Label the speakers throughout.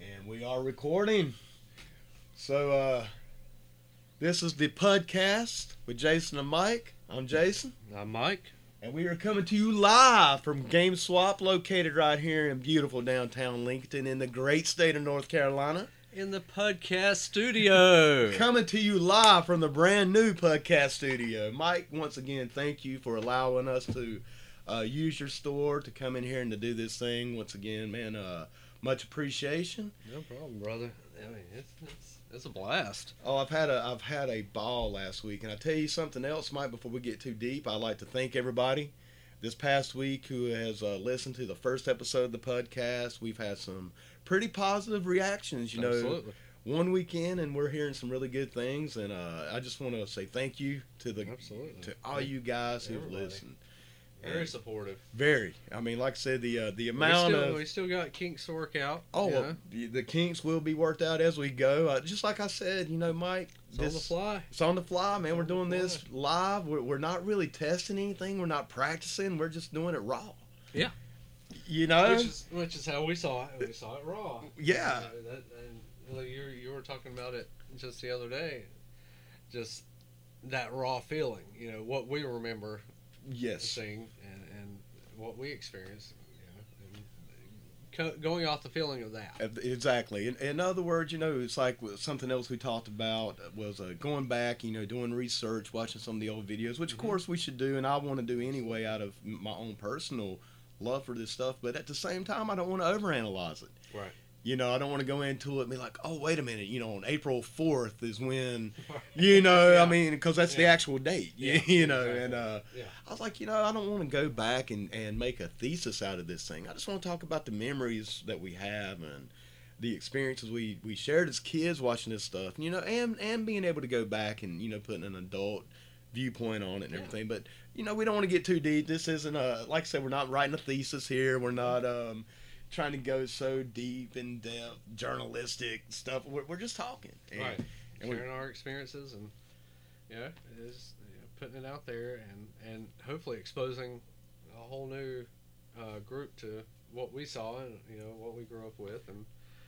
Speaker 1: And we are recording. So uh this is the podcast with Jason and Mike. I'm Jason.
Speaker 2: I'm Uh, Mike.
Speaker 1: And we are coming to you live from Game Swap, located right here in beautiful downtown Lincoln in the great state of North Carolina.
Speaker 2: In the podcast studio.
Speaker 1: Coming to you live from the brand new podcast studio. Mike, once again, thank you for allowing us to uh, use your store to come in here and to do this thing. Once again, man, uh, much appreciation.
Speaker 2: no problem, brother. I mean, it's, it's, it's a blast.
Speaker 1: Oh, I've had a I've had a ball last week, and I tell you something else, Mike. Before we get too deep, I'd like to thank everybody this past week who has uh, listened to the first episode of the podcast. We've had some pretty positive reactions. You know,
Speaker 2: Absolutely.
Speaker 1: one weekend, and we're hearing some really good things. And uh, I just want to say thank you to the
Speaker 2: Absolutely.
Speaker 1: to all you guys who've
Speaker 2: Everybody.
Speaker 1: listened.
Speaker 2: Very supportive.
Speaker 1: Very. I mean, like I said, the uh, the
Speaker 2: We
Speaker 1: amount
Speaker 2: still,
Speaker 1: of
Speaker 2: we still got kinks to work out.
Speaker 1: oh,
Speaker 2: you know?
Speaker 1: the, the kinks will be worked out as we go. Uh, just like I said, you know, Mike.
Speaker 2: it's on the fly.
Speaker 1: It's on the fly, man. We're
Speaker 2: on the
Speaker 1: doing this live. We're, we're not really testing anything. We're not practicing. We're just doing it raw.
Speaker 2: Yeah.
Speaker 1: You know?
Speaker 2: which is which is how we saw it. We saw it raw.
Speaker 1: Yeah.
Speaker 2: You know, that, and you, know, you were- you were talking about it just the other day, just that raw feeling. You know what we remember
Speaker 1: yes.
Speaker 2: seeing and, and what we experienced. You know, and co- going off the feeling of that.
Speaker 1: Uh, Exactly. In, in other words, you know, it's like with something else we talked about was uh, going back, you know, doing research, watching some of the old videos, which of
Speaker 2: Mhm.
Speaker 1: course we should do, and I want to do anyway out of my own personal love for this stuff. But at the same time, I don't want to overanalyze it.
Speaker 2: Right.
Speaker 1: You know, I don't want to go into it and be like, oh, wait a minute, you know, on April 4th is when You know,
Speaker 2: Yeah.
Speaker 1: I mean, because that's the
Speaker 2: Yeah.
Speaker 1: actual date.
Speaker 2: Yeah,
Speaker 1: you know,
Speaker 2: exactly.
Speaker 1: and uh,
Speaker 2: Yeah.
Speaker 1: I was like, you know, I don't want to go back and, and make a thesis out of this thing. I just want to talk about the memories that we have and the experiences we, we shared as kids watching this stuff. You know, and and being able to go back and you know putting an adult viewpoint on it and
Speaker 2: Yeah.
Speaker 1: everything. But you know, we don't want to get too deep. This isn't a like I said, we're not writing a thesis here. We're not
Speaker 2: Mm-hmm.
Speaker 1: um trying to go so deep in depth journalistic stuff. We're, we're just talking. And-
Speaker 2: right.
Speaker 1: Eh, and we-
Speaker 2: Sharing our experiences and yeah, it is you know, putting it out there and and hopefully exposing a whole new uh, group to what we saw and you know what we grew up with and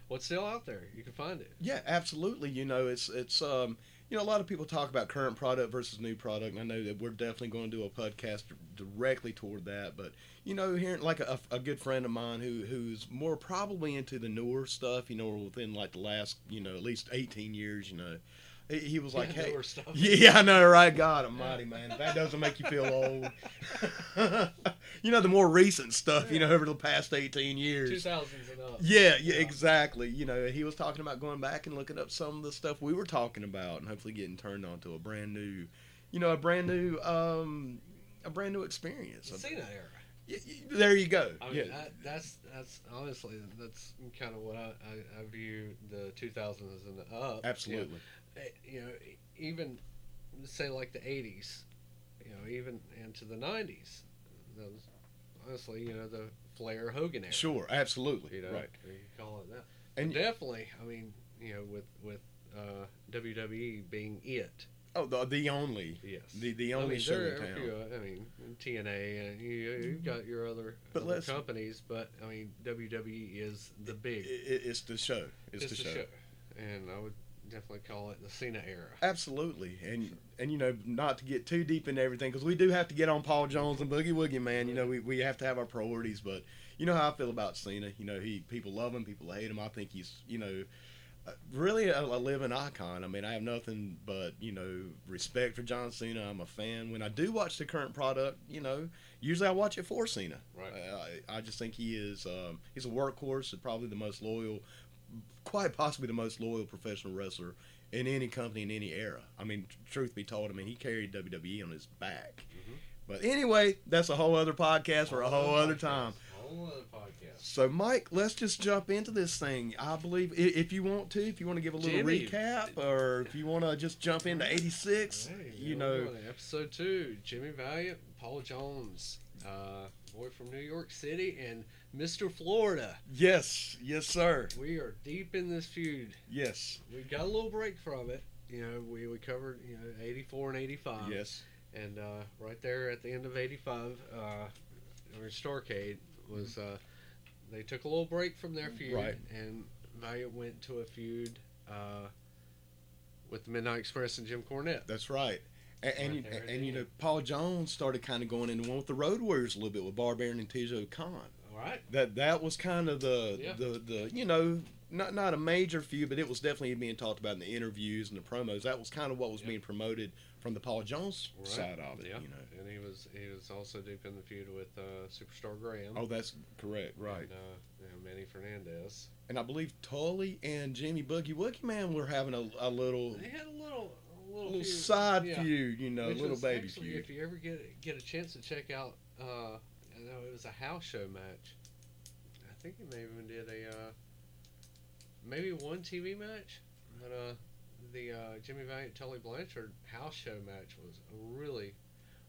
Speaker 2: what's still out there. You can find it.
Speaker 1: Yeah, absolutely. You know, it's it's um, you know, a lot of people talk about current product versus new product, and I know that we're definitely going to do a podcast directly toward that. But you know, hearing like a, a good friend of mine who who's more probably into the newer stuff, you know, within like the last you know at least eighteen years, you know, he, he was like, hey.
Speaker 2: Newer stuff.
Speaker 1: Yeah, I know, right? God Almighty, man, if that doesn't make you feel old. you know, the more recent stuff, you know, over the past eighteen years.
Speaker 2: Two thousands and up.
Speaker 1: Yeah, yeah,
Speaker 2: Yeah.
Speaker 1: exactly. You know, he was talking about going back and looking up some of the stuff we were talking about, and hopefully getting turned on to a brand new, you know, a brand new, um, a brand new experience.
Speaker 2: The Cena era.
Speaker 1: Y- y- there you go. Oh,
Speaker 2: I mean,
Speaker 1: yeah,
Speaker 2: that, that's that's honestly that's kind of what I, I, I view the two thousands and up. you know,
Speaker 1: absolutely.
Speaker 2: eh, you know, e- even say like the '80s, you know, even into the '90s. Those, honestly, you know, the Flair Hogan era.
Speaker 1: Sure, absolutely.
Speaker 2: You know,
Speaker 1: Right.
Speaker 2: You call it that.
Speaker 1: And-
Speaker 2: And definitely, I mean, you know, with with uh, WWE being it.
Speaker 1: Oh, the, the only,
Speaker 2: Yes.
Speaker 1: the the
Speaker 2: I
Speaker 1: only
Speaker 2: mean,
Speaker 1: show
Speaker 2: there
Speaker 1: in
Speaker 2: are a
Speaker 1: town.
Speaker 2: few. uh, I mean, TNA, and you, you've got your other,
Speaker 1: Mm-hmm. But
Speaker 2: other
Speaker 1: let's-
Speaker 2: companies, but I mean, WWE is the
Speaker 1: I-
Speaker 2: big.
Speaker 1: i- it's the show. It's, the, show.
Speaker 2: And I would definitely call it the Cena era.
Speaker 1: Absolutely, and and you know, not to get too deep into everything because we do have to get on Paul Jones and Boogie Woogie, man. You know, we, we have to have our priorities, but you know how I feel about Cena. You know, he people love him, people hate him. I think he's you know uh, really a, a living icon. I mean, I have nothing but you know respect for John Cena. I'm a fan. When I do watch the current product, you know, usually I watch it for Cena.
Speaker 2: Right.
Speaker 1: I, I just think he is um, he's a workhorse and probably the most loyal, quite possibly the most loyal professional wrestler in any company in any era. I mean, tr- truth be told, I mean he carried WWE on his back.
Speaker 2: Mhm.
Speaker 1: But anyway, that's a whole other podcast for a whole other time.
Speaker 2: Whole other podcast.
Speaker 1: So, Mike, let's just jump into this thing. I believe i- if you want to, if you want to give a little
Speaker 2: Jimmy.
Speaker 1: recap, or if you want to just jump into '86,
Speaker 2: Hey,
Speaker 1: you
Speaker 2: man, we're
Speaker 1: know,
Speaker 2: going to episode two: Jimmy Valiant, Paul Jones, uh, boy from New York City, and Mr. Florida.
Speaker 1: yes, yes, sir,
Speaker 2: We are deep in this feud.
Speaker 1: yes,
Speaker 2: We got a little break from it. You know, we, we covered you know '84 and '85.
Speaker 1: yes,
Speaker 2: And uh, right there at the end of '85, uh, or Starcade was uh, they took a little break from their feud
Speaker 1: Right.
Speaker 2: and Valiant went to a feud uh, with the Midnight Express and Jim Cornette.
Speaker 1: That's right. And and,
Speaker 2: Right
Speaker 1: you-
Speaker 2: there,
Speaker 1: and, you
Speaker 2: yeah.
Speaker 1: know Paul Jones started kind of going into one with the Road Warriors a little bit with Barbarian and Tizo Khan.
Speaker 2: All right.
Speaker 1: That that was kind of the
Speaker 2: Yeah.
Speaker 1: the the you know not not a major feud, but it was definitely being talked about in the interviews and the promos. That was kind of what was
Speaker 2: Yeah.
Speaker 1: being promoted from the Paul Jones
Speaker 2: Right.
Speaker 1: side of it.
Speaker 2: Yeah.
Speaker 1: You know.
Speaker 2: And he was he was also deep in the feud with uh, Superstar Graham.
Speaker 1: Oh, that's correct. Right.
Speaker 2: And, uh, and Manny Fernandez.
Speaker 1: And I believe Tully and Jimmy Boogie Woogie Man were having a, a little
Speaker 2: They had a little
Speaker 1: a
Speaker 2: a little,
Speaker 1: little
Speaker 2: feud.
Speaker 1: side
Speaker 2: Yeah.
Speaker 1: feud, you know,
Speaker 2: Which
Speaker 1: little
Speaker 2: was
Speaker 1: baby
Speaker 2: actually,
Speaker 1: feud.
Speaker 2: If you ever get get a chance to check out, uh, I know it was a house show match. I think he maybe even did a uh, maybe one TV match, but uh, the uh, Jimmy Valiant Tully Blanchard house show match was a really,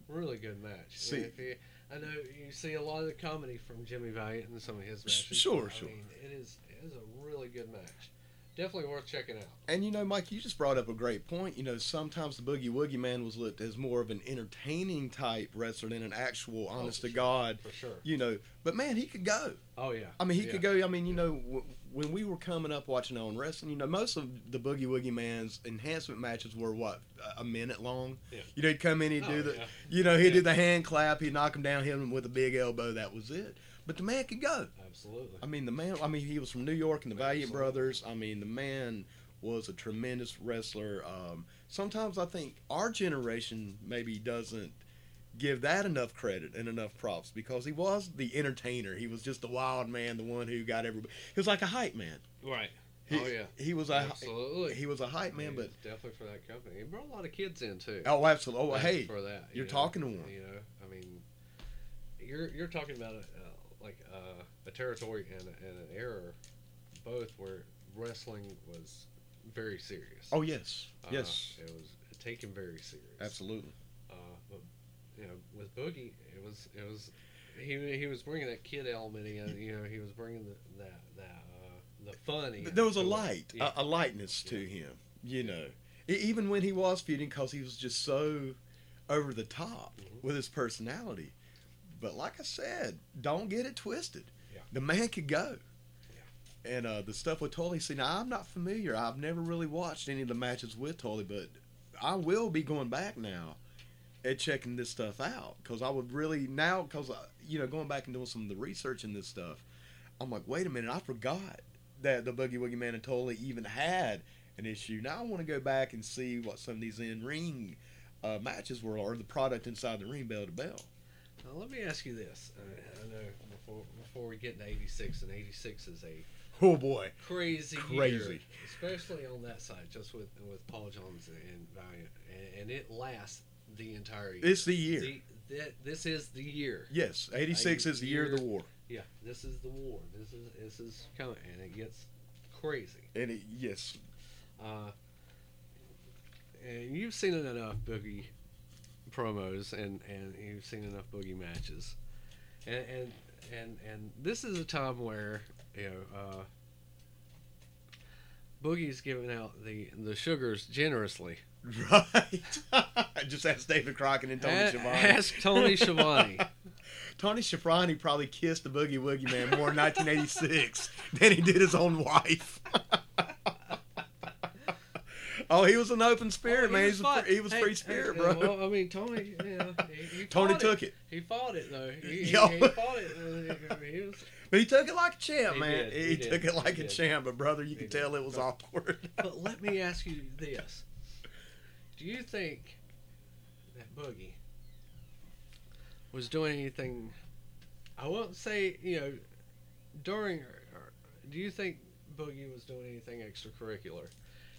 Speaker 2: really good match. And
Speaker 1: See-
Speaker 2: if you, I know you see a lot of the comedy from Jimmy Valiant in some of his matches. but,
Speaker 1: sure,
Speaker 2: I
Speaker 1: sure.
Speaker 2: mean, it is it is a really good match. Definitely worth checking out.
Speaker 1: And you know, Mike, you just brought up a great point. You know, sometimes the Boogie Woogie Man was looked as more of an entertaining type wrestler than an actual, honest to
Speaker 2: sure.
Speaker 1: God,
Speaker 2: Oh, For sure.
Speaker 1: you know. But man, he could go.
Speaker 2: Oh yeah.
Speaker 1: I mean, he
Speaker 2: yeah.
Speaker 1: could go. I mean, you know, w- when we were coming up watching on wrestling, you know, most of the Boogie Woogie Man's enhancement matches were what a- a minute long.
Speaker 2: Yeah.
Speaker 1: You know, he'd come in, he'd
Speaker 2: Oh,
Speaker 1: do the,
Speaker 2: yeah.
Speaker 1: you know, he'd
Speaker 2: Yeah.
Speaker 1: do the hand clap, he'd knock him down, hit him with a big elbow. That was it. But the man could go.
Speaker 2: Absolutely.
Speaker 1: I mean, the man. I mean, he was from New York and the Valiant
Speaker 2: Absolutely.
Speaker 1: Brothers. I mean, the man was a tremendous wrestler. Um, sometimes I think our generation maybe doesn't give that enough credit and enough props because he was the entertainer. He was just the wild man, the one who got everybody. He was like a hype man.
Speaker 2: Right.
Speaker 1: He,
Speaker 2: oh yeah.
Speaker 1: He was a
Speaker 2: Absolutely.
Speaker 1: he was a hype man,
Speaker 2: He
Speaker 1: but
Speaker 2: was definitely for that company. He brought a lot of kids in too.
Speaker 1: oh, absolutely. Oh,
Speaker 2: Thanks
Speaker 1: hey,
Speaker 2: for that.
Speaker 1: you're
Speaker 2: know.
Speaker 1: talking to one.
Speaker 2: You know, I mean, you're you're talking about a, uh, like uh, a territory and, a, and an era, both where wrestling was very serious.
Speaker 1: Oh yes,
Speaker 2: Uh,
Speaker 1: yes,
Speaker 2: It was taken very serious.
Speaker 1: absolutely.
Speaker 2: Uh, but you know, with Boogie, it was it was he he was bringing that kid element in. You know, he was bringing the that that uh, the funny.
Speaker 1: But there was a
Speaker 2: to it.
Speaker 1: light,
Speaker 2: Yeah.
Speaker 1: a, a lightness to him, you know, E- even when he was feuding, because he was just so over the top
Speaker 2: Mhm.
Speaker 1: with his personality. But like I said, don't get it twisted.
Speaker 2: Yeah.
Speaker 1: The man could go. And uh, the stuff with Tully, see, now I'm not familiar. I've never really watched any of the matches with Tully, but I will be going back now and checking this stuff out because I would really now because you know going back and doing some of the research in this stuff, I'm like, wait a minute, I forgot that the Boogie Woogie Man and Tully even had an issue. Now I want to go back and see what some of these in ring uh, matches were or the product inside the ring bell to bell.
Speaker 2: Now, let me ask you this. Uh, I, I know before before we get into '86, and '86 is a
Speaker 1: Oh boy,
Speaker 2: crazy, year,
Speaker 1: Crazy.
Speaker 2: especially on that side, just with with Paul Jones and Valiant, and, and it lasts the entire year.
Speaker 1: it's the year.
Speaker 2: The- that, this is the year.
Speaker 1: yes, '86 is the year of the war,
Speaker 2: Yeah, this is the war. This is this is coming, and it gets crazy.
Speaker 1: and it, yes,
Speaker 2: Uh, and you've seen it enough boogie promos, and and you've seen enough boogie matches, and and and, and this is a time where you know. Uh, Boogie's giving out the, the sugars generously.
Speaker 1: Right. Just ask David Crockett and Tony
Speaker 2: A-
Speaker 1: Schiavone.
Speaker 2: Ask Tony Schiavone.
Speaker 1: Tony Schiavone probably kissed the Boogie Woogie Man more in 1986 than he did his own wife. oh, he was an open spirit,
Speaker 2: Oh,
Speaker 1: man. He was,
Speaker 2: fun.
Speaker 1: free, he was
Speaker 2: Hey,
Speaker 1: free spirit,
Speaker 2: hey,
Speaker 1: bro.
Speaker 2: Well, I mean, Tony. Yeah, he, he
Speaker 1: Tony
Speaker 2: fought
Speaker 1: took it.
Speaker 2: He fought it though. He, he-
Speaker 1: Yo.
Speaker 2: he fought it. Uh, he- he was
Speaker 1: but he took it like a champ,
Speaker 2: He
Speaker 1: man.
Speaker 2: did,
Speaker 1: He,
Speaker 2: he did,
Speaker 1: took it like
Speaker 2: he
Speaker 1: a
Speaker 2: did.
Speaker 1: champ, but brother, you
Speaker 2: He
Speaker 1: could
Speaker 2: did.
Speaker 1: tell it was
Speaker 2: But-
Speaker 1: awkward.
Speaker 2: But let me ask you this: Do you think that Boogie was doing anything? I won't say you know during. Or, or- do you think Boogie was doing anything extracurricular?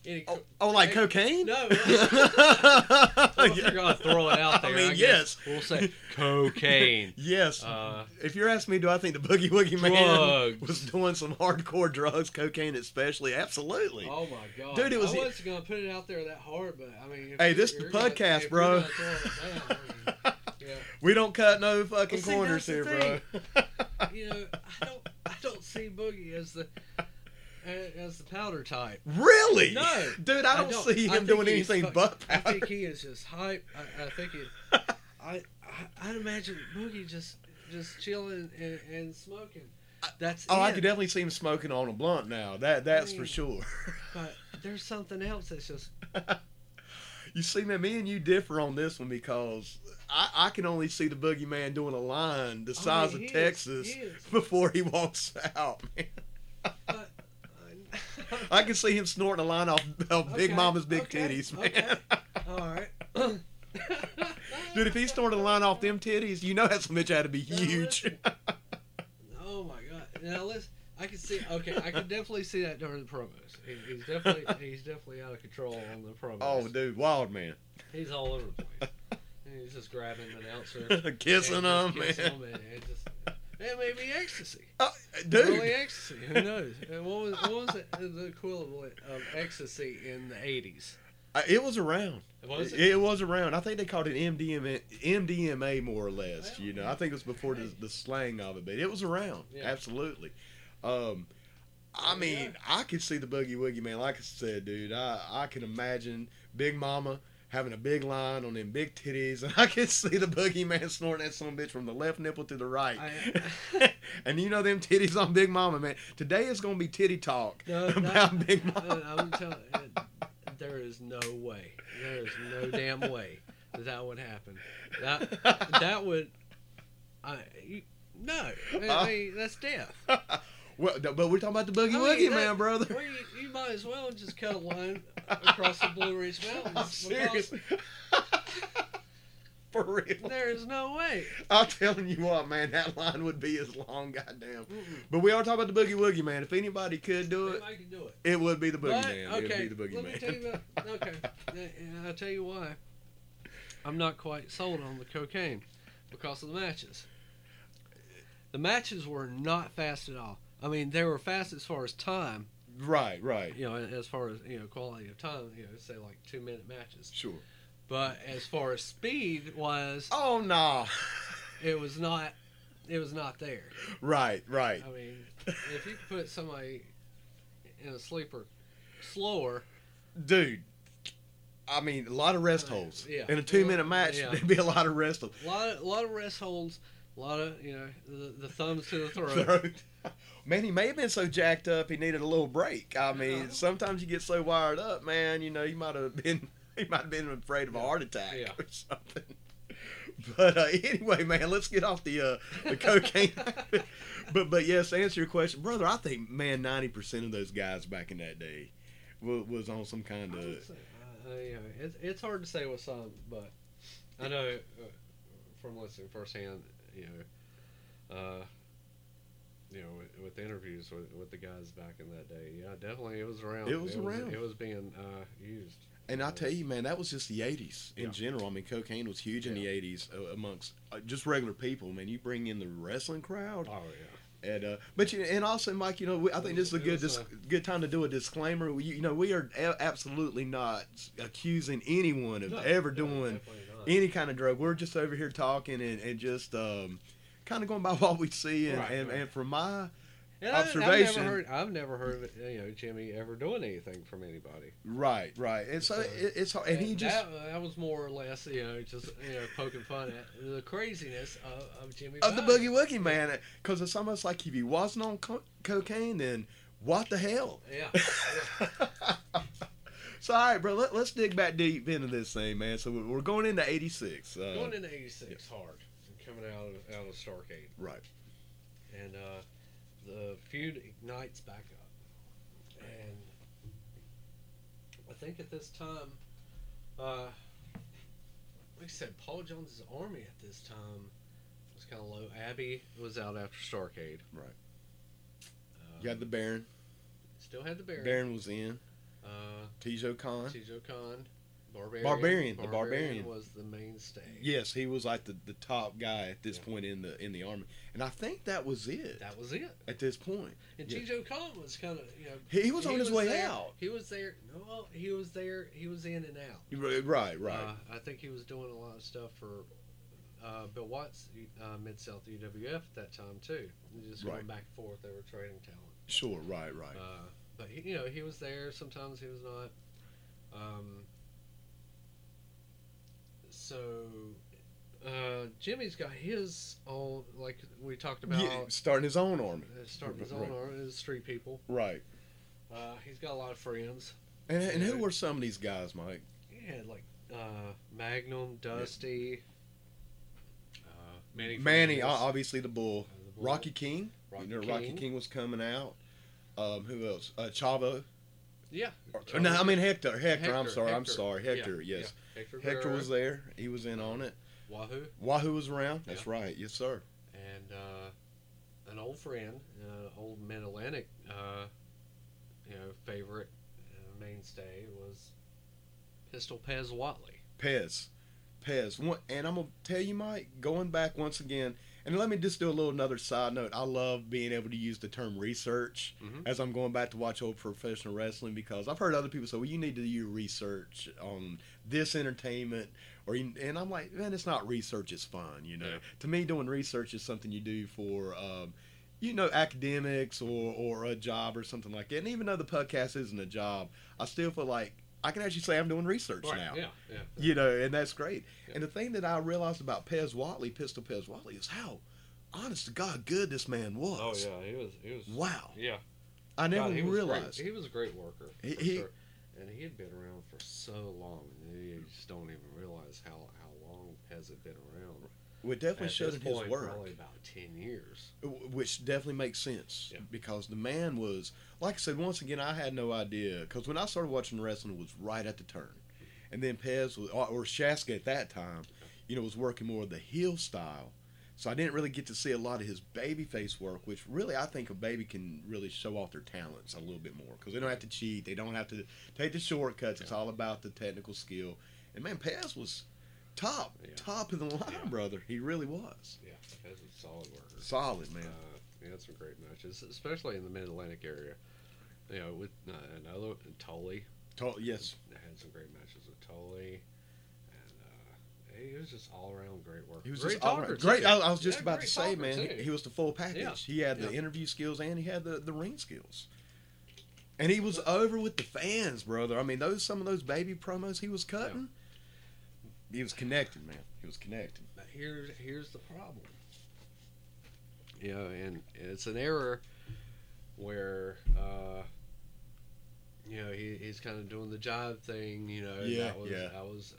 Speaker 2: Any,
Speaker 1: Oh, oh, like
Speaker 2: Hey,
Speaker 1: cocaine?
Speaker 2: no. Well, if
Speaker 1: you're
Speaker 2: you're gonna throw it out there.
Speaker 1: I mean, yes.
Speaker 2: guess We'll say cocaine.
Speaker 1: Yes.
Speaker 2: Uh,
Speaker 1: if you're asking me, do I think the Boogie Woogie Man
Speaker 2: Drugs.
Speaker 1: was doing some hardcore drugs, cocaine especially? Absolutely.
Speaker 2: oh my god,
Speaker 1: Dude, it was-
Speaker 2: I wasn't gonna put it out there that hard, but I mean, if
Speaker 1: Hey,
Speaker 2: you-
Speaker 1: this the
Speaker 2: you're gonna-
Speaker 1: podcast,
Speaker 2: if you're
Speaker 1: bro.
Speaker 2: gonna throw it down, I mean, yeah.
Speaker 1: we don't cut no fucking
Speaker 2: Well, see,
Speaker 1: corners here,
Speaker 2: that's the
Speaker 1: bro.
Speaker 2: you know, I don't, I don't see Boogie as the as the powder type.
Speaker 1: really?
Speaker 2: No,
Speaker 1: Dude, I don't, see
Speaker 2: I
Speaker 1: him
Speaker 2: think
Speaker 1: doing
Speaker 2: he's
Speaker 1: anything
Speaker 2: fuck-
Speaker 1: but
Speaker 2: I
Speaker 1: powder.
Speaker 2: think he is just hype. I, I think it. I, I, I'd imagine Boogie just just chilling and, and smoking. That's
Speaker 1: Oh, I
Speaker 2: it.
Speaker 1: could definitely see him smoking on a blunt now. That that's for
Speaker 2: mean-
Speaker 1: sure.
Speaker 2: But there's something else that's just
Speaker 1: You see, man, me and you differ on this one because I, I can only see the boogeyman doing a line the
Speaker 2: Oh,
Speaker 1: size
Speaker 2: he
Speaker 1: of
Speaker 2: is,
Speaker 1: Texas
Speaker 2: he is.
Speaker 1: before he walks out. Man.
Speaker 2: But, uh,
Speaker 1: I can see him snorting a line off, of Big
Speaker 2: Okay,
Speaker 1: Mama's big
Speaker 2: okay,
Speaker 1: titties, man.
Speaker 2: okay. all right.
Speaker 1: Dude, if he snorted a line off them titties, you know that some bitch had to be
Speaker 2: No,
Speaker 1: huge.
Speaker 2: listen. Oh my god! Now let's. I can see. Okay, I can definitely see that during the promos. He, he's definitely he's definitely out of control on the promos.
Speaker 1: oh, dude, wild man,
Speaker 2: He's all over the place. And he's just grabbing an announcer,
Speaker 1: kissing
Speaker 2: and
Speaker 1: him,
Speaker 2: just
Speaker 1: man.
Speaker 2: kissing him, and it just it may be ecstasy.
Speaker 1: Oh, dude,
Speaker 2: Really ecstasy. Who knows? And what was what was it, the equivalent of ecstasy in the eighties?
Speaker 1: I- it was around.
Speaker 2: Was
Speaker 1: it? was around. I think they called it MDMA, MDMA more or less.
Speaker 2: Well,
Speaker 1: you know, I think it was before the,
Speaker 2: hey.
Speaker 1: the slang of it, but it was around.
Speaker 2: Yeah.
Speaker 1: Absolutely. Um, I
Speaker 2: Yeah.
Speaker 1: mean, I could see the boogie woogie man. Like I said, dude, I I can imagine Big Mama having a big line on them big titties, and I could see the boogie man snorting at some bitch from the left nipple to the right.
Speaker 2: I-
Speaker 1: and you know them titties on Big Mama, man. Today is gonna be titty talk
Speaker 2: No,
Speaker 1: about
Speaker 2: that-
Speaker 1: Big
Speaker 2: Uh,
Speaker 1: Mama.
Speaker 2: I'm telling uh, there is no way. There is no damn way that that would happen. That that would, I you, no. I
Speaker 1: Uh,
Speaker 2: mean, that's death.
Speaker 1: well, no, but we're talking about the boogie
Speaker 2: I mean,
Speaker 1: woogie
Speaker 2: that-
Speaker 1: man, brother.
Speaker 2: Well, you, you might as well just cut a line across the Blue Ridge Mountains.
Speaker 1: I'm
Speaker 2: because
Speaker 1: serious. For real.
Speaker 2: There is no way.
Speaker 1: I'm telling you what, man, that line would be as long, goddamn.
Speaker 2: Mm-mm.
Speaker 1: But we are talking about the boogie woogie man. If anybody could do it,
Speaker 2: I can do it.
Speaker 1: it would be the boogie
Speaker 2: But,
Speaker 1: man.
Speaker 2: Okay,
Speaker 1: It would be the boogie
Speaker 2: let me tell
Speaker 1: man.
Speaker 2: you about, okay, and I'll tell you why. I'm not quite sold on the cocaine because of the matches. The matches were not fast at all. I mean, they were fast as far as time,
Speaker 1: Right, right.
Speaker 2: you know, as far as you know, quality of time, you know, say like two minute matches.
Speaker 1: Sure.
Speaker 2: But as far as speed was,
Speaker 1: Oh no.
Speaker 2: it was not, it was not there.
Speaker 1: right, right.
Speaker 2: I mean, if you put somebody in a sleeper slower,
Speaker 1: Dude. I mean, a lot of rest
Speaker 2: Uh,
Speaker 1: holes.
Speaker 2: yeah.
Speaker 1: In a two-minute match,
Speaker 2: Yeah.
Speaker 1: there'd be a lot of rest holes.
Speaker 2: A lot of, lot of rest holds, a lot of, you know, the, the thumbs to the throat.
Speaker 1: Throat. Man, he may have been so jacked up he needed a little break. I mean,
Speaker 2: Yeah.
Speaker 1: sometimes you get so wired up, man. You know, you might have been he might have been afraid of a
Speaker 2: Yeah.
Speaker 1: heart attack
Speaker 2: Yeah.
Speaker 1: or something. But uh, anyway, man, let's get off the uh, the cocaine. but but yes, to answer your question, brother. I think man, ninety percent of those guys back in that day was, was on some kind
Speaker 2: I would
Speaker 1: of
Speaker 2: say, uh, you know, it's, it's hard to say with some, but I know uh, from listening firsthand, you know, uh, you know, with, with the interviews with, with the guys back in that day, yeah, definitely it was around.
Speaker 1: It was around.
Speaker 2: it was being uh, used.
Speaker 1: And I tell you, man, that was just the '80s in
Speaker 2: Yeah.
Speaker 1: general. I mean, cocaine was huge in
Speaker 2: Yeah.
Speaker 1: the '80s uh, amongst uh, just regular people. Man, you bring in the wrestling crowd,
Speaker 2: Oh yeah.
Speaker 1: and uh, but you and also, Mike, you know, we, I think this is a
Speaker 2: It
Speaker 1: good
Speaker 2: was,
Speaker 1: dis-
Speaker 2: uh,
Speaker 1: good time to do a disclaimer. We, you know, we are a- absolutely not accusing anyone of
Speaker 2: No,
Speaker 1: ever
Speaker 2: no,
Speaker 1: doing
Speaker 2: definitely not.
Speaker 1: any kind of drug. We're just over here talking and, and just um, kind of going by what we see. And,
Speaker 2: Right,
Speaker 1: and,
Speaker 2: right.
Speaker 1: and from my
Speaker 2: And I- I've
Speaker 1: observation-
Speaker 2: never heard. I've never heard of, you know Jimmy ever doing anything from anybody.
Speaker 1: right, right, and so
Speaker 2: So-
Speaker 1: it, it's hard- Oh, and he just
Speaker 2: that, that was more or less, you know, just you know, poking fun at the craziness of, of Jimmy.
Speaker 1: of the
Speaker 2: Bowden.
Speaker 1: boogie woogie man because it's almost like if he wasn't on co- cocaine then what the hell
Speaker 2: Yeah.
Speaker 1: so all right bro let, us dig back deep into this thing man so we're going into 86 uh,
Speaker 2: Going into '86 hard, and coming out of out of Starcade,
Speaker 1: right
Speaker 2: and uh, the feud ignites back up, and I think at this time, uh, like I said, Paul Jones's army at this time was kind of low. Abby was out after Starcade.
Speaker 1: Right.
Speaker 2: Um,
Speaker 1: you got the baron
Speaker 2: still had the Baron.
Speaker 1: baron was in
Speaker 2: Uh,
Speaker 1: tijo khan
Speaker 2: Tijo Khan, Barbarian.
Speaker 1: Barbarian, the Barbarian.
Speaker 2: was the mainstay.
Speaker 1: yes he was like the, the top guy at this
Speaker 2: Yeah.
Speaker 1: point in the in the army and i think that was it
Speaker 2: That was it.
Speaker 1: at this point
Speaker 2: And
Speaker 1: Yeah.
Speaker 2: Tijo Khan was kind of, you know.
Speaker 1: he, he was on his way
Speaker 2: there-
Speaker 1: out
Speaker 2: He was there. No, he was there. He was in and out.
Speaker 1: right right, right.
Speaker 2: Uh, I think he was doing a lot of stuff for uh, Bill Watts, uh, Mid South UWF at that time, too. They Just going
Speaker 1: Right.
Speaker 2: back and forth. They were trading talent.
Speaker 1: sure right right
Speaker 2: Uh, but, he, you know, he was there. Sometimes he was not. Um, so uh, Jimmy's got his own, like we talked about,
Speaker 1: Yeah, starting his own army.
Speaker 2: uh, starting his own
Speaker 1: Right.
Speaker 2: army. His three people.
Speaker 1: Right.
Speaker 2: Uh, he's got a lot of friends.
Speaker 1: And, and who were some of these guys, Mike?
Speaker 2: He had like uh, Magnum, Dusty, uh, Manny,
Speaker 1: Manny, o-
Speaker 2: Fernandez,
Speaker 1: obviously the bull.
Speaker 2: uh, the Bull,
Speaker 1: Rocky King.
Speaker 2: Rocky
Speaker 1: you know, Rocky King was coming out. Um, who else? Uh, Chavo.
Speaker 2: Yeah.
Speaker 1: Or- no, I mean Hector. Hector. I'm
Speaker 2: Hector,
Speaker 1: sorry. I'm
Speaker 2: Hector.
Speaker 1: sorry.
Speaker 2: Yeah,
Speaker 1: Hector.
Speaker 2: yeah.
Speaker 1: Yes.
Speaker 2: Hector,
Speaker 1: Hector was
Speaker 2: there.
Speaker 1: there. He was in on it.
Speaker 2: Wahoo,
Speaker 1: Wahoo was around. That's right. Yes, sir.
Speaker 2: and uh, an old friend, uh, old Mid Atlantic, uh, you know, favorite uh, mainstay was Pistol Pez Watley.
Speaker 1: Pez. Pez. One, and I'm going to tell you, Mike, going back once again, and let me just do a little another side note. I love being able to use the term research
Speaker 2: Mhm.
Speaker 1: as I'm going back to watch old professional wrestling because I've heard other people say, well, you need to do research on this entertainment. Or, you- and I'm like, man, it's not research, it's fun, you know.
Speaker 2: Yeah.
Speaker 1: To me, doing research is something you do for, um, you know, academics or, or a job or something like that. And even though the podcast isn't a job, I still feel like I can actually say I'm doing research now
Speaker 2: Yeah, yeah.
Speaker 1: you know, and that's great.
Speaker 2: Yeah.
Speaker 1: And the thing that I realized about Pez Watley, Pistol Pez Watley, is how honest to God good this man was.
Speaker 2: Oh yeah, he was. He was.
Speaker 1: Wow.
Speaker 2: Yeah.
Speaker 1: I never
Speaker 2: God, he was great.
Speaker 1: realized.
Speaker 2: he was a great worker.
Speaker 1: He-
Speaker 2: for
Speaker 1: he-
Speaker 2: sure. and he had been around for so long, and you just don't even realize how how long has it been around.
Speaker 1: We definitely
Speaker 2: At
Speaker 1: showed
Speaker 2: this
Speaker 1: in his
Speaker 2: point,
Speaker 1: work,
Speaker 2: Probably about ten years.
Speaker 1: w- which definitely makes sense
Speaker 2: Yeah.
Speaker 1: because the man was, like I said, once again, I had no idea because when I started watching wrestling, it was right at the turn, and then Pez was, or, or Shaska at that time, you know, was working more of the heel style. So I didn't really get to see a lot of his babyface work, which really I think a baby can really show off their talents a little bit more because they don't have to cheat, they don't have to take the shortcuts. It's all about the technical skill. And man, Pez was top,
Speaker 2: Yeah.
Speaker 1: top of the line,
Speaker 2: Yeah.
Speaker 1: brother. He really was
Speaker 2: Yeah, as a solid worker.
Speaker 1: solid, man.
Speaker 2: Uh, he had some great matches, especially in the Mid Atlantic area. You know, with uh, another Tully
Speaker 1: To- yes,
Speaker 2: had some great matches with Tully, and uh, he was just all around great worker.
Speaker 1: He was
Speaker 2: great
Speaker 1: just all
Speaker 2: talker,
Speaker 1: around- great.
Speaker 2: too.
Speaker 1: I, I was just
Speaker 2: Yeah,
Speaker 1: about to
Speaker 2: great
Speaker 1: say,
Speaker 2: talker,
Speaker 1: man,
Speaker 2: too.
Speaker 1: he, he was the full package.
Speaker 2: Yeah.
Speaker 1: He had the
Speaker 2: Yeah.
Speaker 1: interview skills and he had the, the ring skills. And he was over with the fans, brother. I mean, those some of those baby promos he was cutting, he was connected, man. He was connected.
Speaker 2: But here's here's the problem. You know, and it's an error where uh, you know he, he's kind of doing the job thing. You know,
Speaker 1: Yeah,
Speaker 2: that was,
Speaker 1: yeah.
Speaker 2: That was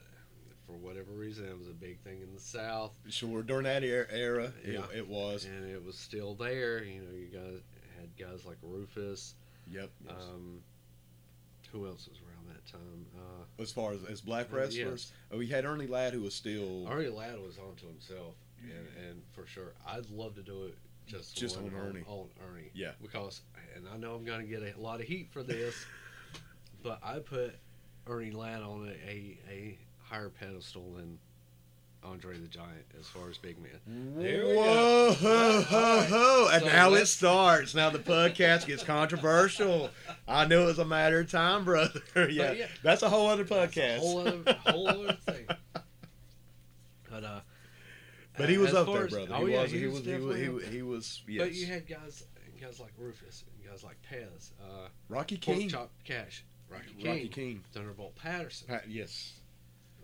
Speaker 2: for whatever reason that was a big thing in the South,
Speaker 1: Sure, during that era, era
Speaker 2: Yeah.
Speaker 1: it, it was.
Speaker 2: and it was still there. You know, you guys had guys like Rufus.
Speaker 1: Yep. yes.
Speaker 2: Um, who else was around that time? Uh,
Speaker 1: as far as, as black wrestlers, oh, we had Ernie Ladd who was still
Speaker 2: yes. Arnie Ladd was onto himself, and, and for sure, I'd love to do it just
Speaker 1: Just
Speaker 2: one
Speaker 1: on Ernie.
Speaker 2: on Ernie.
Speaker 1: Yeah.
Speaker 2: because and I know I'm gonna get a lot of heat for this, but I put Ernie Ladd on a, a, a higher pedestal than Andre the Giant as far as big man. There we
Speaker 1: Whoa,
Speaker 2: go.
Speaker 1: ho, ho, ho. And
Speaker 2: So
Speaker 1: now it
Speaker 2: let's-
Speaker 1: starts. Now the podcast gets controversial. I knew it was a matter of time, brother. yeah,
Speaker 2: yeah.
Speaker 1: that's a whole other
Speaker 2: That's
Speaker 1: podcast.
Speaker 2: a whole other, whole other thing. But uh,
Speaker 1: but he was
Speaker 2: as
Speaker 1: up
Speaker 2: far
Speaker 1: there,
Speaker 2: as-
Speaker 1: brother.
Speaker 2: Oh
Speaker 1: he,
Speaker 2: yeah,
Speaker 1: was, he, was, he was.
Speaker 2: definitely
Speaker 1: He
Speaker 2: up
Speaker 1: was.
Speaker 2: there.
Speaker 1: He was. Yes.
Speaker 2: But you had guys, guys like Rufus, and guys like Pez, uh,
Speaker 1: Rocky
Speaker 2: Pork
Speaker 1: King.
Speaker 2: Chop Cash, Rocky King,
Speaker 1: Rocky King.
Speaker 2: Thunderbolt Patterson.
Speaker 1: Uh, Yes.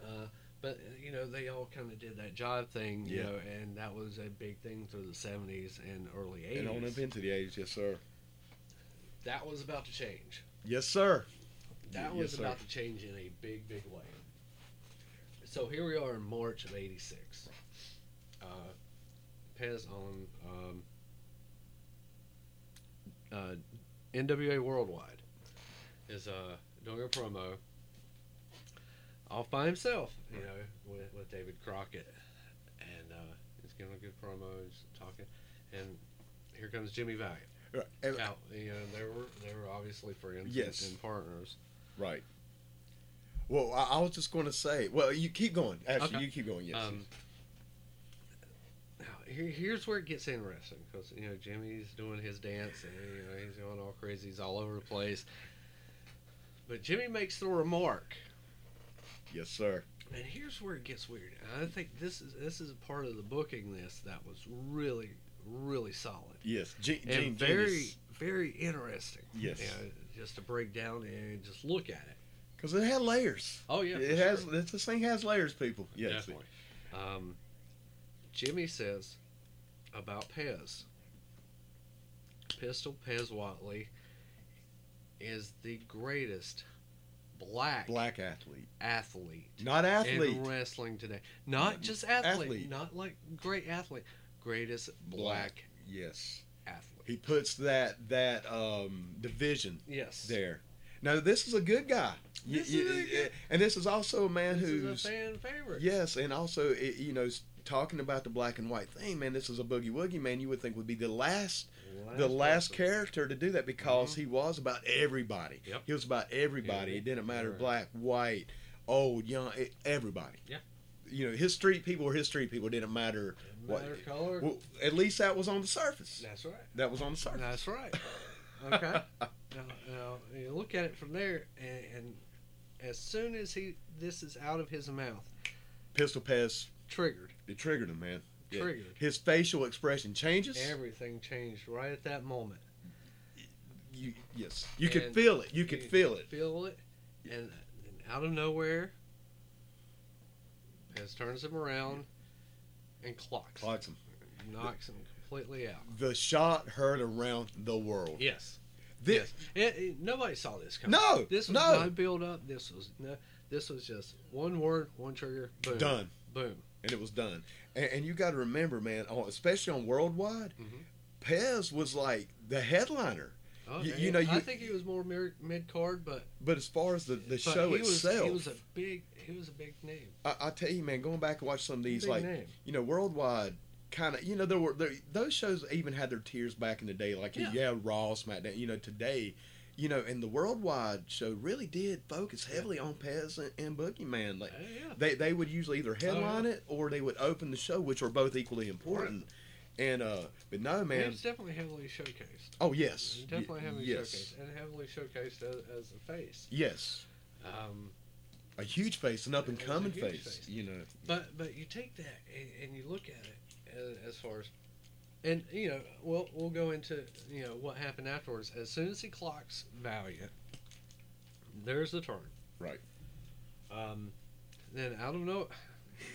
Speaker 2: Uh, but uh, you know, they all kind of did that job thing, you
Speaker 1: Yeah.
Speaker 2: know, and that was a big thing through the '70s and early
Speaker 1: And on up
Speaker 2: '80s.
Speaker 1: into the age, yes, sir.
Speaker 2: that was about to change.
Speaker 1: Yes, sir.
Speaker 2: That
Speaker 1: Y- yes,
Speaker 2: was
Speaker 1: sir.
Speaker 2: about to change in a big, big way. So here we are in March of '86. Uh, Pez on um, uh, NWA Worldwide is uh, doing a promo off by himself, you know, with, with David Crockett, and uh, he's giving a good promo, he's talking, and here comes Jimmy Valiant.
Speaker 1: Right. And-
Speaker 2: Out, you know, they were they were obviously friends and-
Speaker 1: Yes.
Speaker 2: and partners.
Speaker 1: Right. Well, I, I was just going to say. Well, you keep going. Actually,
Speaker 2: Okay.
Speaker 1: you keep going. Yes.
Speaker 2: Um, now, here, here's where it gets interesting because you know Jimmy's doing his dance and you know he's going all crazy, he's all over the place. But Jimmy makes the remark,
Speaker 1: yes, sir.
Speaker 2: and here's where it gets weird. And I think this is this is a part of the booking this that was really really solid
Speaker 1: Yes. Gene,
Speaker 2: and
Speaker 1: Gene
Speaker 2: very very interesting.
Speaker 1: Yes.
Speaker 2: you know, just to break down and just look at it.
Speaker 1: Because it had layers.
Speaker 2: Oh yeah,
Speaker 1: it
Speaker 2: for
Speaker 1: has
Speaker 2: sure.
Speaker 1: this, this thing has layers, people. Yes.
Speaker 2: Definitely. Um, Jimmy says about Pez. Pistol Pez Watley is the greatest black,
Speaker 1: Black athlete,
Speaker 2: athlete,
Speaker 1: not athlete.
Speaker 2: in wrestling today. Not just athlete,
Speaker 1: Athlete.
Speaker 2: not like great athlete, greatest black,
Speaker 1: Black. Yes,
Speaker 2: athlete.
Speaker 1: he puts that that um, division
Speaker 2: Yes.
Speaker 1: there. Now this is a good guy, You-
Speaker 2: This
Speaker 1: you-
Speaker 2: is a good-
Speaker 1: and this is also a man
Speaker 2: This
Speaker 1: who's
Speaker 2: is a fan favorite.
Speaker 1: Yes, and also it, you know s- talking about the black and white thing, man. This is a boogie woogie man. You would think would be the last, the last
Speaker 2: person.
Speaker 1: character to do that because he was about everybody.
Speaker 2: Mm-hmm. Yep.
Speaker 1: He was about everybody.
Speaker 2: Yeah,
Speaker 1: it didn't matter
Speaker 2: right.
Speaker 1: black, white, old, young, it, everybody.
Speaker 2: Yeah.
Speaker 1: You know, his street people or his street people it didn't matter.
Speaker 2: Didn't
Speaker 1: What-
Speaker 2: matter color.
Speaker 1: Well, at least that was on the surface.
Speaker 2: That's right.
Speaker 1: That was on the surface.
Speaker 2: That's right. Okay. now, now you look at it from there, and, and as soon as he this is out of his mouth,
Speaker 1: Pistol Pez,
Speaker 2: triggered,
Speaker 1: it triggered him, man. Yeah.
Speaker 2: triggered.
Speaker 1: His facial expression changes.
Speaker 2: Everything changed right at that moment.
Speaker 1: you, yes, you could
Speaker 2: And
Speaker 1: feel it. You could feel it.
Speaker 2: Feel it, and, and out of nowhere, as turns him around, and clocks,
Speaker 1: Clocks him.
Speaker 2: knocks him completely out.
Speaker 1: The shot heard around the world.
Speaker 2: Yes.
Speaker 1: This
Speaker 2: It, it- nobody saw this coming.
Speaker 1: No,
Speaker 2: This was
Speaker 1: no.
Speaker 2: not build up. This was no. This was just one word, one trigger. Boom.
Speaker 1: done,
Speaker 2: Boom.
Speaker 1: and it was done. And, and you got to remember, man, on- especially on worldwide,
Speaker 2: Mhm.
Speaker 1: Pez was like the headliner.
Speaker 2: Oh,
Speaker 1: You-
Speaker 2: yeah,
Speaker 1: you know,
Speaker 2: I
Speaker 1: you-
Speaker 2: think he was more mid card, but
Speaker 1: But as far as the, the
Speaker 2: but
Speaker 1: show
Speaker 2: he was,
Speaker 1: itself,
Speaker 2: he was a big he was a big name.
Speaker 1: I, I tell you, man, going back and watch some of these,
Speaker 2: big
Speaker 1: like
Speaker 2: name.
Speaker 1: you know, worldwide. Kind of, you know, there were there, those shows even had their tears back in the day, like yeah,
Speaker 2: Yeah.
Speaker 1: Raw, SmackDown. You know, today, you know, and the worldwide show really did focus heavily on Pez and, and Boogeyman. Like,
Speaker 2: Uh, yeah.
Speaker 1: they they would usually either
Speaker 2: Oh, yeah.
Speaker 1: headline it or they would open the show, which are both equally important. And uh, but no
Speaker 2: He
Speaker 1: man,
Speaker 2: was definitely heavily showcased.
Speaker 1: oh yes,
Speaker 2: He was definitely
Speaker 1: Ye-
Speaker 2: heavily
Speaker 1: yes,
Speaker 2: showcased, and heavily showcased as, as a face.
Speaker 1: yes,
Speaker 2: Um,
Speaker 1: a huge face, an up and
Speaker 2: It's a
Speaker 1: coming
Speaker 2: huge
Speaker 1: face,
Speaker 2: face.
Speaker 1: you know.
Speaker 2: but but you take that and, and you look at it as, as far as, and you know, we'll we'll go into you know what happened afterwards. As soon as he clocks Valiant, there's the turn.
Speaker 1: Right.
Speaker 2: Um, then I don't know.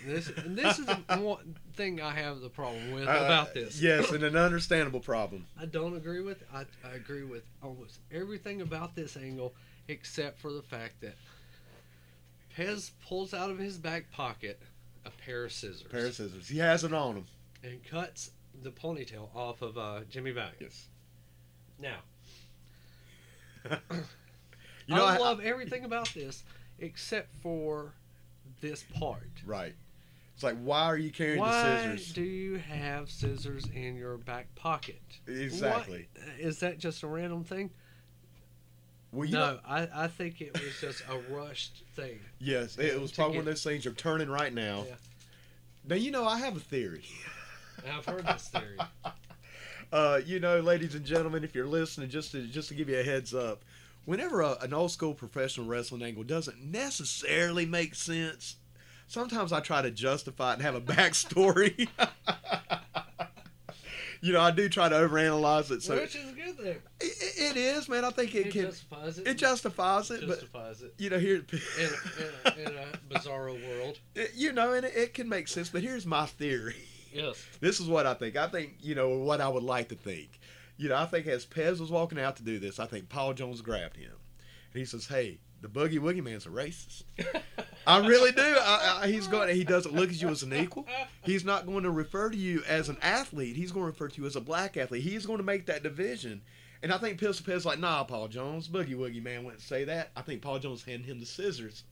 Speaker 2: This and this is the one thing I have the problem with
Speaker 1: Uh,
Speaker 2: about this.
Speaker 1: yes, and an understandable problem.
Speaker 2: I don't agree with. I, I agree with almost everything about this angle, except for the fact that Pez pulls out of his back pocket a pair of scissors
Speaker 1: Pair of scissors. He has it on him.
Speaker 2: and cuts the ponytail off of uh, Jimmy Valiant.
Speaker 1: Yes.
Speaker 2: Now,
Speaker 1: You know,
Speaker 2: I,
Speaker 1: I-
Speaker 2: love everything about this except for this part.
Speaker 1: right. It's like, why are you carrying
Speaker 2: Why
Speaker 1: the scissors?
Speaker 2: do you have scissors in your back pocket?
Speaker 1: exactly.
Speaker 2: What- Is that just a random thing?
Speaker 1: Well, you know,
Speaker 2: no, I, I think it was just a rushed thing.
Speaker 1: yes, it was
Speaker 2: To
Speaker 1: probably
Speaker 2: get-
Speaker 1: one of those things you're turning right now.
Speaker 2: Yeah.
Speaker 1: Now, you know, I have a theory.
Speaker 2: And I've heard this theory.
Speaker 1: uh, you know, ladies and gentlemen, if you're listening, just to just to give you a heads up, whenever a, an old school professional wrestling angle doesn't necessarily make sense, sometimes I try to justify it and have a backstory. you know, I do try to overanalyze it, so
Speaker 2: Which is a good thing.
Speaker 1: it, it is, man. I think it,
Speaker 2: It,
Speaker 1: can
Speaker 2: justifies it.
Speaker 1: it justifies it, but
Speaker 2: justifies it.
Speaker 1: you know here.
Speaker 2: In, in, a, in a bizarro world.
Speaker 1: It- you know, and it, it can make sense, but here's my theory.
Speaker 2: Yes.
Speaker 1: This is what I think. I think, you know, what I would like to think. You know, I think as Pez was walking out to do this, I think Paul Jones grabbed him. And he says, Hey, the Boogie Woogie Man's a racist. I really do. I, I, he's going. He doesn't look at you as an equal. He's not going to refer to you as an athlete. He's going to refer to you as a black athlete. He's going to make that division. And I think Pistol Pez like, nah, Paul Jones, Boogie Woogie Man wouldn't say that. I think Paul Jones handed him the scissors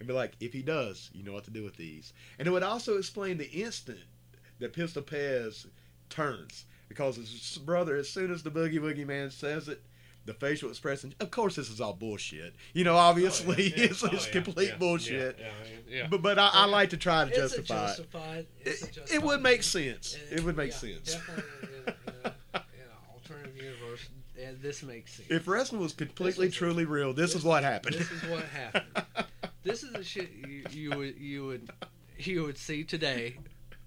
Speaker 1: and be like, if he does, you know what to do with these. And it would also explain the instant that Pistol Pez turns because his brother, as soon as the Boogie Woogie Man says it, the facial expression. Of course, this is all bullshit. You know, obviously, it's,
Speaker 2: Oh,
Speaker 1: it's
Speaker 2: yeah,
Speaker 1: complete
Speaker 2: yeah,
Speaker 1: bullshit.
Speaker 2: Yeah, yeah, I mean, yeah.
Speaker 1: But but I, I
Speaker 2: Yeah.
Speaker 1: like to try to
Speaker 2: It's a
Speaker 1: justify it.
Speaker 2: justified- it's a
Speaker 1: It, it
Speaker 2: justified
Speaker 1: would make
Speaker 2: thing.
Speaker 1: sense.
Speaker 2: And
Speaker 1: It would make
Speaker 2: yeah,
Speaker 1: sense.
Speaker 2: Definitely in, in, a, in an alternative universe, yeah, this makes sense.
Speaker 1: If wrestling was completely
Speaker 2: was a-
Speaker 1: truly real, this
Speaker 2: this-
Speaker 1: is what happened.
Speaker 2: this is what happened. This is the shit you, you would you would you would see today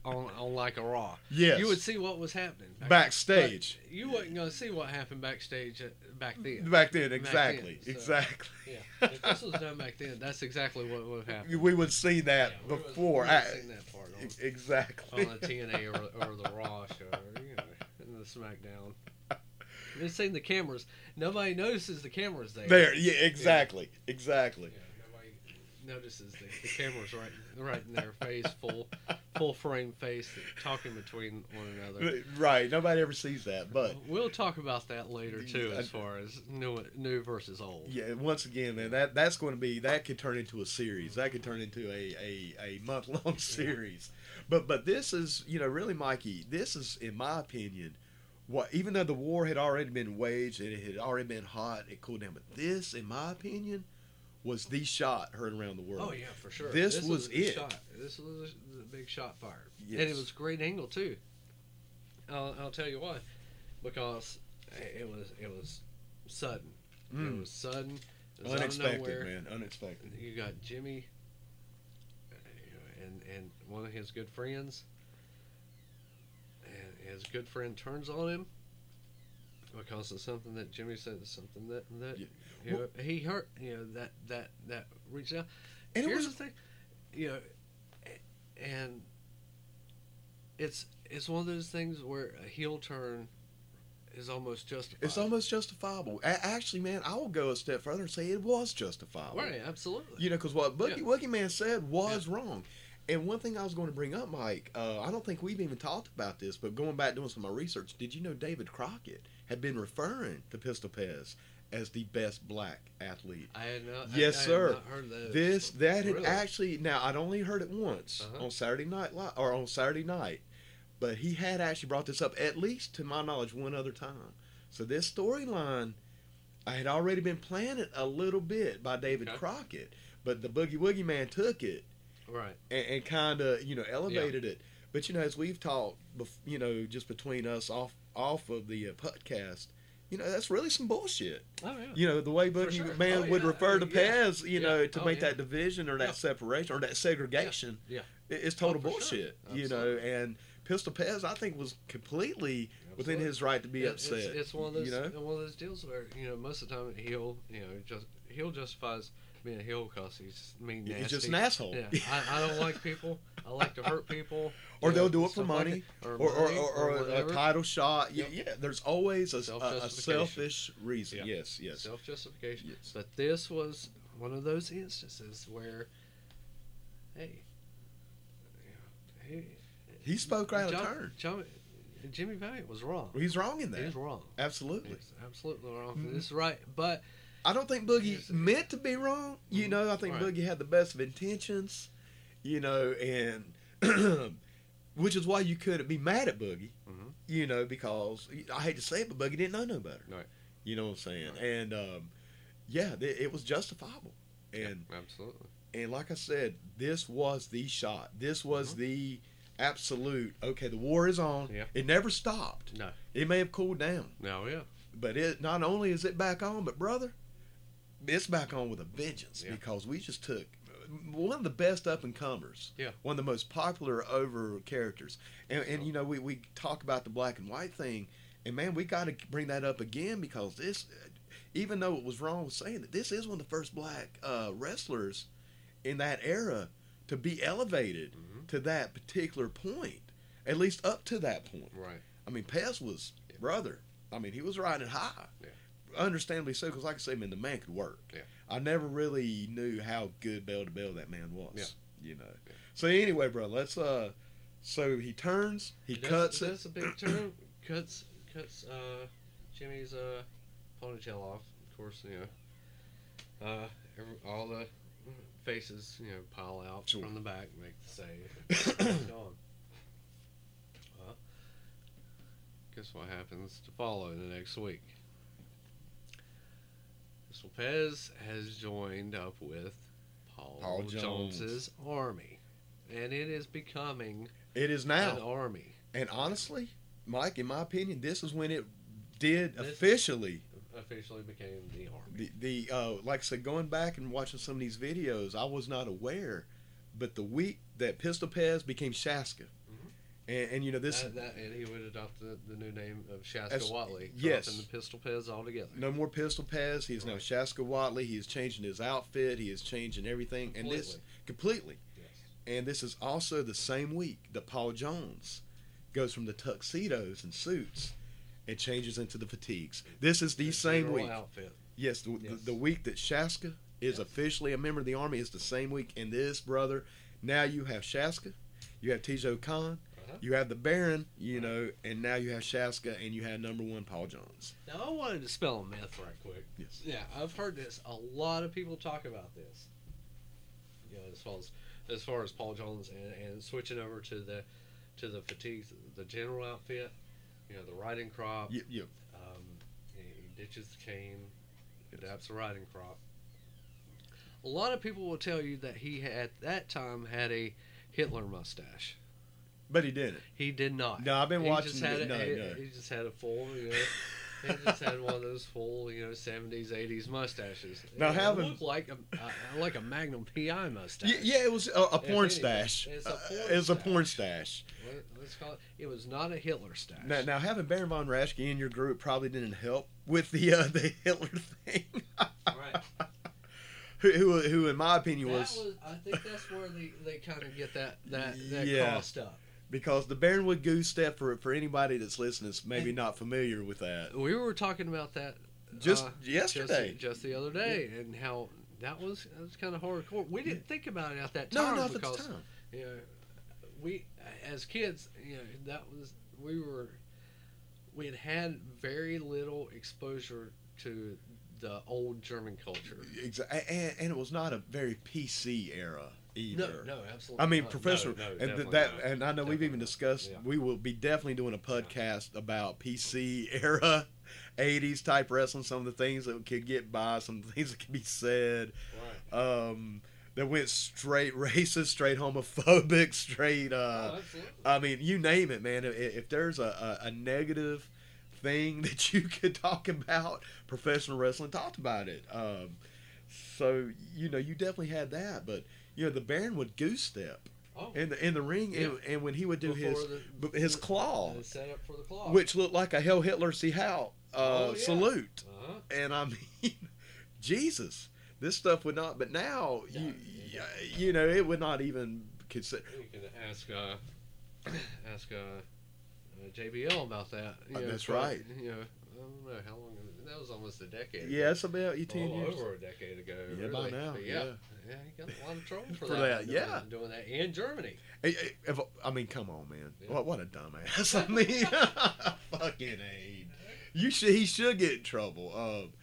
Speaker 2: on on like a Raw.
Speaker 1: yes.
Speaker 2: You would see what was happening back-
Speaker 1: backstage.
Speaker 2: but You wasn't gonna see what happened backstage at- back then.
Speaker 1: Back then,
Speaker 2: Back then,
Speaker 1: exactly,
Speaker 2: so-
Speaker 1: exactly.
Speaker 2: Yeah. If this was done back then, that's exactly what would have happened.
Speaker 1: We would see that
Speaker 2: Yeah, we would've-
Speaker 1: before.
Speaker 2: we would've
Speaker 1: I- e,
Speaker 2: seen that part on,
Speaker 1: exactly.
Speaker 2: on the TNA or, or the Raw show, or, you know, and the SmackDown. They've seen the cameras. Nobody notices the cameras there.
Speaker 1: There, yeah, exactly, exactly.
Speaker 2: Yeah, nobody notices the, the cameras right, right in their face, full, full frame face, talking between one another.
Speaker 1: Right, nobody ever sees that, but
Speaker 2: We'll talk about that later too,
Speaker 1: I-
Speaker 2: as far as new, new versus old.
Speaker 1: yeah, once again, man, that that's going to be that could turn into a series. That could turn into a a, a month long series. But but this is you know really, Mikey. This is in my opinion. What, even though the war had already been waged and it had already been hot, it cooled down. But this, in my opinion, was the shot heard around the world.
Speaker 2: Oh yeah, for sure.
Speaker 1: This was
Speaker 2: a
Speaker 1: it.
Speaker 2: Shot. This was a- the big shot fired, and it
Speaker 1: Yes.
Speaker 2: was a great angle too. I'll, I'll tell you why, because it was it was sudden. It
Speaker 1: Mm.
Speaker 2: was sudden. It was out of
Speaker 1: Unexpected,
Speaker 2: nowhere.
Speaker 1: man. Unexpected.
Speaker 2: You got Jimmy, uh, and and one of his good friends, and his good friend turns on him because of something that Jimmy said, something that that
Speaker 1: Yeah.
Speaker 2: you know, he hurt. You know that that that reached out.
Speaker 1: And it
Speaker 2: Here's
Speaker 1: was
Speaker 2: the thing, you know, a- and it's it's one of those things where a heel turn is almost justified.
Speaker 1: it's almost justifiable. A- actually, man, I will go a step further and say it was justifiable.
Speaker 2: right, absolutely.
Speaker 1: You know, because what Boogie,
Speaker 2: Yeah.
Speaker 1: Boogie Man said was wrong. And one thing I was going to bring up, Mike, uh, I don't think we've even talked about this, but going back doing some of my research, did you know David Crockett had been referring to Pistol Pez as the best black athlete?
Speaker 2: I had not. I-
Speaker 1: Yes,
Speaker 2: I had
Speaker 1: sir.
Speaker 2: not heard that.
Speaker 1: This that had
Speaker 2: Really?
Speaker 1: actually now I'd only heard it once
Speaker 2: Uh-huh.
Speaker 1: on Saturday night Li- or on Saturday night, but he had actually brought this up at least to my knowledge one other time. So this storyline, I had already been planted a little bit by David
Speaker 2: Okay.
Speaker 1: Crockett, but the Boogie Woogie Man took it
Speaker 2: right.
Speaker 1: and, and kind of you know elevated it. But you know, as we've talked, bef- you know, just between us off off of the uh, podcast, you know, that's really some bullshit.
Speaker 2: Oh yeah.
Speaker 1: You know, the way Boogie
Speaker 2: sure.
Speaker 1: Man
Speaker 2: Oh,
Speaker 1: would
Speaker 2: yeah.
Speaker 1: refer to
Speaker 2: Yeah.
Speaker 1: Pez, you
Speaker 2: Yeah.
Speaker 1: know, to
Speaker 2: Oh,
Speaker 1: make
Speaker 2: yeah.
Speaker 1: that division or that
Speaker 2: Yeah.
Speaker 1: separation or that segregation,
Speaker 2: Yeah.
Speaker 1: i- is total
Speaker 2: Oh, for sure.
Speaker 1: bullshit. You know,
Speaker 2: Absolutely.
Speaker 1: and Pistol Pez, I think, was completely within
Speaker 2: Absolutely.
Speaker 1: his right to be
Speaker 2: It-
Speaker 1: upset.
Speaker 2: It's, it's one of those
Speaker 1: You know,
Speaker 2: one of those deals where you know most of the time he'll you know just he'll justifies being a heel because he's mean nasty.
Speaker 1: he's just an asshole.
Speaker 2: Yeah, I, I don't like people. I like to hurt people.
Speaker 1: Or
Speaker 2: you
Speaker 1: they'll do it for
Speaker 2: stuff
Speaker 1: money,
Speaker 2: that. Or,
Speaker 1: or, or,
Speaker 2: money,
Speaker 1: or, or a
Speaker 2: whatever.
Speaker 1: title shot. Yeah, yeah. There's always a, a- a,
Speaker 2: Self-justification.
Speaker 1: selfish reason.
Speaker 2: Yeah.
Speaker 1: Yes, yes.
Speaker 2: self-justification.
Speaker 1: Yes.
Speaker 2: But this was one of those instances where, hey, you know,
Speaker 1: He spoke right out of
Speaker 2: John-
Speaker 1: turn.
Speaker 2: John- Jimmy Valiant was wrong.
Speaker 1: He's wrong in that.
Speaker 2: He's wrong.
Speaker 1: Absolutely.
Speaker 2: He's absolutely wrong.
Speaker 1: Mhm.
Speaker 2: This is right, but
Speaker 1: I don't think Boogie
Speaker 2: Yes.
Speaker 1: meant to be wrong. You
Speaker 2: Mhm.
Speaker 1: know, I think
Speaker 2: Right.
Speaker 1: Boogie had the best of intentions. You know, and which is why you couldn't be mad at Boogie.
Speaker 2: Mhm.
Speaker 1: You know, because I hate to say it, but Boogie didn't know no better.
Speaker 2: Right.
Speaker 1: You know what I'm saying?
Speaker 2: Right.
Speaker 1: And um, yeah, th- it was justifiable. And
Speaker 2: absolutely.
Speaker 1: and like I said, this was the shot. This was the absolute. Okay, the war is on.
Speaker 2: Mm-hmm. Yeah.
Speaker 1: It never stopped.
Speaker 2: No.
Speaker 1: It may have cooled down.
Speaker 2: No, yeah.
Speaker 1: But it not only is it back on, but brother, it's back on with a vengeance
Speaker 2: Yeah.
Speaker 1: because we just took one of the best up and comers.
Speaker 2: Yeah.
Speaker 1: One of the most popular over characters. And, and
Speaker 2: So-
Speaker 1: you know, we, we talk about the black and white thing, and man, we got to bring that up again because this, even though it was wrong with saying that, this is one of the first black uh, wrestlers in that era to be elevated
Speaker 2: Mhm.
Speaker 1: to that particular point, at least up to that point.
Speaker 2: Right.
Speaker 1: I mean, Pez was
Speaker 2: Yeah.
Speaker 1: brother. I mean, he was riding high.
Speaker 2: Yeah.
Speaker 1: Understandably so, because like I say, man, the man could work.
Speaker 2: Yeah.
Speaker 1: I never really knew how good bell to bell that man was.
Speaker 2: Yeah.
Speaker 1: You know.
Speaker 2: Yeah.
Speaker 1: So anyway, bro, let's uh. So he turns, he
Speaker 2: That's-
Speaker 1: cuts it.
Speaker 2: That's a big turn. cuts cuts uh, Jimmy's uh, ponytail off. Of course, you know. Uh, every, all the faces you know pile out
Speaker 1: Sure.
Speaker 2: from the back, make the save. It's gone. Well, guess what happens to follow the next week? So Pez has joined up with Paul,
Speaker 1: Paul Jones.
Speaker 2: Jones's army, and it is becoming
Speaker 1: It is
Speaker 2: an
Speaker 1: now,
Speaker 2: army.
Speaker 1: and honestly, Mike, in my opinion, this is when it did
Speaker 2: This-
Speaker 1: officially
Speaker 2: officially became the army.
Speaker 1: the the uh, like I said, going back and watching some of these videos, I was not aware, but the week that Pistol Pez became Shaska, and, and you know this
Speaker 2: Mm-hmm. That- that- and he would adopt the, the new name of Shaska
Speaker 1: That's-
Speaker 2: Watley.
Speaker 1: yes.
Speaker 2: And the pistol pez altogether.
Speaker 1: No more pistol pads. He is now
Speaker 2: Right.
Speaker 1: Shaska Watley. He is changing his outfit. He is changing everything, and this completely.
Speaker 2: Yes.
Speaker 1: And this is also the same week that Paul Jones goes from the tuxedos and suits and changes into the fatigues. This is the
Speaker 2: His
Speaker 1: same
Speaker 2: funeral
Speaker 1: week.
Speaker 2: Outfit.
Speaker 1: Yes, the, the-
Speaker 2: Yes.
Speaker 1: the week that Shaska is
Speaker 2: Yes.
Speaker 1: officially a member of the army is the same week. And this brother, now you have Shaska, you have Tijo Khan,
Speaker 2: Uh-huh.
Speaker 1: you have the Baron, you
Speaker 2: Right.
Speaker 1: know, and now you have Shaska, and you have number one Paul Jones.
Speaker 2: Now I wanted to spell a myth right quick.
Speaker 1: Yes.
Speaker 2: Yeah, I've heard this. A lot of people talk about this. You know, as far as as far as Paul Jones and, and switching over to the to the fatigue, the general outfit. You know, the riding crop.
Speaker 1: You, you,
Speaker 2: Um, he he ditches the cane, adapts the riding crop. A lot of people will tell you that he had, at that time had a Hitler mustache.
Speaker 1: but he didn't.
Speaker 2: He did not.
Speaker 1: No, I've been
Speaker 2: he
Speaker 1: watching.
Speaker 2: Just had
Speaker 1: the-
Speaker 2: a,
Speaker 1: no,
Speaker 2: he,
Speaker 1: no.
Speaker 2: he just had a full. You know, he just had one of those full, you know, seventies, eighties mustaches.
Speaker 1: Now,
Speaker 2: it
Speaker 1: having-
Speaker 2: looked like a uh, like a Magnum PI mustache.
Speaker 1: Y- yeah, it was a, a porn
Speaker 2: anything,
Speaker 1: stash.
Speaker 2: it's a
Speaker 1: Uh,
Speaker 2: porn
Speaker 1: it was a
Speaker 2: stash.
Speaker 1: porn stash.
Speaker 2: What, let's call it. It was not a Hitler stash.
Speaker 1: Now, now having Baron von Raschke in your group probably didn't help with the uh, the Hitler thing.
Speaker 2: Right.
Speaker 1: who, who, who, in my
Speaker 2: That
Speaker 1: opinion, was,
Speaker 2: was. I think that's where they, they kind of get that that that
Speaker 1: Yeah.
Speaker 2: cost up.
Speaker 1: because the Baron would goose step for for anybody that's listening is maybe not familiar with that.
Speaker 2: We were talking about that
Speaker 1: Just
Speaker 2: uh,
Speaker 1: yesterday.
Speaker 2: just, just the other day, and how that was that was kind of hardcore. We didn't think about it at that
Speaker 1: no,
Speaker 2: time
Speaker 1: not at the
Speaker 2: because
Speaker 1: time.
Speaker 2: you know, we as kids, you know, that was we were we had had very little exposure to the old German culture.
Speaker 1: Exactly, and, and it was not a very PC era either.
Speaker 2: No, no, absolutely.
Speaker 1: I mean,
Speaker 2: not.
Speaker 1: professional,
Speaker 2: No, no,
Speaker 1: and th-
Speaker 2: definitely
Speaker 1: that,
Speaker 2: not.
Speaker 1: and I know we've
Speaker 2: Definitely
Speaker 1: even
Speaker 2: not.
Speaker 1: discussed.
Speaker 2: Yeah.
Speaker 1: We will be definitely doing a podcast about PC era, '80s type wrestling. Some of the things that could get by, some things that could be said,
Speaker 2: Right.
Speaker 1: um, that went straight racist, straight homophobic, straight. Uh,
Speaker 2: Oh, absolutely.
Speaker 1: I mean, you name it, man. If, if there's a, a, a negative thing that you could talk about, professional wrestling talked about it. Um, so you know, you definitely had that, but you know, the Baron would goose step
Speaker 2: Oh,
Speaker 1: in the in the ring, and, and when he would do
Speaker 2: before
Speaker 1: his
Speaker 2: the-
Speaker 1: his claw,
Speaker 2: the setup for the claw,
Speaker 1: which looked like a Hell Hitler see how uh,
Speaker 2: Oh, yeah.
Speaker 1: salute,
Speaker 2: uh-huh.
Speaker 1: and I mean, Jesus, this stuff would not. But now you
Speaker 2: Yeah.
Speaker 1: you know it would not even consider.
Speaker 2: you can ask uh, ask uh, uh, JBL about that. you
Speaker 1: Uh,
Speaker 2: know,
Speaker 1: that's
Speaker 2: for-
Speaker 1: right.
Speaker 2: You know, I don't know how long that was almost a decade.
Speaker 1: Yeah,
Speaker 2: ago.
Speaker 1: it's about
Speaker 2: a
Speaker 1: eighteen
Speaker 2: little
Speaker 1: years.
Speaker 2: over a decade ago.
Speaker 1: Yeah,
Speaker 2: really.
Speaker 1: by now,
Speaker 2: But yeah,
Speaker 1: yeah.
Speaker 2: yeah, he got a lot of trouble for,
Speaker 1: For
Speaker 2: that.
Speaker 1: that,
Speaker 2: doing-
Speaker 1: yeah.
Speaker 2: doing that in Germany.
Speaker 1: Hey, hey, if- I mean, come on, man.
Speaker 2: Yeah.
Speaker 1: What, what a dumbass. I mean, fucking aid. You should, he should get in trouble. Um,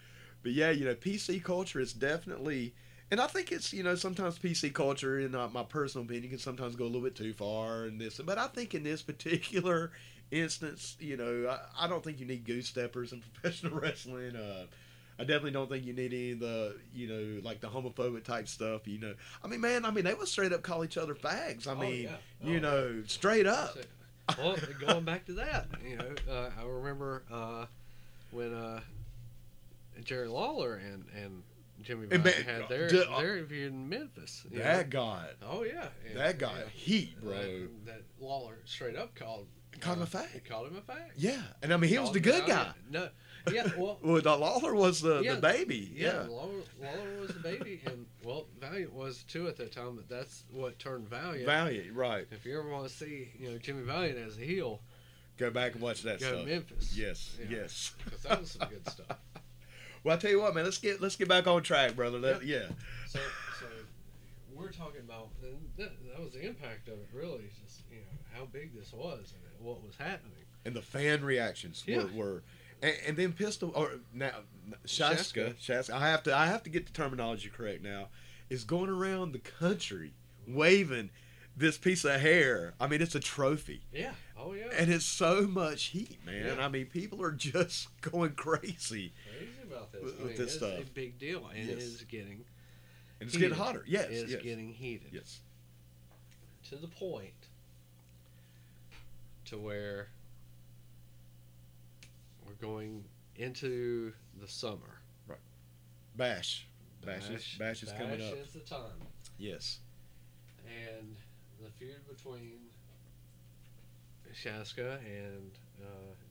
Speaker 1: but yeah, you know, PC culture is definitely, and I think it's, you know, sometimes PC culture, in uh, my personal opinion, can sometimes go a little bit too far and this. But I think in this particular instance, you know, I, I don't think you need goose steppers in professional wrestling. Uh, I definitely don't think you need any of the, you know, like the homophobic type stuff. You know, I mean, man, I mean, they would straight up call each other fags. I
Speaker 2: Oh,
Speaker 1: mean,
Speaker 2: yeah.
Speaker 1: you
Speaker 2: Oh,
Speaker 1: know, straight up.
Speaker 2: So- well, going back to that, you know, uh, I remember uh, when uh, Jerry Lawler and and Jimmy
Speaker 1: And
Speaker 2: Vine
Speaker 1: man,
Speaker 2: had their
Speaker 1: dude, uh,
Speaker 2: their interview in Memphis. you know.
Speaker 1: That got
Speaker 2: Oh yeah, and-
Speaker 1: that got
Speaker 2: yeah.
Speaker 1: heat, bro.
Speaker 2: That, that Lawler straight up called
Speaker 1: Called him a
Speaker 2: He
Speaker 1: fag.
Speaker 2: called him a fag.
Speaker 1: Yeah, and I mean, he was the good
Speaker 2: Called him
Speaker 1: guy.
Speaker 2: out. No, yeah, well,
Speaker 1: Well, the Lawler was the,
Speaker 2: Yeah,
Speaker 1: the baby.
Speaker 2: yeah,
Speaker 1: Yeah.
Speaker 2: Lawler, Lawler was a baby, and well, Valiant was too at that time, but that's what turned Valiant.
Speaker 1: Valiant, right?
Speaker 2: if you ever want to see, you know, Jimmy Valiant as a heel,
Speaker 1: Go back and watch that
Speaker 2: go to
Speaker 1: stuff.
Speaker 2: Memphis.
Speaker 1: Yes,
Speaker 2: Yeah.
Speaker 1: yes.
Speaker 2: because that was some good stuff.
Speaker 1: Well, I tell you what, man. Let's get let's get back on track, brother. Let- Yeah.
Speaker 2: So, so we're talking about and that, that was the impact of it, really, just you know how big this was and what was happening.
Speaker 1: and the fan reactions
Speaker 2: Yeah.
Speaker 1: were, were and, and then pistol or now Shaska, Shaska I have to I have to get the terminology correct now is going around the country waving this piece of hair. I mean, it's a trophy,
Speaker 2: Yeah. Oh yeah.
Speaker 1: and it's so much heat, man.
Speaker 2: Yeah.
Speaker 1: I mean, people are just going crazy,
Speaker 2: Crazy about this.
Speaker 1: With-
Speaker 2: I
Speaker 1: with
Speaker 2: mean,
Speaker 1: this
Speaker 2: it's a
Speaker 1: stuff.
Speaker 2: big deal, and it
Speaker 1: Yes.
Speaker 2: is getting
Speaker 1: and it's
Speaker 2: Heated.
Speaker 1: getting hotter. Yes,
Speaker 2: is
Speaker 1: yes,
Speaker 2: getting heated.
Speaker 1: yes.
Speaker 2: to the point to where we're going into the summer.
Speaker 1: Bash, bash, is, bash is coming
Speaker 2: Bash
Speaker 1: up.
Speaker 2: is the time,
Speaker 1: Yes,
Speaker 2: and the feud between Shaska and uh,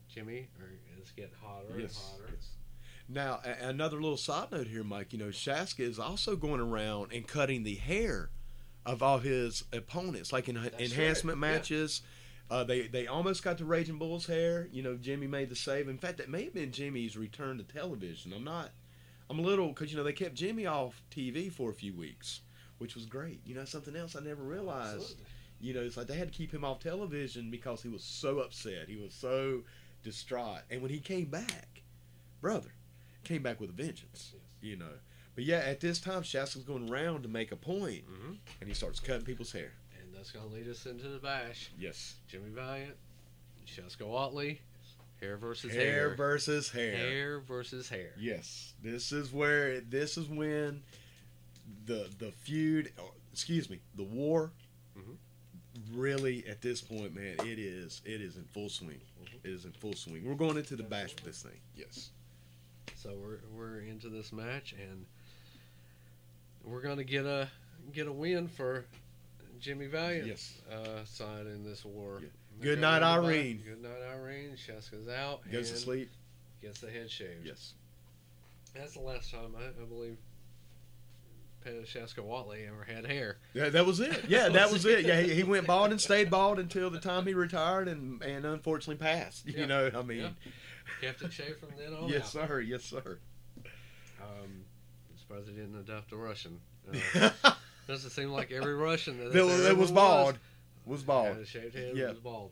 Speaker 2: Jimmy are, is getting hotter
Speaker 1: Yes,
Speaker 2: and hotter.
Speaker 1: Now, a- another little side note here, Mike. You know, Shaska is also going around and cutting the hair of all his opponents, like in
Speaker 2: That's
Speaker 1: enhancement
Speaker 2: right, yeah.
Speaker 1: matches. Uh, they they almost got the Raging Bull's hair. You know, Jimmy made the save. In fact, that may have been Jimmy's return to television. I'm not. I'm a little because you know they kept Jimmy off TV for a few weeks, which was great. You know, something else I never realized.
Speaker 2: Absolutely.
Speaker 1: You know, it's like they had to keep him off television because he was so upset. He was so distraught. And when he came back, brother, came back with a vengeance.
Speaker 2: Yes.
Speaker 1: You know. But yeah, at this time, Shasta's going round to make a point,
Speaker 2: hmm
Speaker 1: and he starts cutting people's hair.
Speaker 2: And that's going to lead us into the bash.
Speaker 1: Yes.
Speaker 2: Jimmy Valiant, Cheska Watley, hair versus
Speaker 1: Hair,
Speaker 2: hair.
Speaker 1: versus hair.
Speaker 2: Hair versus hair.
Speaker 1: Yes. This is where this is when the the feud, or, excuse me, the war.
Speaker 2: Mhm.
Speaker 1: Really, at this point, man, it is it is in full swing.
Speaker 2: Mhm.
Speaker 1: It is in full swing. We're going into the bash with this thing. Yes.
Speaker 2: So we're we're into this match and we're gonna get a get a win for Jimmy Valiant
Speaker 1: Yes.
Speaker 2: uh, side in this war.
Speaker 1: Yeah.
Speaker 2: They're
Speaker 1: Good night,
Speaker 2: going to the back.
Speaker 1: Irene.
Speaker 2: Good night, Irene. Shaska's out.
Speaker 1: Goes to
Speaker 2: and
Speaker 1: sleep.
Speaker 2: Gets the head shaved.
Speaker 1: Yes.
Speaker 2: That's the last time I, I believe Pettis Shaska Watley ever had hair.
Speaker 1: Yeah, that was it. Yeah, that was it. Yeah, he, he went bald and stayed bald until the time he retired and and unfortunately passed. You
Speaker 2: Yeah. Oh,
Speaker 1: know, I mean,
Speaker 2: Kept it shaved from then on.
Speaker 1: yes
Speaker 2: out.
Speaker 1: sir, yes sir.
Speaker 2: Um, I'm surprised they didn't adopt a Russian. Uh, doesn't seem like every Russian that,
Speaker 1: that, was,
Speaker 2: there
Speaker 1: that
Speaker 2: ever
Speaker 1: was bald. Was
Speaker 2: Had a
Speaker 1: bald.
Speaker 2: shaved head.
Speaker 1: Yeah.
Speaker 2: Was bald.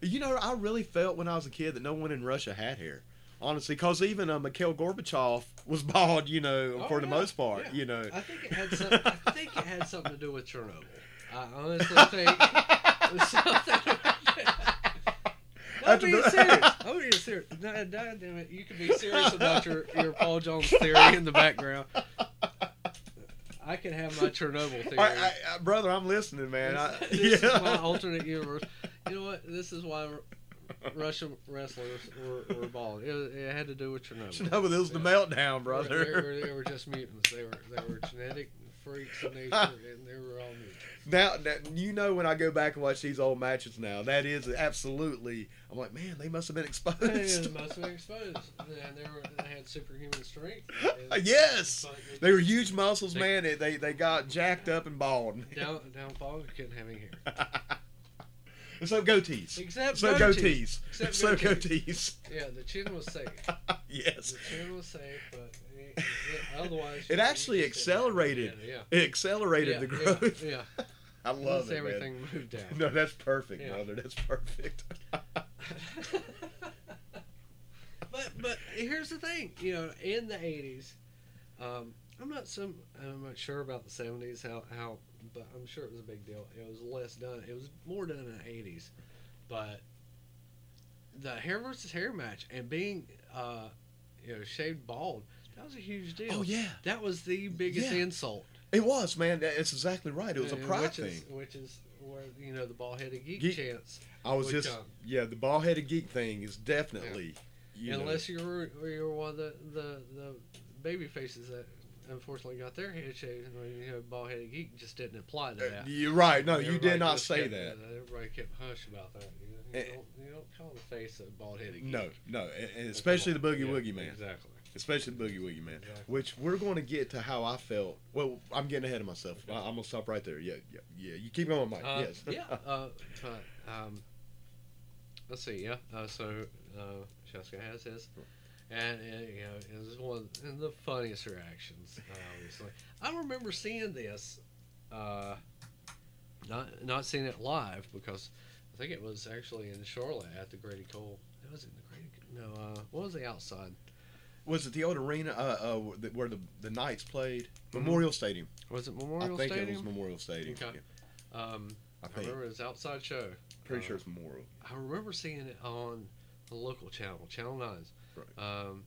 Speaker 1: You know, I really felt when I was a kid that no one in Russia had hair. Honestly, because even uh, Mikhail Gorbachev was bald. You know,
Speaker 2: Oh,
Speaker 1: for the
Speaker 2: yeah,
Speaker 1: most part.
Speaker 2: yeah.
Speaker 1: You know.
Speaker 2: I think it had some, I think it had something to do with Chernobyl. I honestly think it was something. I'm
Speaker 1: After
Speaker 2: being
Speaker 1: the-
Speaker 2: serious. I'm being serious. No, no, damn it. You can be serious about your, your Paul Jones theory in the background. I can have my Chernobyl theory.
Speaker 1: I, I, I, brother, I'm listening, man. I,
Speaker 2: this this
Speaker 1: yeah.
Speaker 2: is my alternate universe. You know what? This is why Ru- Russian wrestlers were, were bald. It, it had to do with Chernobyl.
Speaker 1: No, but it was the
Speaker 2: Yeah.
Speaker 1: meltdown,
Speaker 2: They were-
Speaker 1: brother.
Speaker 2: They were, they were just mutants. They were they were genetic freaks, and they were, and they were all mutants.
Speaker 1: Now, now you know when I go back and watch these old matches now, that is absolutely. I'm like, man, they must have been exposed.
Speaker 2: And must have been exposed. And they were they had superhuman strength.
Speaker 1: Yes!
Speaker 2: But
Speaker 1: they were huge muscles,
Speaker 2: They-
Speaker 1: man. They, they they got jacked up and bald.
Speaker 2: Down downfall couldn't have any hair.
Speaker 1: Except goatees.
Speaker 2: Except
Speaker 1: Except
Speaker 2: goatee.
Speaker 1: goatees.
Speaker 2: Except
Speaker 1: Except
Speaker 2: goatees.
Speaker 1: goatees.
Speaker 2: Yeah, the chin was safe.
Speaker 1: yes.
Speaker 2: The chin was safe, but it, it, otherwise
Speaker 1: It
Speaker 2: you-
Speaker 1: actually
Speaker 2: you just didn't have
Speaker 1: accelerated
Speaker 2: any hair.
Speaker 1: It accelerated
Speaker 2: yeah.
Speaker 1: the
Speaker 2: yeah,
Speaker 1: growth.
Speaker 2: Yeah,
Speaker 1: I love
Speaker 2: Once
Speaker 1: it.
Speaker 2: everything moved
Speaker 1: Man.
Speaker 2: down.
Speaker 1: No, that's perfect,
Speaker 2: Yeah.
Speaker 1: brother. That's perfect.
Speaker 2: but but here's the thing, you know, in the '80s, um, I'm not some, I'm not sure about the '70s how how, but I'm sure it was a big deal. It was less done. It was more done in the '80s, but the hair versus hair match and being, uh, you know, shaved bald, that was a huge deal.
Speaker 1: Oh yeah,
Speaker 2: That was the biggest
Speaker 1: Yeah.
Speaker 2: insult.
Speaker 1: it was, man. That's exactly right. It was a
Speaker 2: And-
Speaker 1: pride
Speaker 2: which
Speaker 1: thing.
Speaker 2: Is, which is where you know the bald-headed geek,
Speaker 1: Geek.
Speaker 2: chance
Speaker 1: I was
Speaker 2: would
Speaker 1: just
Speaker 2: come.
Speaker 1: yeah, the bald headed geek thing is definitely you know,
Speaker 2: Unless you were you were one of the, the, the baby faces that unfortunately got their head shaved, and you know, bald headed geek just didn't apply to
Speaker 1: uh,
Speaker 2: that.
Speaker 1: you're right. No, you
Speaker 2: Everybody
Speaker 1: did not
Speaker 2: just
Speaker 1: say
Speaker 2: kept-
Speaker 1: that.
Speaker 2: uh, Everybody kept hush about that. You, you,
Speaker 1: Eh.
Speaker 2: don't, you don't call the face a bald headed geek.
Speaker 1: No, no, and- and
Speaker 2: That's
Speaker 1: especially the
Speaker 2: wrong.
Speaker 1: boogie
Speaker 2: Yeah,
Speaker 1: woogie man,
Speaker 2: Exactly.
Speaker 1: especially the boogie woogie man,
Speaker 2: Exactly.
Speaker 1: which we're going to get to how I felt. Well, I'm getting ahead of myself. I, I'm gonna stop right there. Yeah, yeah, yeah. You keep going, Mike.
Speaker 2: Uh,
Speaker 1: yes.
Speaker 2: yeah. Uh, but, um, let's see. Yeah. Uh, so uh, Shaska has his, and, and you know, it was one of the funniest reactions. Uh, obviously, I remember seeing this, uh, not not seeing it live because I think it was actually in Charlotte at the Grady Cole. It was in the Grady. No. Uh, what was the outside?
Speaker 1: was it the old arena uh, uh, where the- where the the Knights played?
Speaker 2: Mhm.
Speaker 1: Memorial Stadium.
Speaker 2: Was it Memorial
Speaker 1: I think
Speaker 2: Stadium?
Speaker 1: it was Memorial Stadium.
Speaker 2: Okay.
Speaker 1: Yeah,
Speaker 2: um,
Speaker 1: I
Speaker 2: I
Speaker 1: think.
Speaker 2: remember it was outside show.
Speaker 1: Pretty
Speaker 2: uh,
Speaker 1: sure it's Memorial.
Speaker 2: I remember seeing it on the local channel, Channel 9's.
Speaker 1: Right.
Speaker 2: Um,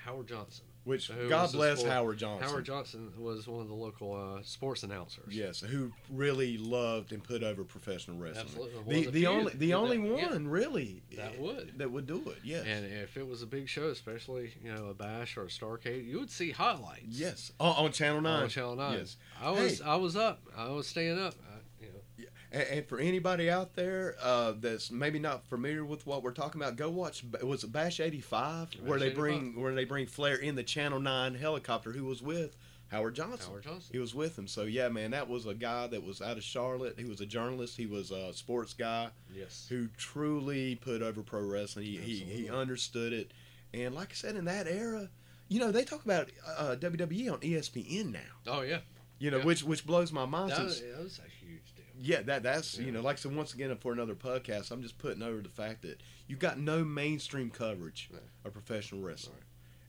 Speaker 2: Howard Johnson.
Speaker 1: Which
Speaker 2: who was
Speaker 1: God
Speaker 2: the
Speaker 1: bless
Speaker 2: sport-
Speaker 1: Howard Johnson.
Speaker 2: Howard Johnson was one of the local uh, sports announcers.
Speaker 1: Yes, who really loved and put over professional wrestling.
Speaker 2: Absolutely. One of
Speaker 1: The, the
Speaker 2: few
Speaker 1: only
Speaker 2: that
Speaker 1: the
Speaker 2: did
Speaker 1: only
Speaker 2: that. Yeah,
Speaker 1: one really
Speaker 2: that would.
Speaker 1: that would do it. Yes.
Speaker 2: And if it was a big show, especially you know a bash or a starcade, you would see highlights.
Speaker 1: yes. On, on Channel Nine.
Speaker 2: on Channel Nine.
Speaker 1: Yes.
Speaker 2: I was I was up. I was staying up. I, you know,
Speaker 1: And, and for anybody out there uh, that's maybe not familiar with what we're talking about, go watch. B- Was it Bash '85 where
Speaker 2: Bash
Speaker 1: they bring where they bring Flair in the Channel Nine helicopter, who was with Howard Johnson.
Speaker 2: Howard Johnson.
Speaker 1: He was with him. So yeah, man, that was a guy that was out of Charlotte. He was a journalist. He was a sports guy
Speaker 2: Yes.
Speaker 1: who truly put over pro wrestling. He he,
Speaker 2: Absolutely.
Speaker 1: he understood it. And like I said, in that era, you know, they talk about uh, WWE on ESPN now.
Speaker 2: Oh yeah.
Speaker 1: You know,
Speaker 2: Yeah.
Speaker 1: which which blows my mind.
Speaker 2: That
Speaker 1: since-
Speaker 2: was, that was a huge deal.
Speaker 1: yeah, that that's
Speaker 2: Yeah.
Speaker 1: you know, like I said, once again for another podcast, I'm just putting over the fact that you got no mainstream coverage
Speaker 2: No.
Speaker 1: of professional wrestling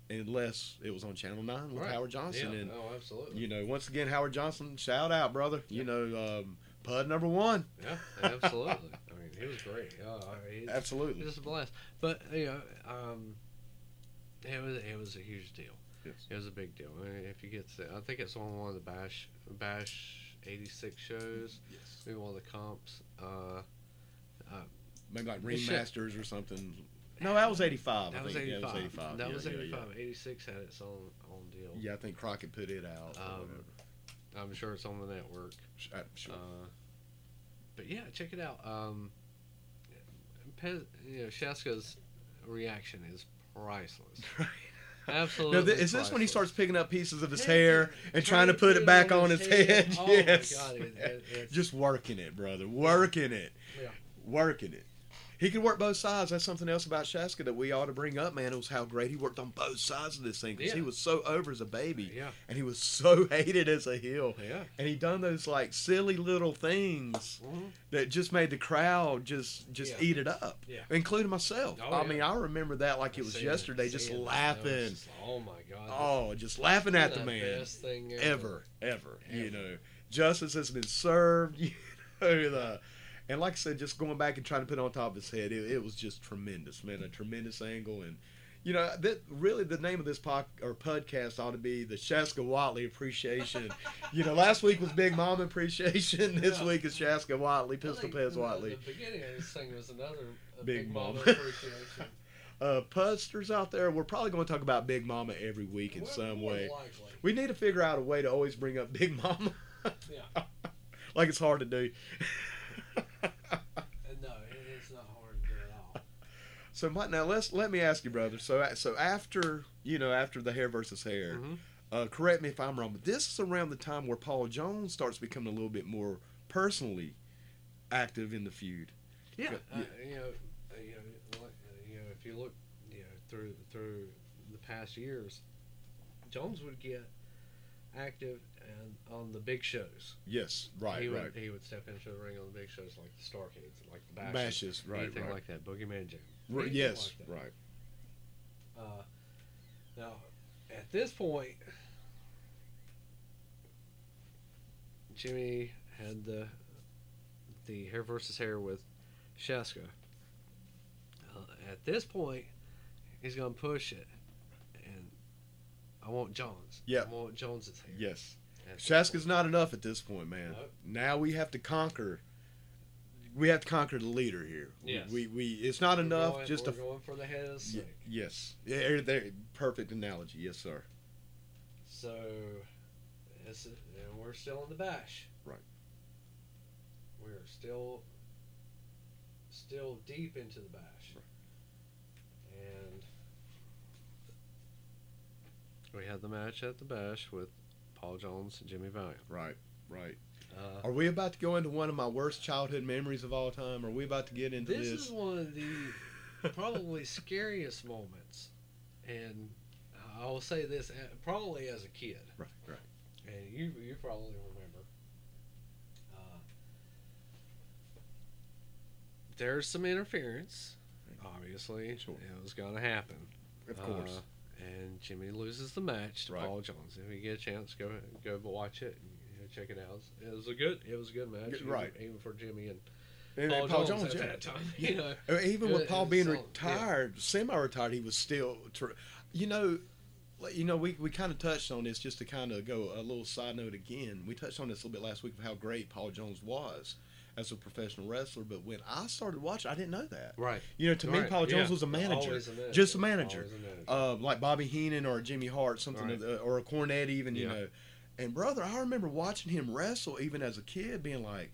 Speaker 1: unless it was on Channel Nine with
Speaker 2: Right.
Speaker 1: Howard Johnson.
Speaker 2: yeah.
Speaker 1: And
Speaker 2: oh, absolutely.
Speaker 1: you know, once again, Howard Johnson, shout out, brother.
Speaker 2: Yeah.
Speaker 1: You know, um, Pud number one,
Speaker 2: Yeah. Absolutely. I mean, he was great. Oh, I mean, he's-
Speaker 1: absolutely.
Speaker 2: It was a blast. But you know, um, it was it was a huge deal.
Speaker 1: Yes.
Speaker 2: It was a big deal. I mean, if you get to, I think it's on one of the Bash Bash '86 shows,
Speaker 1: Yes.
Speaker 2: maybe one of the comps.
Speaker 1: Um,
Speaker 2: Uh,
Speaker 1: Maybe like
Speaker 2: It should-
Speaker 1: remasters or something. No, that was '85.
Speaker 2: that
Speaker 1: I
Speaker 2: was
Speaker 1: think.
Speaker 2: '85.
Speaker 1: Yeah, it was '85.
Speaker 2: That
Speaker 1: yeah,
Speaker 2: was
Speaker 1: yeah, yeah.
Speaker 2: '85. '86 had its own own deal.
Speaker 1: Yeah, I think Crockett put it out. Or
Speaker 2: Um,
Speaker 1: whatever.
Speaker 2: I'm sure it's on the network.
Speaker 1: Sh- uh, sure.
Speaker 2: Uh, but yeah, check it out. Um, Pez, you know, Shaska's reaction is priceless. Absolutely.
Speaker 1: no, thi- is this when he
Speaker 2: priceless.
Speaker 1: starts picking up pieces of his
Speaker 2: Yeah,
Speaker 1: hair and trying to put it back on his head?
Speaker 2: Oh
Speaker 1: yes.
Speaker 2: my god, it, it, it's
Speaker 1: Just working it, brother. Working it.
Speaker 2: Yeah.
Speaker 1: Working it. He could work both sides. That's something else about Shaska that we ought to bring up, man. It was how great he worked on both sides of this thing because he
Speaker 2: Yeah.
Speaker 1: was so over as a baby
Speaker 2: yeah,
Speaker 1: and he was so hated as a heel.
Speaker 2: yeah.
Speaker 1: And he done those like silly little things
Speaker 2: Mhm.
Speaker 1: that just made the crowd just just
Speaker 2: Yeah.
Speaker 1: eat it up,
Speaker 2: Yeah.
Speaker 1: including myself.
Speaker 2: Oh,
Speaker 1: I
Speaker 2: yeah.
Speaker 1: mean, I remember that like it was
Speaker 2: Seeing
Speaker 1: yesterday, just
Speaker 2: seeing that, that was
Speaker 1: laughing.
Speaker 2: just- oh my god.
Speaker 1: Oh, just
Speaker 2: this
Speaker 1: laughing
Speaker 2: is
Speaker 1: at the man
Speaker 2: Best thing
Speaker 1: ever, ever. You
Speaker 2: Ever.
Speaker 1: know, justice has been served. You know, the, and like I said, just going back and trying to put it on top of his head, it, it was just tremendous, man. A tremendous angle, and you know, that really the name of this po- or podcast ought to be the Shaska Watley Appreciation. you know, last week was Big Mom Appreciation. This
Speaker 2: Yeah.
Speaker 1: week is Shaska Watley,
Speaker 2: I
Speaker 1: Pistol
Speaker 2: think
Speaker 1: Pez
Speaker 2: the-
Speaker 1: Watley.
Speaker 2: The beginning of this thing was another a
Speaker 1: Big
Speaker 2: big, mama
Speaker 1: Mama.
Speaker 2: appreciation.
Speaker 1: Uh, Pudsters out there, we're probably going to talk about Big Mama every week in
Speaker 2: We're
Speaker 1: some
Speaker 2: more
Speaker 1: way.
Speaker 2: likely.
Speaker 1: We need to figure out a way to always bring up Big Mama.
Speaker 2: Yeah.
Speaker 1: like it's hard to do.
Speaker 2: And no, it, it's not hard to do at all.
Speaker 1: So my, now let's let me ask you, brother. So so after you know after the hair versus hair,
Speaker 2: Mhm.
Speaker 1: uh, correct me if I'm wrong, but this is around the time where Paul Jones starts becoming a little bit more personally active in the feud.
Speaker 2: Yeah,
Speaker 1: Yeah.
Speaker 2: uh, you know, uh, you know, like, uh, you know, if you look, you know, through through the past years, Jones would get active and on the big shows.
Speaker 1: Yes, right,
Speaker 2: he would,
Speaker 1: right.
Speaker 2: He would step into the ring on the big shows like the Starcades, like the Bashes,
Speaker 1: Bashes, right,
Speaker 2: anything
Speaker 1: right.
Speaker 2: like that. Boogeyman Jam.
Speaker 1: Right,
Speaker 2: anything
Speaker 1: yes,
Speaker 2: like that.
Speaker 1: right.
Speaker 2: Uh, now, at this point, Jimmy had the the hair versus hair with Shaska. Uh, at this point, he's gonna push it, and I want Jones.
Speaker 1: Yeah.
Speaker 2: I want Jones's hair.
Speaker 1: Yes,
Speaker 2: At this
Speaker 1: Shaska's not enough at this point, man.
Speaker 2: Nope.
Speaker 1: Now we have to conquer. We have to conquer the leader here. We-
Speaker 2: Yes.
Speaker 1: We, we it's not
Speaker 2: point. We're
Speaker 1: enough
Speaker 2: going-
Speaker 1: just
Speaker 2: we're
Speaker 1: to.
Speaker 2: going for the head of the
Speaker 1: Ye-
Speaker 2: snake.
Speaker 1: yes, yeah, there, perfect analogy. Yes, sir.
Speaker 2: So, it's, and we're still in the bash.
Speaker 1: Right.
Speaker 2: We're still, still deep into the bash. And we had the match at the bash with Paul Jones and Jimmy Valiant.
Speaker 1: Right, right.
Speaker 2: Uh,
Speaker 1: Are we about to go into one of my worst childhood memories of all time? Are we about to get into
Speaker 2: this
Speaker 1: this?
Speaker 2: is one of the probably scariest moments, and I will say this uh, probably as a kid.
Speaker 1: right, right.
Speaker 2: and you you probably remember. Uh, there's some interference, obviously.
Speaker 1: Sure.
Speaker 2: It was going to happen.
Speaker 1: Of
Speaker 2: Uh,
Speaker 1: course.
Speaker 2: and Jimmy loses the match to
Speaker 1: Right.
Speaker 2: Paul Jones. If you get a chance, go go watch it. And, you know, check it out. It was a good. It was a good match.
Speaker 1: Good-
Speaker 2: even-
Speaker 1: right.
Speaker 2: Even for Jimmy and
Speaker 1: and,
Speaker 2: Paul,
Speaker 1: and Paul
Speaker 2: Jones,
Speaker 1: Jones,
Speaker 2: at
Speaker 1: yeah.
Speaker 2: that time.
Speaker 1: Yeah.
Speaker 2: You know.
Speaker 1: I mean, even with
Speaker 2: Uh,
Speaker 1: Paul being
Speaker 2: so, yeah.
Speaker 1: retired, semi-retired, he was still, ter- you know, like, you know, we, we kind of touched on this just to kind of go a little side note again. We touched on this a little bit last week of how great Paul Jones was as a professional wrestler, but when I started watching, I didn't know that.
Speaker 2: Right.
Speaker 1: You know, to me,
Speaker 2: Right,
Speaker 1: Paul Jones
Speaker 2: yeah.
Speaker 1: was a manager,
Speaker 2: Always a manager.
Speaker 1: just a manager.
Speaker 2: Always a manager.
Speaker 1: uh, like Bobby Heenan or Jimmy Hart, something
Speaker 2: Right.
Speaker 1: of the, or a Cornette even, you
Speaker 2: Yeah.
Speaker 1: know. And brother, I remember watching him wrestle even as a kid, being like,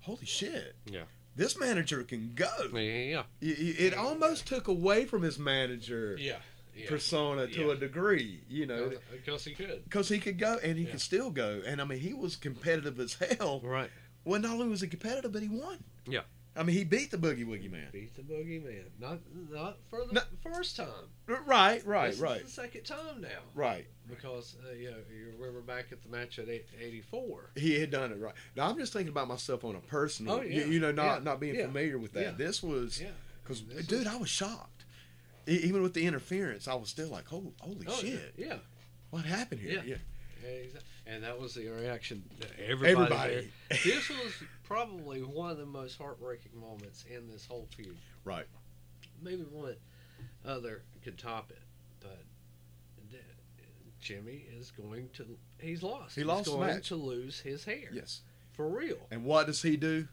Speaker 1: "Holy shit!"
Speaker 2: Yeah.
Speaker 1: This manager can go.
Speaker 2: yeah.
Speaker 1: It, it almost took away from his manager
Speaker 2: Yeah. yeah.
Speaker 1: persona to
Speaker 2: Yeah.
Speaker 1: a degree, you know,
Speaker 2: because he could.
Speaker 1: because he could go and he
Speaker 2: Yeah.
Speaker 1: could still go, and I mean he was competitive as hell.
Speaker 2: Right.
Speaker 1: Well, not only was he competitive, but he won.
Speaker 2: Yeah.
Speaker 1: I mean he beat the Boogie Woogie Man.
Speaker 2: Beat the boogeyman. Not not for the
Speaker 1: No.
Speaker 2: first time.
Speaker 1: Right, right,
Speaker 2: This is
Speaker 1: right,
Speaker 2: the second time now.
Speaker 1: right.
Speaker 2: Because uh, you know you remember back at the match at eight- 84.
Speaker 1: He had done it right. Now I'm just thinking about myself on a personal,
Speaker 2: Oh, yeah.
Speaker 1: you, you know, not
Speaker 2: Yeah.
Speaker 1: not being
Speaker 2: Yeah.
Speaker 1: familiar with that.
Speaker 2: Yeah.
Speaker 1: This was
Speaker 2: Yeah.
Speaker 1: because
Speaker 2: This
Speaker 1: dude,
Speaker 2: is-
Speaker 1: I was shocked. E- even with the interference, I was still like, "Holy, holy
Speaker 2: Oh,
Speaker 1: shit!
Speaker 2: Yeah. yeah.
Speaker 1: What happened here?"
Speaker 2: Yeah. Exa- And that was the reaction. that Everybody.
Speaker 1: Everybody,
Speaker 2: there- This was probably one of the most heartbreaking moments in this whole feud.
Speaker 1: Right.
Speaker 2: Maybe one other could top it, but th- Jimmy is going to. He's lost.
Speaker 1: He
Speaker 2: he's
Speaker 1: lost the
Speaker 2: going
Speaker 1: match.
Speaker 2: to lose his hair.
Speaker 1: yes.
Speaker 2: For real.
Speaker 1: And what does he do?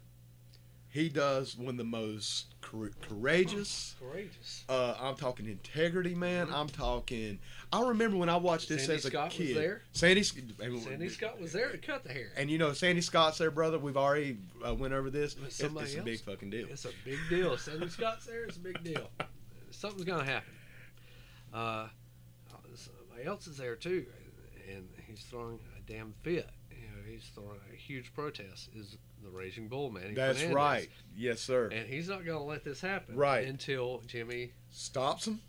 Speaker 1: He does one of the most cour- courageous.
Speaker 2: Courageous.
Speaker 1: Uh, I'm talking integrity, man. I'm talking. I remember when I watched this
Speaker 2: Mm-hmm. Sandy
Speaker 1: as a
Speaker 2: Scott was
Speaker 1: kid.
Speaker 2: there.
Speaker 1: Sandy, Sc- and-
Speaker 2: Sandy Scott was there to cut the hair.
Speaker 1: And you know Sandy Scott's there, brother. We've already uh, went over this.
Speaker 2: With
Speaker 1: It's,
Speaker 2: somebody
Speaker 1: it's a
Speaker 2: else?
Speaker 1: big fucking deal.
Speaker 2: It's a big deal. Sandy Scott's there. It's a big deal. Something's gonna happen. Uh, somebody else is there too, and he's throwing a damn fit. You know, he's throwing a huge protest. Is the Raging Bull Manny?
Speaker 1: That's
Speaker 2: Fernandez.
Speaker 1: right. Yes, sir.
Speaker 2: And he's not gonna let this happen.
Speaker 1: Right.
Speaker 2: Until Jimmy
Speaker 1: Stops him.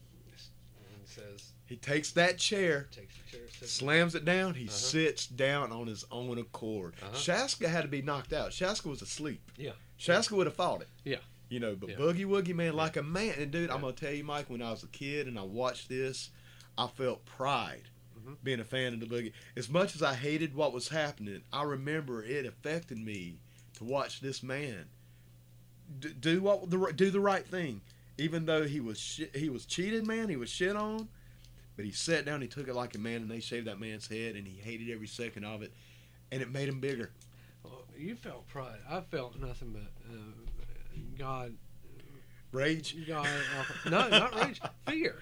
Speaker 2: says,
Speaker 1: He takes that chair,
Speaker 2: takes the chair, sits.
Speaker 1: slams it down. He
Speaker 2: Uh-huh.
Speaker 1: sits down on his own accord.
Speaker 2: Uh-huh.
Speaker 1: Shaska had to be knocked out. Shaska was asleep.
Speaker 2: Yeah.
Speaker 1: Shaska would have fought it.
Speaker 2: Yeah.
Speaker 1: You know, but
Speaker 2: Yeah.
Speaker 1: Boogie Woogie man, like a man, and dude, I'm
Speaker 2: Yeah.
Speaker 1: gonna tell you, Mike, when I was a kid and I watched this, I felt pride
Speaker 2: Mhm.
Speaker 1: being a fan of the Boogie. As much as I hated what was happening, I remember it affected me to watch this man d- do what the r- do the right thing, even though he was shi he was cheated, man, he was shit on. But he sat down, he took it like a man, and they shaved that man's head, and he hated every second of it, and it made him bigger.
Speaker 2: Oh, you felt pride. I felt nothing but uh, God
Speaker 1: Rage,
Speaker 2: God awful. uh, No, not rage. Fear.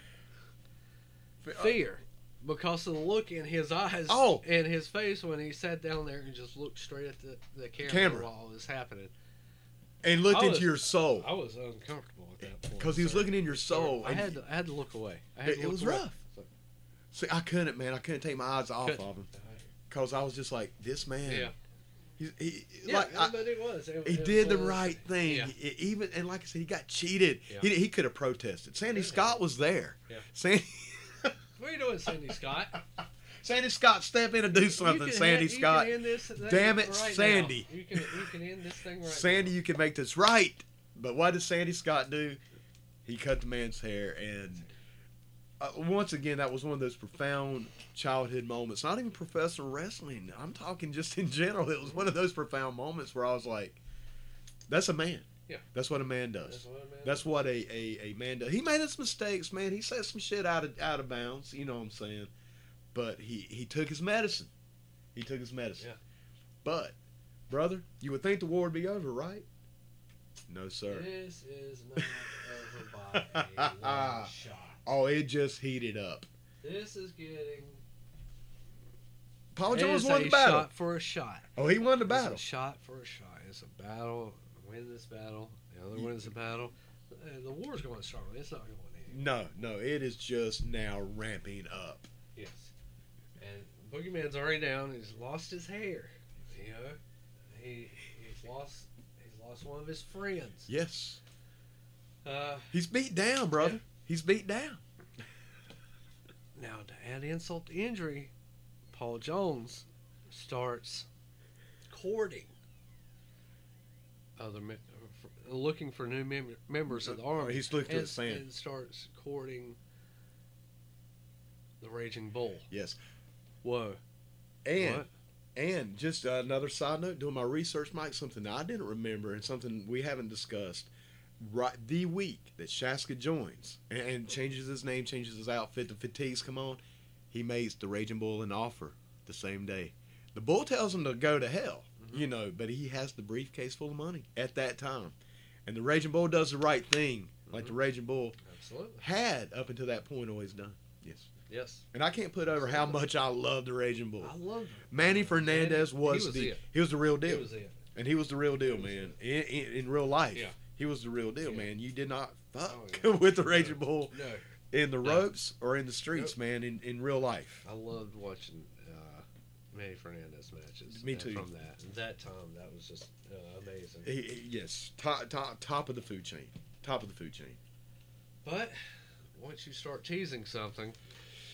Speaker 2: Fear. Because of the look in his eyes
Speaker 1: uh, Oh.
Speaker 2: and his face when he sat down there and just looked straight at the, the camera,
Speaker 1: Camera.
Speaker 2: while it was happening.
Speaker 1: and looked
Speaker 2: I
Speaker 1: into
Speaker 2: was-
Speaker 1: your soul
Speaker 2: I was uncomfortable at that point.
Speaker 1: because he was
Speaker 2: sir.
Speaker 1: looking in your
Speaker 2: Sir,
Speaker 1: soul.
Speaker 2: I
Speaker 1: and
Speaker 2: had, to, I had to look away. I had
Speaker 1: it,
Speaker 2: to
Speaker 1: it
Speaker 2: look
Speaker 1: was
Speaker 2: away.
Speaker 1: rough. See, I couldn't, man. I couldn't take my eyes off
Speaker 2: Couldn't.
Speaker 1: of him because I was just like, this man.
Speaker 2: Yeah.
Speaker 1: He's, he,
Speaker 2: Yeah,
Speaker 1: like, I,
Speaker 2: but it was. It,
Speaker 1: he
Speaker 2: it
Speaker 1: did the
Speaker 2: was-
Speaker 1: right thing.
Speaker 2: Yeah.
Speaker 1: He- even and like I said, he got cheated.
Speaker 2: Yeah.
Speaker 1: He, he could have protested. Sandy
Speaker 2: Yeah.
Speaker 1: Scott was there.
Speaker 2: Yeah.
Speaker 1: Sandy,
Speaker 2: What are you doing, Sandy Scott?
Speaker 1: Sandy Scott, step in and do
Speaker 2: You
Speaker 1: something.
Speaker 2: can
Speaker 1: Sandy
Speaker 2: end- you can
Speaker 1: Scott,
Speaker 2: end this thing
Speaker 1: Damn it,
Speaker 2: right now.
Speaker 1: Sandy.
Speaker 2: You can, you can end this thing right
Speaker 1: Sandy, you can make this right. But what does Sandy Scott do? He cut the man's hair, and uh, once again, that was one of those profound childhood moments. Not even professor wrestling. I'm talking just in general. It was one of those profound moments where I was like, "That's a man.
Speaker 2: Yeah.
Speaker 1: that's what a man
Speaker 2: now.
Speaker 1: does.
Speaker 2: That's what, man.
Speaker 1: That's what a, a, a man does. He made his mistakes, man. He said some shit out of out of bounds. You know what I'm saying? But he he took his medicine. He took his medicine.
Speaker 2: Yeah.
Speaker 1: But brother, you would think the war would be over, right? No, sir.
Speaker 2: This is not over by a long shot.
Speaker 1: Oh, it just heated up.
Speaker 2: This is getting.
Speaker 1: Paul
Speaker 2: It
Speaker 1: Jones
Speaker 2: is
Speaker 1: won
Speaker 2: a
Speaker 1: the battle.
Speaker 2: Shot for a shot.
Speaker 1: Oh, he won the
Speaker 2: It's
Speaker 1: battle.
Speaker 2: A shot for a shot. It's a battle. Win this battle. The other
Speaker 1: Ye-
Speaker 2: wins the battle. Uh, The war's going to start. It's not going to end.
Speaker 1: No, no, it is just now ramping up.
Speaker 2: Yes. And Boogeyman's already down. He's lost his hair. You know, he he's lost he's lost one of his friends.
Speaker 1: Yes,
Speaker 2: Uh,
Speaker 1: he's beat down, brother.
Speaker 2: Yeah.
Speaker 1: He's beat down.
Speaker 2: Now, to add insult to injury, Paul Jones starts courting other mem- uh, looking for new mem- members of the army.
Speaker 1: Uh, He's looking to
Speaker 2: and,
Speaker 1: expand.
Speaker 2: and starts courting the Raging Bull.
Speaker 1: Yes,
Speaker 2: Whoa!
Speaker 1: and
Speaker 2: What?
Speaker 1: And just uh, another side note, doing my research, Mike, something I didn't remember and something we haven't discussed. Right, the week that Shaska joins and, and changes his name, changes his outfit, the fatigues come on, he makes the Raging Bull an offer the same day. The bull tells him to go to hell, you know, but he has the briefcase full of money at that time, and the Raging Bull does the right thing, like the Raging Bull
Speaker 2: Absolutely.
Speaker 1: had up until that point always done. Yes,
Speaker 2: Yes.
Speaker 1: and I can't put over how much I love the Raging Bull.
Speaker 2: I love
Speaker 1: Manny Fernandez
Speaker 2: Manny-
Speaker 1: was,
Speaker 2: he was
Speaker 1: the
Speaker 2: it.
Speaker 1: he was the real
Speaker 2: it.
Speaker 1: deal,
Speaker 2: It was it.
Speaker 1: and he was the real deal,
Speaker 2: He was
Speaker 1: man. In, in, in real life,
Speaker 2: Yeah.
Speaker 1: he was the real deal,
Speaker 2: Yeah.
Speaker 1: man. You did not fuck
Speaker 2: Oh, yeah.
Speaker 1: with the Raging Bull.
Speaker 2: No.
Speaker 1: in the
Speaker 2: Yeah.
Speaker 1: ropes or in the streets, man, in, in real life.
Speaker 2: I loved watching uh, Manny Fernandez matches.
Speaker 1: Me
Speaker 2: uh,
Speaker 1: too.
Speaker 2: From that And that time, that was just uh, amazing.
Speaker 1: He- he- yes, top, top top of the food chain, top of the food chain.
Speaker 2: But once you start teasing something,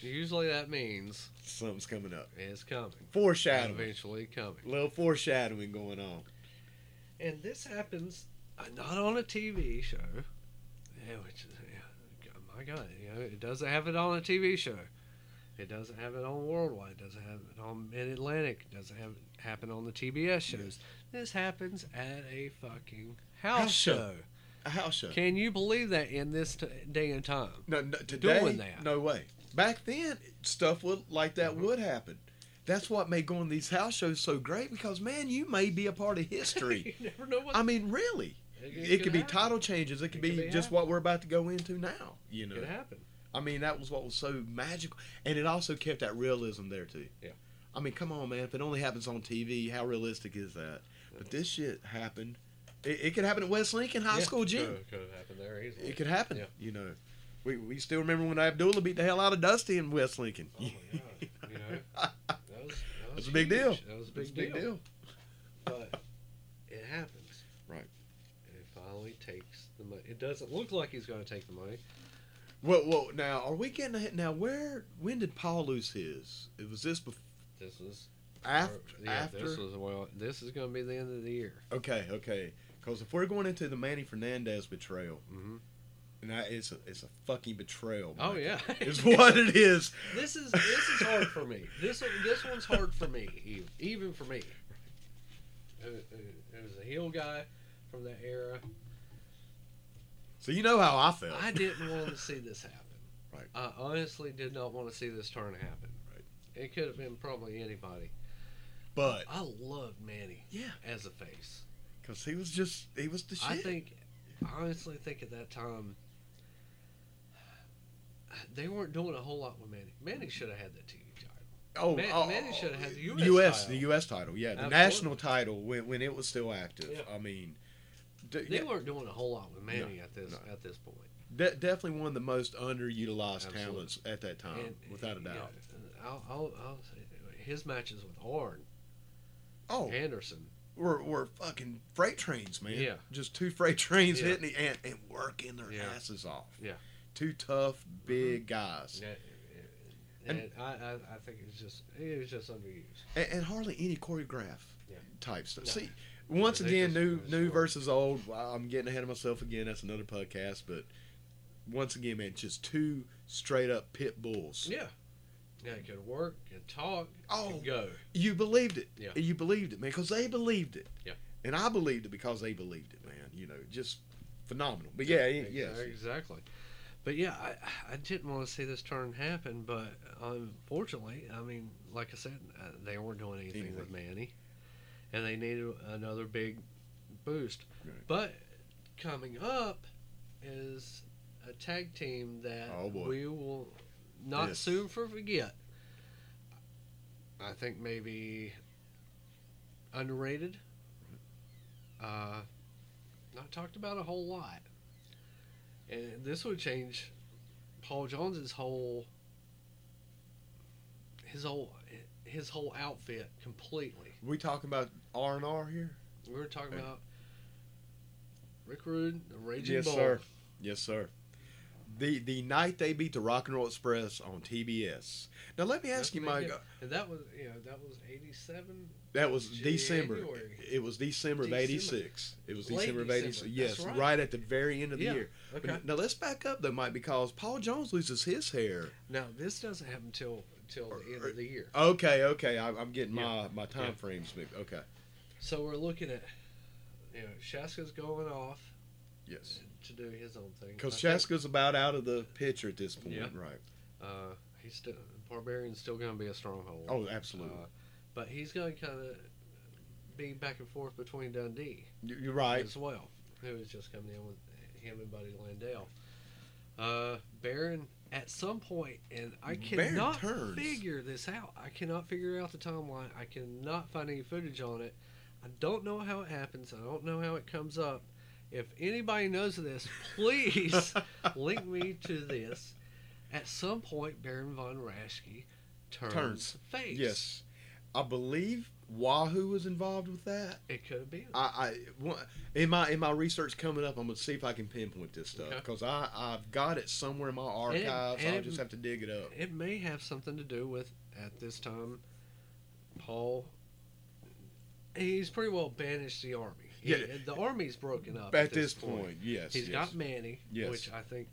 Speaker 2: usually that means
Speaker 1: Something's coming up.
Speaker 2: it's coming.
Speaker 1: Foreshadowing,
Speaker 2: Eventually coming.
Speaker 1: little foreshadowing going on.
Speaker 2: And this happens uh, not on a TV show, yeah, which is, yeah, g- my God, you know, it doesn't have it on a TV show. It doesn't have it on Worldwide. It doesn't have it on Mid Atlantic. It doesn't have it happen on the TBS shows. This happens at a fucking house,
Speaker 1: House show.
Speaker 2: show.
Speaker 1: A house show.
Speaker 2: Can you believe that in this t- day and time?
Speaker 1: No, no today,
Speaker 2: doing that.
Speaker 1: no way. Back then, stuff would like that
Speaker 2: Mhm.
Speaker 1: would happen. That's what made going to these house shows so great because man, you may be a part of history.
Speaker 2: you never know what
Speaker 1: I mean, really,
Speaker 2: it,
Speaker 1: it, could be
Speaker 2: happen.
Speaker 1: title changes. It could be,
Speaker 2: could be
Speaker 1: just
Speaker 2: happen.
Speaker 1: what we're about to go into now. You
Speaker 2: It
Speaker 1: know,
Speaker 2: could happen.
Speaker 1: I mean, that was what was so magical, and it also kept that realism there too.
Speaker 2: Yeah.
Speaker 1: I mean, come on, man. If it only happens on TV, how realistic is that? But this shit happened. It, it could happen at West Lincoln High
Speaker 2: Mm-hmm. Yeah,
Speaker 1: School gym.
Speaker 2: Could, could have happened there easily.
Speaker 1: It could happen.
Speaker 2: Yeah.
Speaker 1: You know, we, we still remember when Abdullah beat the hell out of Dusty in West Lincoln.
Speaker 2: Oh my God, you know, that was, that was
Speaker 1: That's a big deal.
Speaker 2: huge. That was a big,
Speaker 1: It's
Speaker 2: deal. But it happens.
Speaker 1: Right.
Speaker 2: And it finally takes the money. It doesn't look like he's going to take the money.
Speaker 1: Well, well, now are we getting ahead? Now, where? When did Paul lose his? It was this bef-
Speaker 2: This was
Speaker 1: after
Speaker 2: Uh, yeah,
Speaker 1: after.
Speaker 2: This was well. This is going to be the end of the year.
Speaker 1: okay, okay. Because if we're going into the Manny Fernandez betrayal,
Speaker 2: Mm-hmm.
Speaker 1: and I, it's a, it's a fucking betrayal.
Speaker 2: Oh
Speaker 1: Mike.
Speaker 2: yeah.
Speaker 1: It's what it is.
Speaker 2: This is this is hard for me. This one- this one's hard for me, even, even for me. It, it- it was a heel guy from that era.
Speaker 1: So you know how I felt.
Speaker 2: I didn't want to see this happen.
Speaker 1: Right.
Speaker 2: I honestly did not want to see this turn happen.
Speaker 1: Right.
Speaker 2: It could have been probably anybody.
Speaker 1: but
Speaker 2: I loved Manny
Speaker 1: yeah,
Speaker 2: as a face.
Speaker 1: because he was just he was the shit.
Speaker 2: I think, I honestly think at that time, they weren't doing a whole lot with Manny. Manny should have had the TV title.
Speaker 1: Oh,
Speaker 2: Man-
Speaker 1: oh,
Speaker 2: Manny
Speaker 1: oh,
Speaker 2: should have had the US title.
Speaker 1: the U.S. title, yeah, the
Speaker 2: Absolutely.
Speaker 1: national title when, when it was still active.
Speaker 2: Yeah.
Speaker 1: I mean, d-
Speaker 2: They
Speaker 1: yeah,
Speaker 2: weren't doing a whole lot with Manny at this
Speaker 1: no.
Speaker 2: at this point.
Speaker 1: de- definitely one of the most underutilized
Speaker 2: Absolutely.
Speaker 1: talents at that time,
Speaker 2: And-
Speaker 1: without a
Speaker 2: yeah,
Speaker 1: doubt.
Speaker 2: I'll, I'll, I'll say his matches with Arn
Speaker 1: Oh,
Speaker 2: Anderson.
Speaker 1: we're, we're fucking freight trains, man.
Speaker 2: Yeah.
Speaker 1: just two freight trains
Speaker 2: Yeah.
Speaker 1: hitting the, and and working their
Speaker 2: Yeah.
Speaker 1: asses off.
Speaker 2: Yeah. Mm-hmm.
Speaker 1: two tough big guys,
Speaker 2: Yeah,
Speaker 1: And-
Speaker 2: and, I, I, I think it was just it was just underused.
Speaker 1: and, and hardly any choreograph
Speaker 2: Yeah.
Speaker 1: type stuff.
Speaker 2: No.
Speaker 1: See, once
Speaker 2: They
Speaker 1: again,
Speaker 2: just-
Speaker 1: new
Speaker 2: it's
Speaker 1: new
Speaker 2: hard.
Speaker 1: versus old. Wow, I'm getting ahead of myself again. That's another podcast, but. Once again, man, just two straight up pit bulls.
Speaker 2: Yeah. Yeah, it could work, could talk,
Speaker 1: Oh.
Speaker 2: could go.
Speaker 1: You believed it.
Speaker 2: Yeah.
Speaker 1: You believed it, man, because they believed it.
Speaker 2: Yeah.
Speaker 1: And I believed it because they believed it, man. You know, just phenomenal. But yeah, yeah, yes.
Speaker 2: Exac- Exactly. But yeah, I, I didn't want to see this turn happen, but unfortunately, I mean, like I said, uh, they weren't doing anything with Manny, and they needed another big boost.
Speaker 1: Right.
Speaker 2: But coming up is a tag team that
Speaker 1: Oh, boy.
Speaker 2: we will not
Speaker 1: Yes.
Speaker 2: soon for forget. I think maybe underrated, uh, not talked about a whole lot. And this would change Paul Jones's whole his whole his whole outfit completely.
Speaker 1: We talking about R and R here?
Speaker 2: We were talking
Speaker 1: Hey.
Speaker 2: about Rick Rude, the Raging
Speaker 1: Yes,
Speaker 2: Bull.
Speaker 1: sir. Yes, sir. The the night they beat the Rock and Roll Express on TBS. Now let me ask
Speaker 2: That's
Speaker 1: you,
Speaker 2: what they
Speaker 1: Mike.
Speaker 2: did. And that was you know that was eighty seven.
Speaker 1: That was December.
Speaker 2: January.
Speaker 1: It was December of
Speaker 2: December.
Speaker 1: '86. It was
Speaker 2: Late
Speaker 1: December of
Speaker 2: December.
Speaker 1: '86.
Speaker 2: That's
Speaker 1: Yes, right.
Speaker 2: right.
Speaker 1: at the very end of the
Speaker 2: Yeah.
Speaker 1: year. But Now let's back up though, Mike, because Paul Jones loses his hair.
Speaker 2: Now this doesn't happen till till the end of the year.
Speaker 1: Okay, okay, I, I'm getting my my time
Speaker 2: Yeah.
Speaker 1: frames mixed. Okay.
Speaker 2: So we're looking at you know Shaska's going off
Speaker 1: Yes.
Speaker 2: to do his own thing.
Speaker 1: Because
Speaker 2: I think,
Speaker 1: Shaska's about out of the picture at this point,
Speaker 2: Yeah.
Speaker 1: right?
Speaker 2: uh, he's still Barbarian's still going to be a stronghold.
Speaker 1: Oh, absolutely.
Speaker 2: Uh, but he's going to kind of be back and forth between Dundee
Speaker 1: You- You're right.
Speaker 2: as well, who is just coming in with him and Buddy Landell. Uh, Baron, at some point, and I
Speaker 1: Baron
Speaker 2: cannot
Speaker 1: turns.
Speaker 2: figure this out. I cannot figure out the timeline. I cannot find any footage on it. I don't know how it happens. I don't know how it comes up. If anybody knows of this, please link me to this. At some point, Baron von Raschke turns,
Speaker 1: Turns.
Speaker 2: face.
Speaker 1: Yes, I believe Wahoo was involved with that.
Speaker 2: it could have been.
Speaker 1: I, I wa- in my in my research coming up, I'm gonna see if I can pinpoint this stuff
Speaker 2: Okay.
Speaker 1: because I I've got it somewhere in my archives.
Speaker 2: and
Speaker 1: I'll
Speaker 2: it-
Speaker 1: just have to dig it up.
Speaker 2: It may have something to do with at this time, Paul. He's pretty well banished the army. He-
Speaker 1: Yeah.
Speaker 2: the army's broken up
Speaker 1: At this point, yes,
Speaker 2: He's
Speaker 1: yes.
Speaker 2: got Manny,
Speaker 1: Yes.
Speaker 2: which I think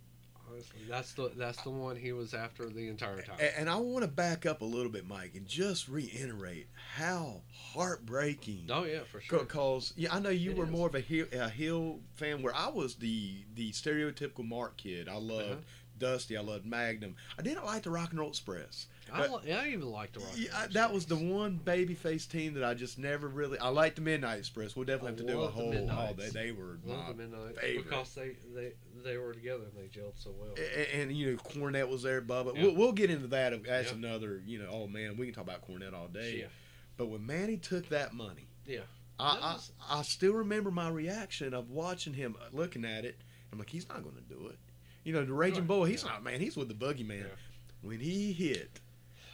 Speaker 2: honestly that's the that's the one he was after the entire time.
Speaker 1: A- And I want to back up a little bit, Mike, and just reiterate how heartbreaking.
Speaker 2: oh yeah, for sure.
Speaker 1: Because yeah, I know you
Speaker 2: It
Speaker 1: were
Speaker 2: is.
Speaker 1: more of a hill, a hill fan, where I was the the stereotypical Mark kid. I loved
Speaker 2: Uh-huh.
Speaker 1: Dusty. I loved Magnum. I didn't like the Rock and Roll Express.
Speaker 2: I, li- I even like the rock.
Speaker 1: Yeah, I- that was the one babyface team that I just never really. I liked the Midnight Express. We'll definitely
Speaker 2: I
Speaker 1: have to do a
Speaker 2: love the
Speaker 1: whole. Oh,
Speaker 2: Midnights.
Speaker 1: they they were
Speaker 2: Love
Speaker 1: my
Speaker 2: the Midnight
Speaker 1: favorite.
Speaker 2: because they, they they were together and they gelled so well.
Speaker 1: A- And, you know, Cornette was there, Bubba.
Speaker 2: Yeah.
Speaker 1: We'll, we'll get into that. That's
Speaker 2: Yeah.
Speaker 1: another, you know, oh man, we can talk about Cornette all day.
Speaker 2: Yeah.
Speaker 1: But when Manny took that money,
Speaker 2: Yeah. That
Speaker 1: I,
Speaker 2: was-
Speaker 1: I I still remember my reaction of watching him uh, looking at it. I'm like, he's not going to do it. You know, the Raging
Speaker 2: Right,
Speaker 1: Bull, he's
Speaker 2: yeah.
Speaker 1: not man. He's with the Buggy Man.
Speaker 2: Yeah.
Speaker 1: When he hit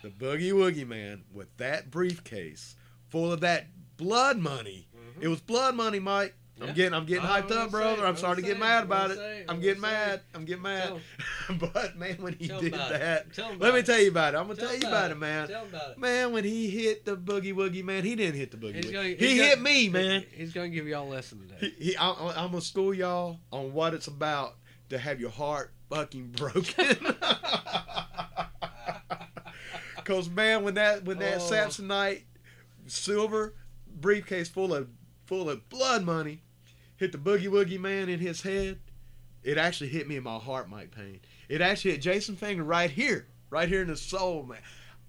Speaker 1: the Boogie Woogie Man with that briefcase full of that blood money,
Speaker 2: Mhm.
Speaker 1: it was blood money, Mike.
Speaker 2: Yeah.
Speaker 1: I'm getting, I'm getting
Speaker 2: I
Speaker 1: hyped
Speaker 2: was
Speaker 1: up,
Speaker 2: gonna
Speaker 1: brother.
Speaker 2: say,
Speaker 1: I'm
Speaker 2: I
Speaker 1: starting to
Speaker 2: was
Speaker 1: get
Speaker 2: saying,
Speaker 1: mad about
Speaker 2: I
Speaker 1: it.
Speaker 2: was saying, I
Speaker 1: I'm
Speaker 2: was
Speaker 1: getting
Speaker 2: saying.
Speaker 1: mad. I'm getting mad.
Speaker 2: Tell 'em.
Speaker 1: but man, when he
Speaker 2: Tell 'em
Speaker 1: did
Speaker 2: about it.
Speaker 1: that,
Speaker 2: Tell 'em
Speaker 1: let
Speaker 2: about
Speaker 1: me
Speaker 2: it.
Speaker 1: tell you about it. I'm gonna
Speaker 2: Tell
Speaker 1: tell,
Speaker 2: 'em
Speaker 1: you about
Speaker 2: about it.
Speaker 1: it, man.
Speaker 2: Tell 'em about it.
Speaker 1: Man, when he hit the boogie woogie, man, he didn't hit the boogie.
Speaker 2: He's
Speaker 1: Woogie.
Speaker 2: gonna-
Speaker 1: he
Speaker 2: he's
Speaker 1: hit
Speaker 2: gonna-
Speaker 1: me, man.
Speaker 2: He- He's gonna give y'all a lesson
Speaker 1: He,
Speaker 2: today.
Speaker 1: he, I, I- I'm gonna school y'all on what it's about to have your heart fucking broken. Cause man, when that when that
Speaker 2: Oh.
Speaker 1: Samsonite silver briefcase full of full of blood money hit the boogie woogie man in his head, it actually hit me in my heart, Mike Payne. It actually hit Jason Finger right here, right here in the soul, man.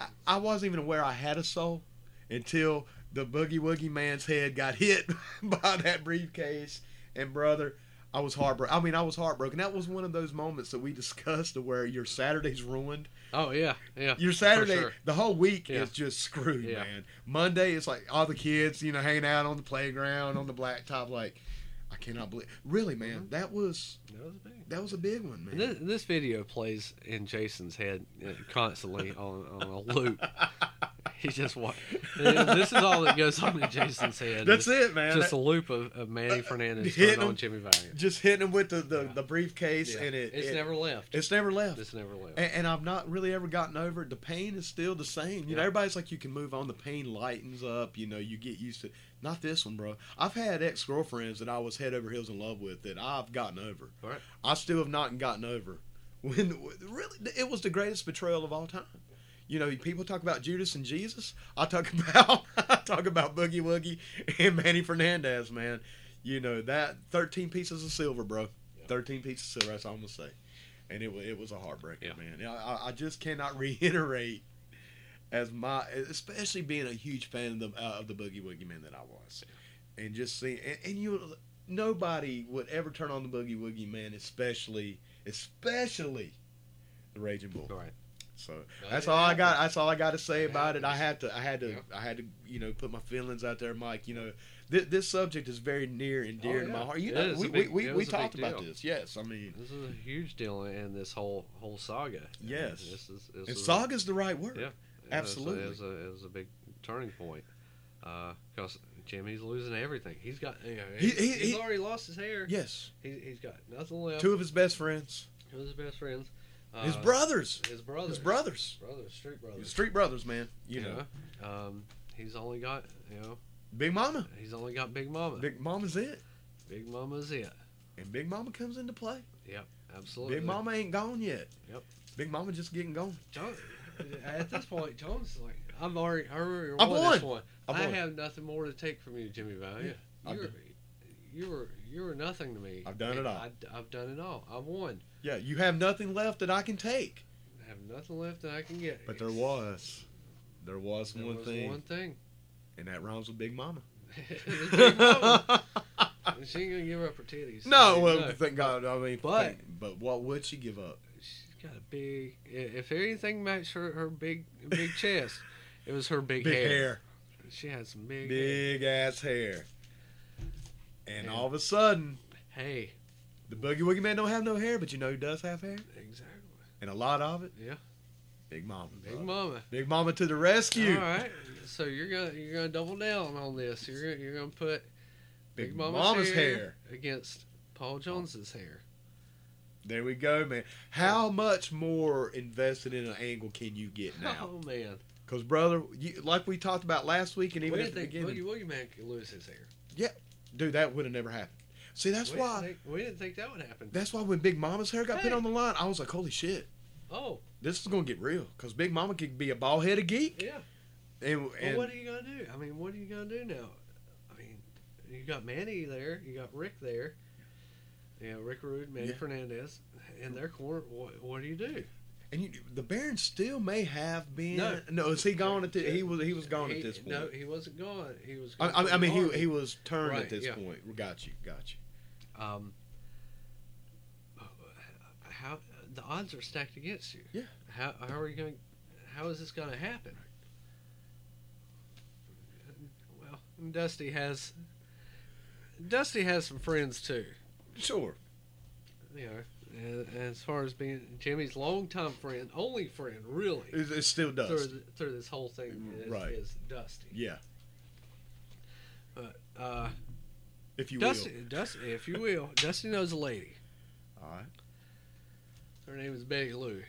Speaker 1: I, I wasn't even aware I had a soul until the boogie woogie man's head got hit by that briefcase. And brother, I was heartbroken. I mean, I was heartbroken. That was one of those moments that we discussed to where your Saturday's ruined.
Speaker 2: oh yeah, yeah.
Speaker 1: Your Saturday,
Speaker 2: sure.
Speaker 1: the whole week
Speaker 2: Yeah.
Speaker 1: is just screwed,
Speaker 2: Yeah.
Speaker 1: man. Monday, it's like all the kids, you know, hanging out on the playground, on the blacktop. Like, I cannot believe. Really, man,
Speaker 2: Mm-hmm.
Speaker 1: that was
Speaker 2: That was big.
Speaker 1: that was a big one, man.
Speaker 2: This, this video plays in Jason's head uh, constantly on, on a loop. He just wa- This is all that goes on in Jason's head.
Speaker 1: That's
Speaker 2: Just-
Speaker 1: it, man.
Speaker 2: Just a
Speaker 1: That-
Speaker 2: loop of, of Manny Fernandez
Speaker 1: hitting
Speaker 2: hitting on
Speaker 1: him.
Speaker 2: Jimmy Valiant.
Speaker 1: just hitting him with the the,
Speaker 2: Yeah.
Speaker 1: the briefcase,
Speaker 2: Yeah.
Speaker 1: and it
Speaker 2: it's
Speaker 1: it-
Speaker 2: never left.
Speaker 1: it's never left.
Speaker 2: It's never left.
Speaker 1: and, and I've not really ever gotten over it. The pain is still the same. You know,
Speaker 2: Yeah.
Speaker 1: everybody's like, you can move on. The pain lightens up. You know, you get used to. Not this one, bro. I've had ex girlfriends that I was head over heels in love with that I've gotten over.
Speaker 2: Right.
Speaker 1: I still have not gotten over. When really, it was the greatest betrayal of all time. You know, people talk about Judas and Jesus. I talk about I talk about Boogie Woogie and Manny Fernandez, man. You know that thirteen pieces of silver, bro.
Speaker 2: Yeah.
Speaker 1: Thirteen pieces of silver. That's all I'm gonna say and it was it was a heartbreaker,
Speaker 2: Yeah.
Speaker 1: man. I- I, I just cannot reiterate as my, especially being a huge fan of the uh, of the Boogie Woogie Man that I was, and just seeing and, and you nobody would ever turn on the Boogie Woogie Man, especially especially the Raging Bull.
Speaker 2: All right.
Speaker 1: So that's all I got. That's all I got to say
Speaker 2: It
Speaker 1: about it. I had
Speaker 2: happens.
Speaker 1: to. I had to.
Speaker 2: Yeah.
Speaker 1: I had to. You know, put my feelings out there, Mike. You know, th- this subject is very near and dear to
Speaker 2: Oh,
Speaker 1: my
Speaker 2: yeah.
Speaker 1: heart. You
Speaker 2: It
Speaker 1: know,
Speaker 2: is a
Speaker 1: we,
Speaker 2: big-
Speaker 1: we, we,
Speaker 2: it
Speaker 1: we
Speaker 2: was a big
Speaker 1: talked about
Speaker 2: deal.
Speaker 1: this. Yes, I mean,
Speaker 2: This is a huge deal in this whole whole saga.
Speaker 1: Yes.
Speaker 2: This is, this
Speaker 1: and
Speaker 2: is-
Speaker 1: saga's the right word.
Speaker 2: Yeah. it was-
Speaker 1: absolutely.
Speaker 2: It was a, it was a big turning point. Because Jimmy's losing everything. He's got. You know,
Speaker 1: He-
Speaker 2: he,
Speaker 1: he-
Speaker 2: he's
Speaker 1: he-
Speaker 2: already lost his hair.
Speaker 1: Yes.
Speaker 2: He, he's got nothing left.
Speaker 1: Two of his best friends.
Speaker 2: Two of his best friends. Uh,
Speaker 1: his brothers.
Speaker 2: His brother.
Speaker 1: His brothers.
Speaker 2: Brothers. Street brothers.
Speaker 1: Street brothers, man. You know.
Speaker 2: know, Um, he's only got. You know.
Speaker 1: Big Mama.
Speaker 2: He's only got Big Mama. Big,
Speaker 1: Big Mama's it.
Speaker 2: Mama's it.
Speaker 1: And Big Mama comes into play.
Speaker 2: Absolutely.
Speaker 1: Big Mama ain't gone yet.
Speaker 2: Yep.
Speaker 1: Big Mama just getting gone.
Speaker 2: Jones, at this point, Jones is like, I'm already, I already
Speaker 1: I've
Speaker 2: won, this one.
Speaker 1: I've
Speaker 2: I
Speaker 1: won.
Speaker 2: have nothing more to take from you, Jimmy Valiant.
Speaker 1: I've
Speaker 2: You're, you're, you're nothing to me.
Speaker 1: I've done it all.
Speaker 2: I, have done it all. I won.
Speaker 1: Yeah, you have nothing left that I can take.
Speaker 2: I have nothing left that I can get.
Speaker 1: But there was. There was
Speaker 2: There
Speaker 1: one
Speaker 2: was
Speaker 1: thing,
Speaker 2: One thing.
Speaker 1: and that rhymes with Big Mama.
Speaker 2: It's Big Mama. she ain't gonna give up her titties.
Speaker 1: no,
Speaker 2: She-
Speaker 1: well, thank God. I mean,
Speaker 2: But-
Speaker 1: thank- but what would she give up?
Speaker 2: She's got a big. i- If anything matched her, her big, big chest, it was her big,
Speaker 1: Big
Speaker 2: hair.
Speaker 1: hair.
Speaker 2: She had some big. hair.
Speaker 1: Big ass hair. And
Speaker 2: Yeah.
Speaker 1: all of a sudden,
Speaker 2: Hey,
Speaker 1: The Boogie Woogie Man don't have no hair, but you know who does have hair?
Speaker 2: exactly.
Speaker 1: and a lot of it.
Speaker 2: Yeah.
Speaker 1: Big Mama.
Speaker 2: Big
Speaker 1: brother.
Speaker 2: Mama.
Speaker 1: Big Mama to the rescue.
Speaker 2: All right. So you're gonna you're gonna double down on this. You're you're gonna put
Speaker 1: Big, Mama's hair.
Speaker 2: against Paul Jones's hair.
Speaker 1: There we go, man. How much more invested in an angle can you get now?
Speaker 2: Oh man,
Speaker 1: Because brother, you, like we talked about last week and even
Speaker 2: we
Speaker 1: at the
Speaker 2: didn't think
Speaker 1: beginning,
Speaker 2: Boogie Woogie Man could lose his hair.
Speaker 1: dude, that would have never happened. See, that's
Speaker 2: we
Speaker 1: why.
Speaker 2: Didn't think, we didn't think that would happen.
Speaker 1: That's why when Big Mama's hair got put
Speaker 2: Hey.
Speaker 1: on the line, I was like, holy shit,
Speaker 2: oh
Speaker 1: this is gonna get real. Because Big Mama could be a bald headed geek.
Speaker 2: yeah.
Speaker 1: And,
Speaker 2: Well,
Speaker 1: and
Speaker 2: what are you gonna do? I mean, what are you gonna do now? I mean, you got Manny there, you got Rick there, you know, Rick Rude, Manny
Speaker 1: Yeah.
Speaker 2: Fernandez in their corner. What, what do you do?
Speaker 1: and you, the Baron still may have been. No,
Speaker 2: No.
Speaker 1: is he gone at the, He was he was gone
Speaker 2: He-
Speaker 1: at this point.
Speaker 2: No, he wasn't gone. He was.
Speaker 1: I, I, I mean, he he
Speaker 2: gone.
Speaker 1: was turned at
Speaker 2: Right,
Speaker 1: this
Speaker 2: yeah.
Speaker 1: point. Got you, got you.
Speaker 2: Um, how the odds are stacked against you.
Speaker 1: Yeah.
Speaker 2: How how are you going? How is this going to happen? Well, Dusty has. Dusty has some friends too.
Speaker 1: Sure.
Speaker 2: You know, and, and as far as being Jimmy's longtime friend, only friend really
Speaker 1: It, it still does.
Speaker 2: through through this whole thing is,
Speaker 1: Right.
Speaker 2: is Dusty.
Speaker 1: Yeah,
Speaker 2: Uh,
Speaker 1: if you
Speaker 2: Dusty, Dusty, if you will, Dusty knows a lady.
Speaker 1: will. All right.
Speaker 2: Her name is Betty Lou.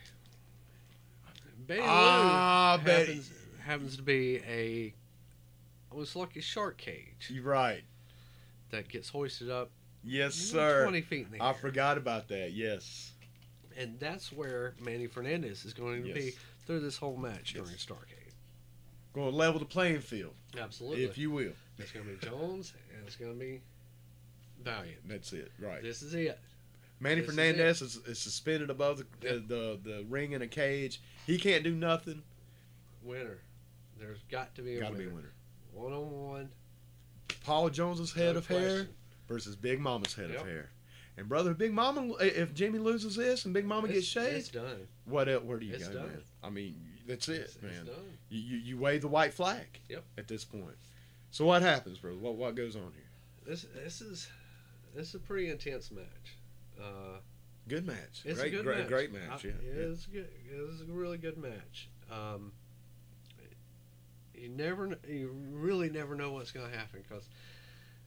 Speaker 2: Betty
Speaker 1: Ah,
Speaker 2: Lou
Speaker 1: Betty.
Speaker 2: happens, happens to be a almost like a shark cage
Speaker 1: You're right.
Speaker 2: that gets hoisted up
Speaker 1: Yes,
Speaker 2: maybe
Speaker 1: sir.
Speaker 2: twenty feet in the
Speaker 1: I
Speaker 2: air,
Speaker 1: forgot about that. Yes.
Speaker 2: and that's where Manny Fernandez is going to
Speaker 1: Yes.
Speaker 2: be through this whole match during
Speaker 1: Yes.
Speaker 2: Starcade.
Speaker 1: Going to level the playing field,
Speaker 2: Absolutely,
Speaker 1: if you will.
Speaker 2: it's going to be Jones and it's going to be Valiant.
Speaker 1: That's it. Right.
Speaker 2: This is it.
Speaker 1: Manny
Speaker 2: This is
Speaker 1: Fernandez is, is suspended above the,
Speaker 2: Yeah.
Speaker 1: the the ring in a cage. He can't do nothing.
Speaker 2: Winner. There's got to be a
Speaker 1: Got to be a
Speaker 2: winner.
Speaker 1: winner.
Speaker 2: One on one.
Speaker 1: Paul Jones's head of hair versus Big Mama's head
Speaker 2: Yep.
Speaker 1: of hair. And brother, if Big Mama, eh, if Jimmy loses this and Big Mama
Speaker 2: it's,
Speaker 1: gets shaved,
Speaker 2: It's done.
Speaker 1: what else, where do you
Speaker 2: it's
Speaker 1: go,
Speaker 2: done.
Speaker 1: man? I mean, that's it,
Speaker 2: It's,
Speaker 1: man.
Speaker 2: it's done.
Speaker 1: you, you you wave the white flag.
Speaker 2: Yep.
Speaker 1: At this point, so what happens, brother? What what goes on here?
Speaker 2: This this is this is a pretty intense match. Uh,
Speaker 1: Good match.
Speaker 2: it's
Speaker 1: great,
Speaker 2: a good
Speaker 1: great,
Speaker 2: match.
Speaker 1: great match.
Speaker 2: I-
Speaker 1: yeah. yeah.
Speaker 2: it's good. It's a really good match. Um, you never, kn- you really never know what's going to happen because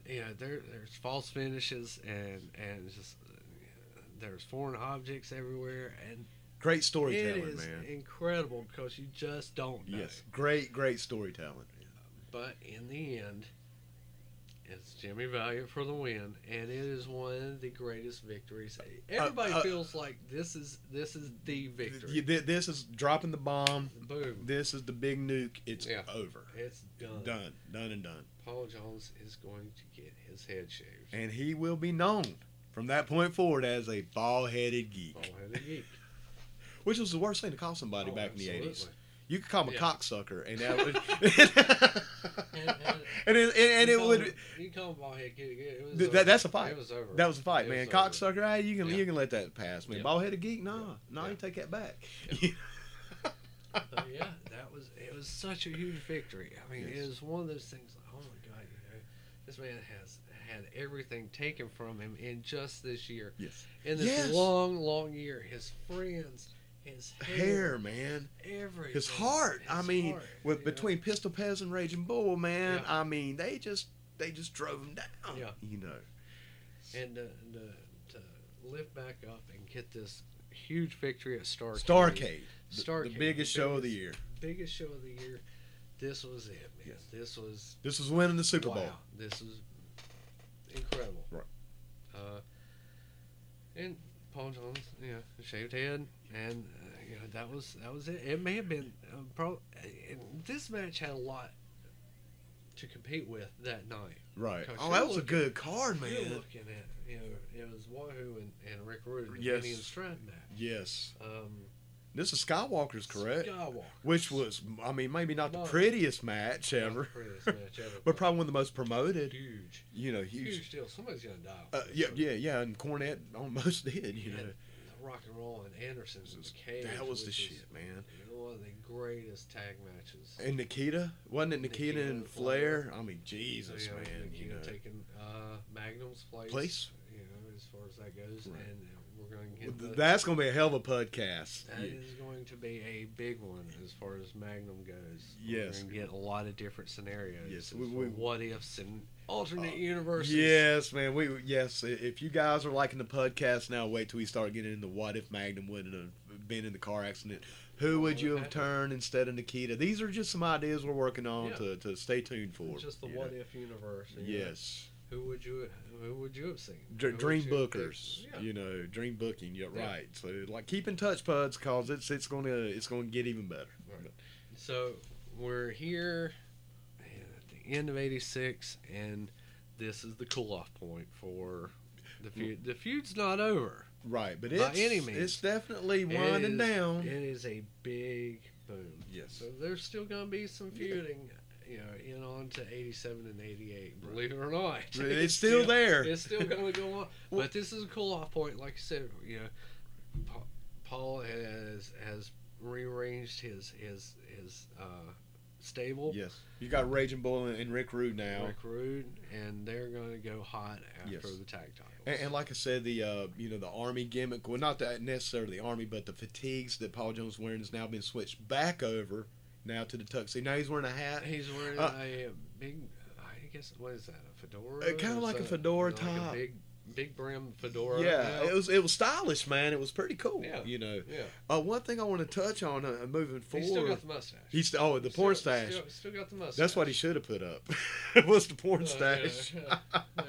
Speaker 2: you know there there's false finishes and and just uh, there's foreign objects everywhere and
Speaker 1: Great
Speaker 2: it
Speaker 1: storytelling,
Speaker 2: is
Speaker 1: man.
Speaker 2: incredible because you just don't know.
Speaker 1: Yes. Great, great storytelling.
Speaker 2: But in the end, it's Jimmy Valiant for the win, and it is one of the greatest victories. Everybody
Speaker 1: uh,
Speaker 2: feels like this is this is the victory.
Speaker 1: You- thi- This is dropping the bomb.
Speaker 2: Boom!
Speaker 1: This is the big nuke. It's
Speaker 2: Yeah.
Speaker 1: over.
Speaker 2: It's done.
Speaker 1: Done. Done and done.
Speaker 2: Paul Jones is going to get his head shaved.
Speaker 1: And he will be known from that point forward as a bald-headed geek,
Speaker 2: Bald-headed geek.
Speaker 1: which was the worst thing to call somebody
Speaker 2: Oh,
Speaker 1: back in the
Speaker 2: absolutely.
Speaker 1: '80s. You could call him a
Speaker 2: Yeah.
Speaker 1: cocksucker, and that would,
Speaker 2: And- and-
Speaker 1: and it, and, and
Speaker 2: you
Speaker 1: it
Speaker 2: call
Speaker 1: would.
Speaker 2: him- You call him bald-headed geek. It was
Speaker 1: Th-
Speaker 2: over.
Speaker 1: that- that's a fight.
Speaker 2: It was over.
Speaker 1: That was a fight,
Speaker 2: It
Speaker 1: man.
Speaker 2: was over.
Speaker 1: Cocksucker, ah, you can
Speaker 2: Yeah.
Speaker 1: you can let that pass, man.
Speaker 2: Yeah.
Speaker 1: Ball headed geek, nah, nah,
Speaker 2: Yeah.
Speaker 1: you take that back.
Speaker 2: But yeah, that was it. Was such a huge victory. I mean,
Speaker 1: Yes.
Speaker 2: it was one of those things. Like, oh my God, you know, this man has had everything taken from him in just this year.
Speaker 1: Yes.
Speaker 2: In this
Speaker 1: Yes.
Speaker 2: long, long year, his friends, his hair,
Speaker 1: Hair, man.
Speaker 2: everything,
Speaker 1: His heart. I
Speaker 2: his
Speaker 1: mean,
Speaker 2: heart,
Speaker 1: with
Speaker 2: you know.
Speaker 1: between Pistol Pez and Raging Bull, man.
Speaker 2: Yeah.
Speaker 1: I mean, they just they just drove him down.
Speaker 2: Yeah.
Speaker 1: You know.
Speaker 2: and to, to, to lift back up and get this huge victory at Starcade.
Speaker 1: Starcade, the,
Speaker 2: Starcade,
Speaker 1: the biggest show of the year.
Speaker 2: biggest show of the year. This was it, man.
Speaker 1: Yes.
Speaker 2: This was
Speaker 1: This was winning the Super Bowl.
Speaker 2: Wow, this is incredible.
Speaker 1: Right.
Speaker 2: Uh, and Paul Jones, you know, shaved head, and uh, you know that was that was it. It may have been uh, pro. And this match had a lot to compete with that night.
Speaker 1: Right.
Speaker 2: Coach,
Speaker 1: Oh,
Speaker 2: you're
Speaker 1: that was a
Speaker 2: looking-
Speaker 1: good card,
Speaker 2: You're
Speaker 1: man.
Speaker 2: looking at you know it was Wahoo and, and Rick Rude, the
Speaker 1: Yes.
Speaker 2: Vinny and Stratton match.
Speaker 1: Yes.
Speaker 2: Um,
Speaker 1: This is Skywalker's correct.
Speaker 2: Skywalker,
Speaker 1: Which was I mean, maybe not the
Speaker 2: Mine.
Speaker 1: prettiest match
Speaker 2: Not the
Speaker 1: ever.
Speaker 2: prettiest match ever,
Speaker 1: But probably one of the most promoted,
Speaker 2: huge,
Speaker 1: you know,
Speaker 2: huge,
Speaker 1: huge
Speaker 2: deal. Somebody's gonna die.
Speaker 1: Uh,
Speaker 2: with
Speaker 1: yeah,
Speaker 2: this.
Speaker 1: yeah, yeah, and Cornette almost did. You
Speaker 2: Yeah,
Speaker 1: know,
Speaker 2: The Rock and Roll and Anderson and
Speaker 1: This-
Speaker 2: Cage.
Speaker 1: that was the
Speaker 2: which is-
Speaker 1: shit, man.
Speaker 2: You know, One of the greatest tag matches.
Speaker 1: And Nikita, wasn't it Nikita,
Speaker 2: Nikita
Speaker 1: and
Speaker 2: and Flair?
Speaker 1: Flair? I mean, Jesus,
Speaker 2: You know,
Speaker 1: man.
Speaker 2: Nikita
Speaker 1: You know,
Speaker 2: taking uh, Magnum's place.
Speaker 1: Place.
Speaker 2: You know, as far as that goes,
Speaker 1: Right.
Speaker 2: and uh, we're going to get. the-
Speaker 1: That's gonna be a hell of a podcast.
Speaker 2: That
Speaker 1: Yeah.
Speaker 2: is going to be a big one as far as Magnum goes.
Speaker 1: Yes.
Speaker 2: We're going to get a lot of different scenarios.
Speaker 1: Yes,
Speaker 2: Yes.
Speaker 1: we- we-
Speaker 2: what ifs and alternate
Speaker 1: Uh,
Speaker 2: universes.
Speaker 1: Yes, man. We yes. i- If you guys are liking the podcast now, wait till we start getting into what if Magnum wouldn't have been in the car accident. Who would you have turned instead of Nikita? These are just some ideas we're working on
Speaker 2: Yeah.
Speaker 1: to, to stay tuned for.
Speaker 2: Just the
Speaker 1: you know.
Speaker 2: what if universe. you know?
Speaker 1: Yes,
Speaker 2: Who would you Who would you have seen?
Speaker 1: Dr-
Speaker 2: Who would
Speaker 1: dream
Speaker 2: you have picked?
Speaker 1: bookers.
Speaker 2: Yeah.
Speaker 1: You know, dream booking. You're
Speaker 2: Yeah.
Speaker 1: right. So like, keep in touch, Puds, cause it's it's gonna it's gonna get even better.
Speaker 2: So we're here at the end of '86, and this is the cool-off point for the feud. The feud's not over.
Speaker 1: Right, but
Speaker 2: By
Speaker 1: it's
Speaker 2: any means.
Speaker 1: it's definitely
Speaker 2: It
Speaker 1: winding
Speaker 2: is-
Speaker 1: down.
Speaker 2: It is a big boom.
Speaker 1: yes.
Speaker 2: So there's still gonna be some
Speaker 1: Yeah.
Speaker 2: feuding, you know, in on to '87 and '88. Believe it or not,
Speaker 1: It's, still there.
Speaker 2: It's still gonna go on.
Speaker 1: Well-
Speaker 2: but this is a cool-off point, like I said. You know, Pa- Paul has has rearranged his his his uh, stable.
Speaker 1: Yes. You got Raging Bull and, and Rick Rude now.
Speaker 2: Rick Rude, and they're going to go hot after
Speaker 1: Yes.
Speaker 2: the tag titles.
Speaker 1: And, and like I said, the uh, you know the army gimmick, well, not that necessarily the army, but the fatigues that Paul Jones wearing has now been switched back over now to the tuxedo. Now he's wearing a hat,
Speaker 2: he's wearing
Speaker 1: uh,
Speaker 2: a big, I guess, what is that? A fedora?
Speaker 1: Uh, kinda
Speaker 2: Is
Speaker 1: like a
Speaker 2: that-
Speaker 1: fedora
Speaker 2: like
Speaker 1: top.
Speaker 2: A big, big brim fedora.
Speaker 1: yeah,
Speaker 2: now?
Speaker 1: it was it was stylish, man. It was pretty cool,
Speaker 2: Yeah.
Speaker 1: you know.
Speaker 2: yeah.
Speaker 1: Uh, one thing I want to touch on uh, moving forward,
Speaker 2: He's still got the mustache.
Speaker 1: he's st- oh the
Speaker 2: Still-
Speaker 1: porn stash.
Speaker 2: Still, still got the mustache.
Speaker 1: That's what he should have put up. was the porn
Speaker 2: Uh,
Speaker 1: stash.
Speaker 2: yeah, yeah.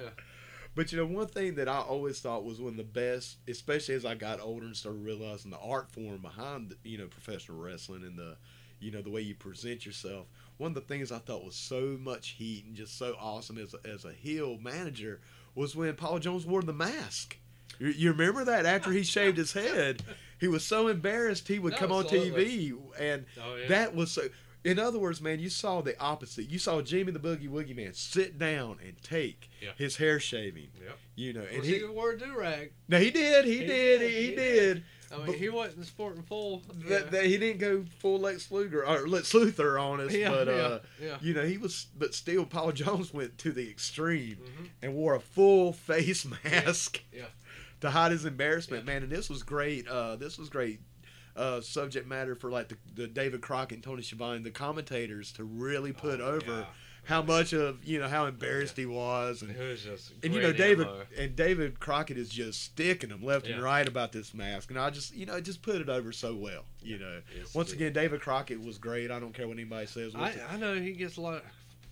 Speaker 1: But you know, one thing that I always thought was one of the best, especially as I got older and started realizing the art form behind you know professional wrestling and the you know the way you present yourself. One of the things I thought was so much heat and just so awesome as a, as a heel manager was when Paul Jones wore the mask. You, you remember that after he shaved his head, he was so embarrassed he would
Speaker 2: No,
Speaker 1: come on
Speaker 2: absolutely.
Speaker 1: TV and
Speaker 2: Oh, yeah.
Speaker 1: that was so. In other words, man, you saw the opposite. You saw Jimmy the Boogie Woogie Man sit down and take
Speaker 2: Yeah.
Speaker 1: his hair shaving.
Speaker 2: Yep.
Speaker 1: You know, and
Speaker 2: Well, see,
Speaker 1: he,
Speaker 2: he wore a do rag.
Speaker 1: now he did, he,
Speaker 2: He
Speaker 1: did,
Speaker 2: did,
Speaker 1: he,
Speaker 2: he
Speaker 1: did.
Speaker 2: I mean,
Speaker 1: But-
Speaker 2: he wasn't sporting full.
Speaker 1: That, that he didn't go full Lex Luger or Lex Luthor on us,
Speaker 2: yeah,
Speaker 1: but
Speaker 2: yeah,
Speaker 1: uh,
Speaker 2: yeah.
Speaker 1: you know, he was. But still, Paul Jones went to the extreme
Speaker 2: Mhm.
Speaker 1: and wore a full face mask
Speaker 2: yeah.
Speaker 1: to hide his embarrassment,
Speaker 2: Yeah.
Speaker 1: man. And this was great. Uh, this was great. Uh, subject matter for like the, the David Crockett and Tony Schiavone, the commentators, to really put
Speaker 2: Oh,
Speaker 1: over
Speaker 2: yeah.
Speaker 1: how much of you know how embarrassed he was and,
Speaker 2: It was just.
Speaker 1: and you know
Speaker 2: great
Speaker 1: david
Speaker 2: ammo.
Speaker 1: and david crockett is just sticking him left and
Speaker 2: Yeah.
Speaker 1: right about this mask and i just you know just put it over so well you know
Speaker 2: Yes,
Speaker 1: once
Speaker 2: it
Speaker 1: again david crockett was great i don't care what anybody says
Speaker 2: I,
Speaker 1: What's it-
Speaker 2: I know he gets a lot of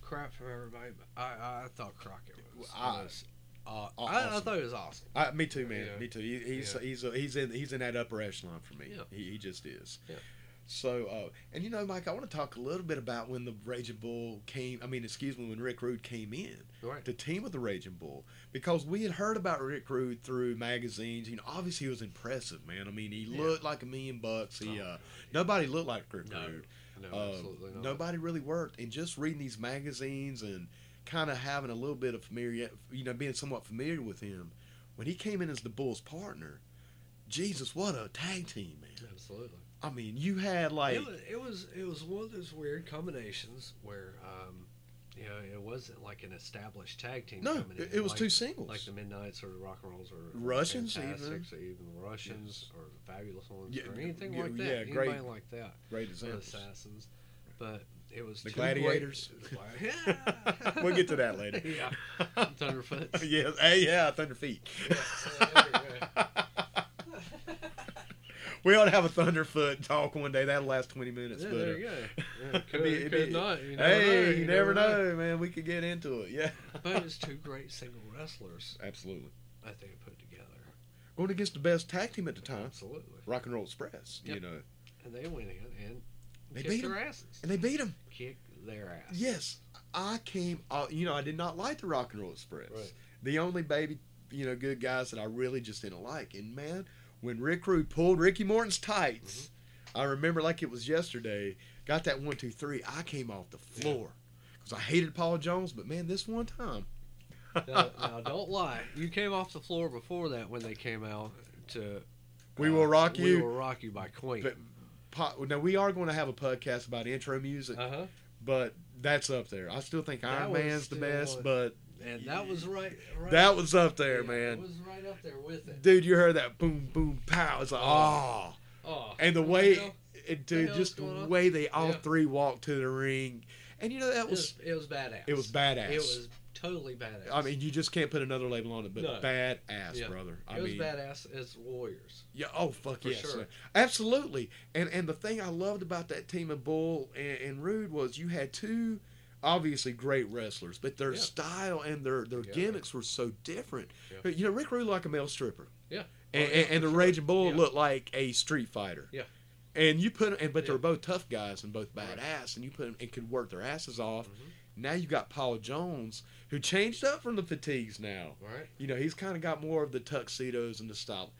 Speaker 2: crap from everybody, but I, I thought Crockett was.
Speaker 1: I-
Speaker 2: was uh, I, I
Speaker 1: awesome.
Speaker 2: thought it was awesome.
Speaker 1: I, me too man
Speaker 2: Yeah.
Speaker 1: me too he, he's
Speaker 2: Yeah.
Speaker 1: he's he's in he's in that upper echelon for me
Speaker 2: Yeah.
Speaker 1: he, he just is
Speaker 2: Yeah.
Speaker 1: so uh, and you know mike i want to talk a little bit about when the raging bull came i mean excuse me when rick rude came in
Speaker 2: Right.
Speaker 1: to team with the Raging Bull because we had heard about Rick Rude through magazines. You know, obviously he was impressive, man. I mean, he
Speaker 2: Yeah.
Speaker 1: looked like a million bucks. He,
Speaker 2: Oh,
Speaker 1: uh, nobody looked like Rick
Speaker 2: No,
Speaker 1: Rude.
Speaker 2: No,
Speaker 1: Uh,
Speaker 2: absolutely not.
Speaker 1: Nobody really worked. And just reading these magazines and kind of having a little bit of familiar, you know, being somewhat familiar with him, when he came in as the Bull's partner, Jesus, what a tag team, man.
Speaker 2: Absolutely.
Speaker 1: I mean, you had like,
Speaker 2: it, was, it was it was one of those weird combinations where, um, you know, it wasn't like an established tag team.
Speaker 1: no,
Speaker 2: coming in,
Speaker 1: it, it was
Speaker 2: like,
Speaker 1: two singles.
Speaker 2: Like the Midnights or the Rock and Rolls or
Speaker 1: Russians
Speaker 2: Fantastics or even the Russians or the Fabulous Ones
Speaker 1: Yeah,
Speaker 2: or anything
Speaker 1: yeah,
Speaker 2: like that.
Speaker 1: yeah,
Speaker 2: Anybody
Speaker 1: great
Speaker 2: like that.
Speaker 1: Great
Speaker 2: Or the
Speaker 1: examples.
Speaker 2: assassins. But it was
Speaker 1: The
Speaker 2: two great-
Speaker 1: Gladiators.
Speaker 2: Yeah.
Speaker 1: We'll get to that later.
Speaker 2: yeah. Thunderfoot.
Speaker 1: yes, hey, yeah, Thunder Feet. we ought to have a Thunderfoot talk one day. That'll last 20 minutes.
Speaker 2: yeah,
Speaker 1: but,
Speaker 2: there
Speaker 1: uh,
Speaker 2: you go. Yeah,
Speaker 1: It'd
Speaker 2: could,
Speaker 1: be- it'd
Speaker 2: could
Speaker 1: be-
Speaker 2: not. You never
Speaker 1: hey,
Speaker 2: know,
Speaker 1: you, never know, man. We could get into it. Yeah.
Speaker 2: But it's two great single wrestlers
Speaker 1: Absolutely.
Speaker 2: that they put together.
Speaker 1: Going against the best tag team at the time,
Speaker 2: Absolutely.
Speaker 1: Rock and Roll Express, you
Speaker 2: Yep.
Speaker 1: know.
Speaker 2: And they went in and
Speaker 1: They
Speaker 2: kicked
Speaker 1: beat 'em.
Speaker 2: their asses.
Speaker 1: And they beat them.
Speaker 2: Kicked their ass.
Speaker 1: Yes. I came, uh, you know, I did not like the Rock and Roll Express.
Speaker 2: Right.
Speaker 1: The only baby, you know, good guys that I really just didn't like. And, man, when Rick Rude pulled Ricky Morton's tights,
Speaker 2: Mm-hmm.
Speaker 1: I remember like it was yesterday, got that one, two, three. I came off the
Speaker 2: Yeah.
Speaker 1: floor because I hated Paul Jones, but, man, this one time. Uh,
Speaker 2: Now, now, don't lie. You came off the floor before that when they came out to.
Speaker 1: We Will Rock
Speaker 2: We
Speaker 1: You.
Speaker 2: will rock you by Queen.
Speaker 1: But- po- now we are going to have a podcast about intro music,
Speaker 2: uh huh.
Speaker 1: but that's up there. I still think
Speaker 2: That
Speaker 1: Iron
Speaker 2: was
Speaker 1: Man's the
Speaker 2: still
Speaker 1: best,
Speaker 2: one-
Speaker 1: but
Speaker 2: and that was right. right
Speaker 1: That was up there,
Speaker 2: yeah,
Speaker 1: man.
Speaker 2: It was right up there with it.
Speaker 1: Dude, you heard that boom, boom, pow. It's like,
Speaker 2: Oh.
Speaker 1: oh.
Speaker 2: Oh,
Speaker 1: And the
Speaker 2: what
Speaker 1: way,
Speaker 2: hell?
Speaker 1: it, dude,
Speaker 2: hell's
Speaker 1: just the
Speaker 2: going on?
Speaker 1: way they all
Speaker 2: Yeah.
Speaker 1: three walked to the ring. And, you know, that
Speaker 2: it was,
Speaker 1: was,
Speaker 2: it was badass.
Speaker 1: it was badass.
Speaker 2: It was totally badass.
Speaker 1: I mean, you just can't put another label on it, but
Speaker 2: No.
Speaker 1: badass,
Speaker 2: Yeah.
Speaker 1: brother. I
Speaker 2: it was
Speaker 1: mean,
Speaker 2: badass as warriors.
Speaker 1: Yeah. Oh, fuck
Speaker 2: For
Speaker 1: yes.
Speaker 2: sure.
Speaker 1: man. Absolutely. And and the thing I loved about that team of Bull and, and Rude was you had two obviously great wrestlers, but their
Speaker 2: Yeah.
Speaker 1: style and their their
Speaker 2: Yeah.
Speaker 1: gimmicks were so different.
Speaker 2: Yeah.
Speaker 1: But, You know, Rick Rude like a male stripper.
Speaker 2: Yeah.
Speaker 1: And,
Speaker 2: Oh, yeah,
Speaker 1: and, and
Speaker 2: for
Speaker 1: the
Speaker 2: sure.
Speaker 1: Raging Bull
Speaker 2: Yeah.
Speaker 1: looked like a street fighter.
Speaker 2: Yeah.
Speaker 1: And you put 'em- and but
Speaker 2: Yeah.
Speaker 1: they're both tough guys and both
Speaker 2: Right.
Speaker 1: badass, and you put 'em- and could work their asses off.
Speaker 2: Mhm.
Speaker 1: Now you got Paul Jones who changed up from the fatigues now.
Speaker 2: Right?
Speaker 1: You know, he's kind of got more of the tuxedos and the style.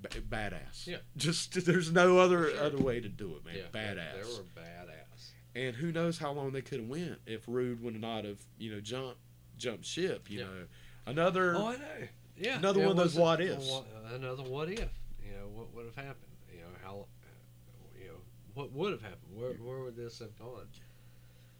Speaker 1: B- badass.
Speaker 2: Yeah.
Speaker 1: Just there's no other
Speaker 2: Sure.
Speaker 1: other way to do it, man.
Speaker 2: yeah,
Speaker 1: badass.
Speaker 2: They, they were badass.
Speaker 1: And who knows how long they could have went if Rude would not have you know jumped jumped ship. You
Speaker 2: Yeah.
Speaker 1: know, another.
Speaker 2: Oh, I know. Yeah.
Speaker 1: Er, Another
Speaker 2: it
Speaker 1: one of those
Speaker 2: was a-
Speaker 1: what ifs.
Speaker 2: wa- Another what if. You know what would have happened. You know how. You know what would have happened. Where where would this have gone?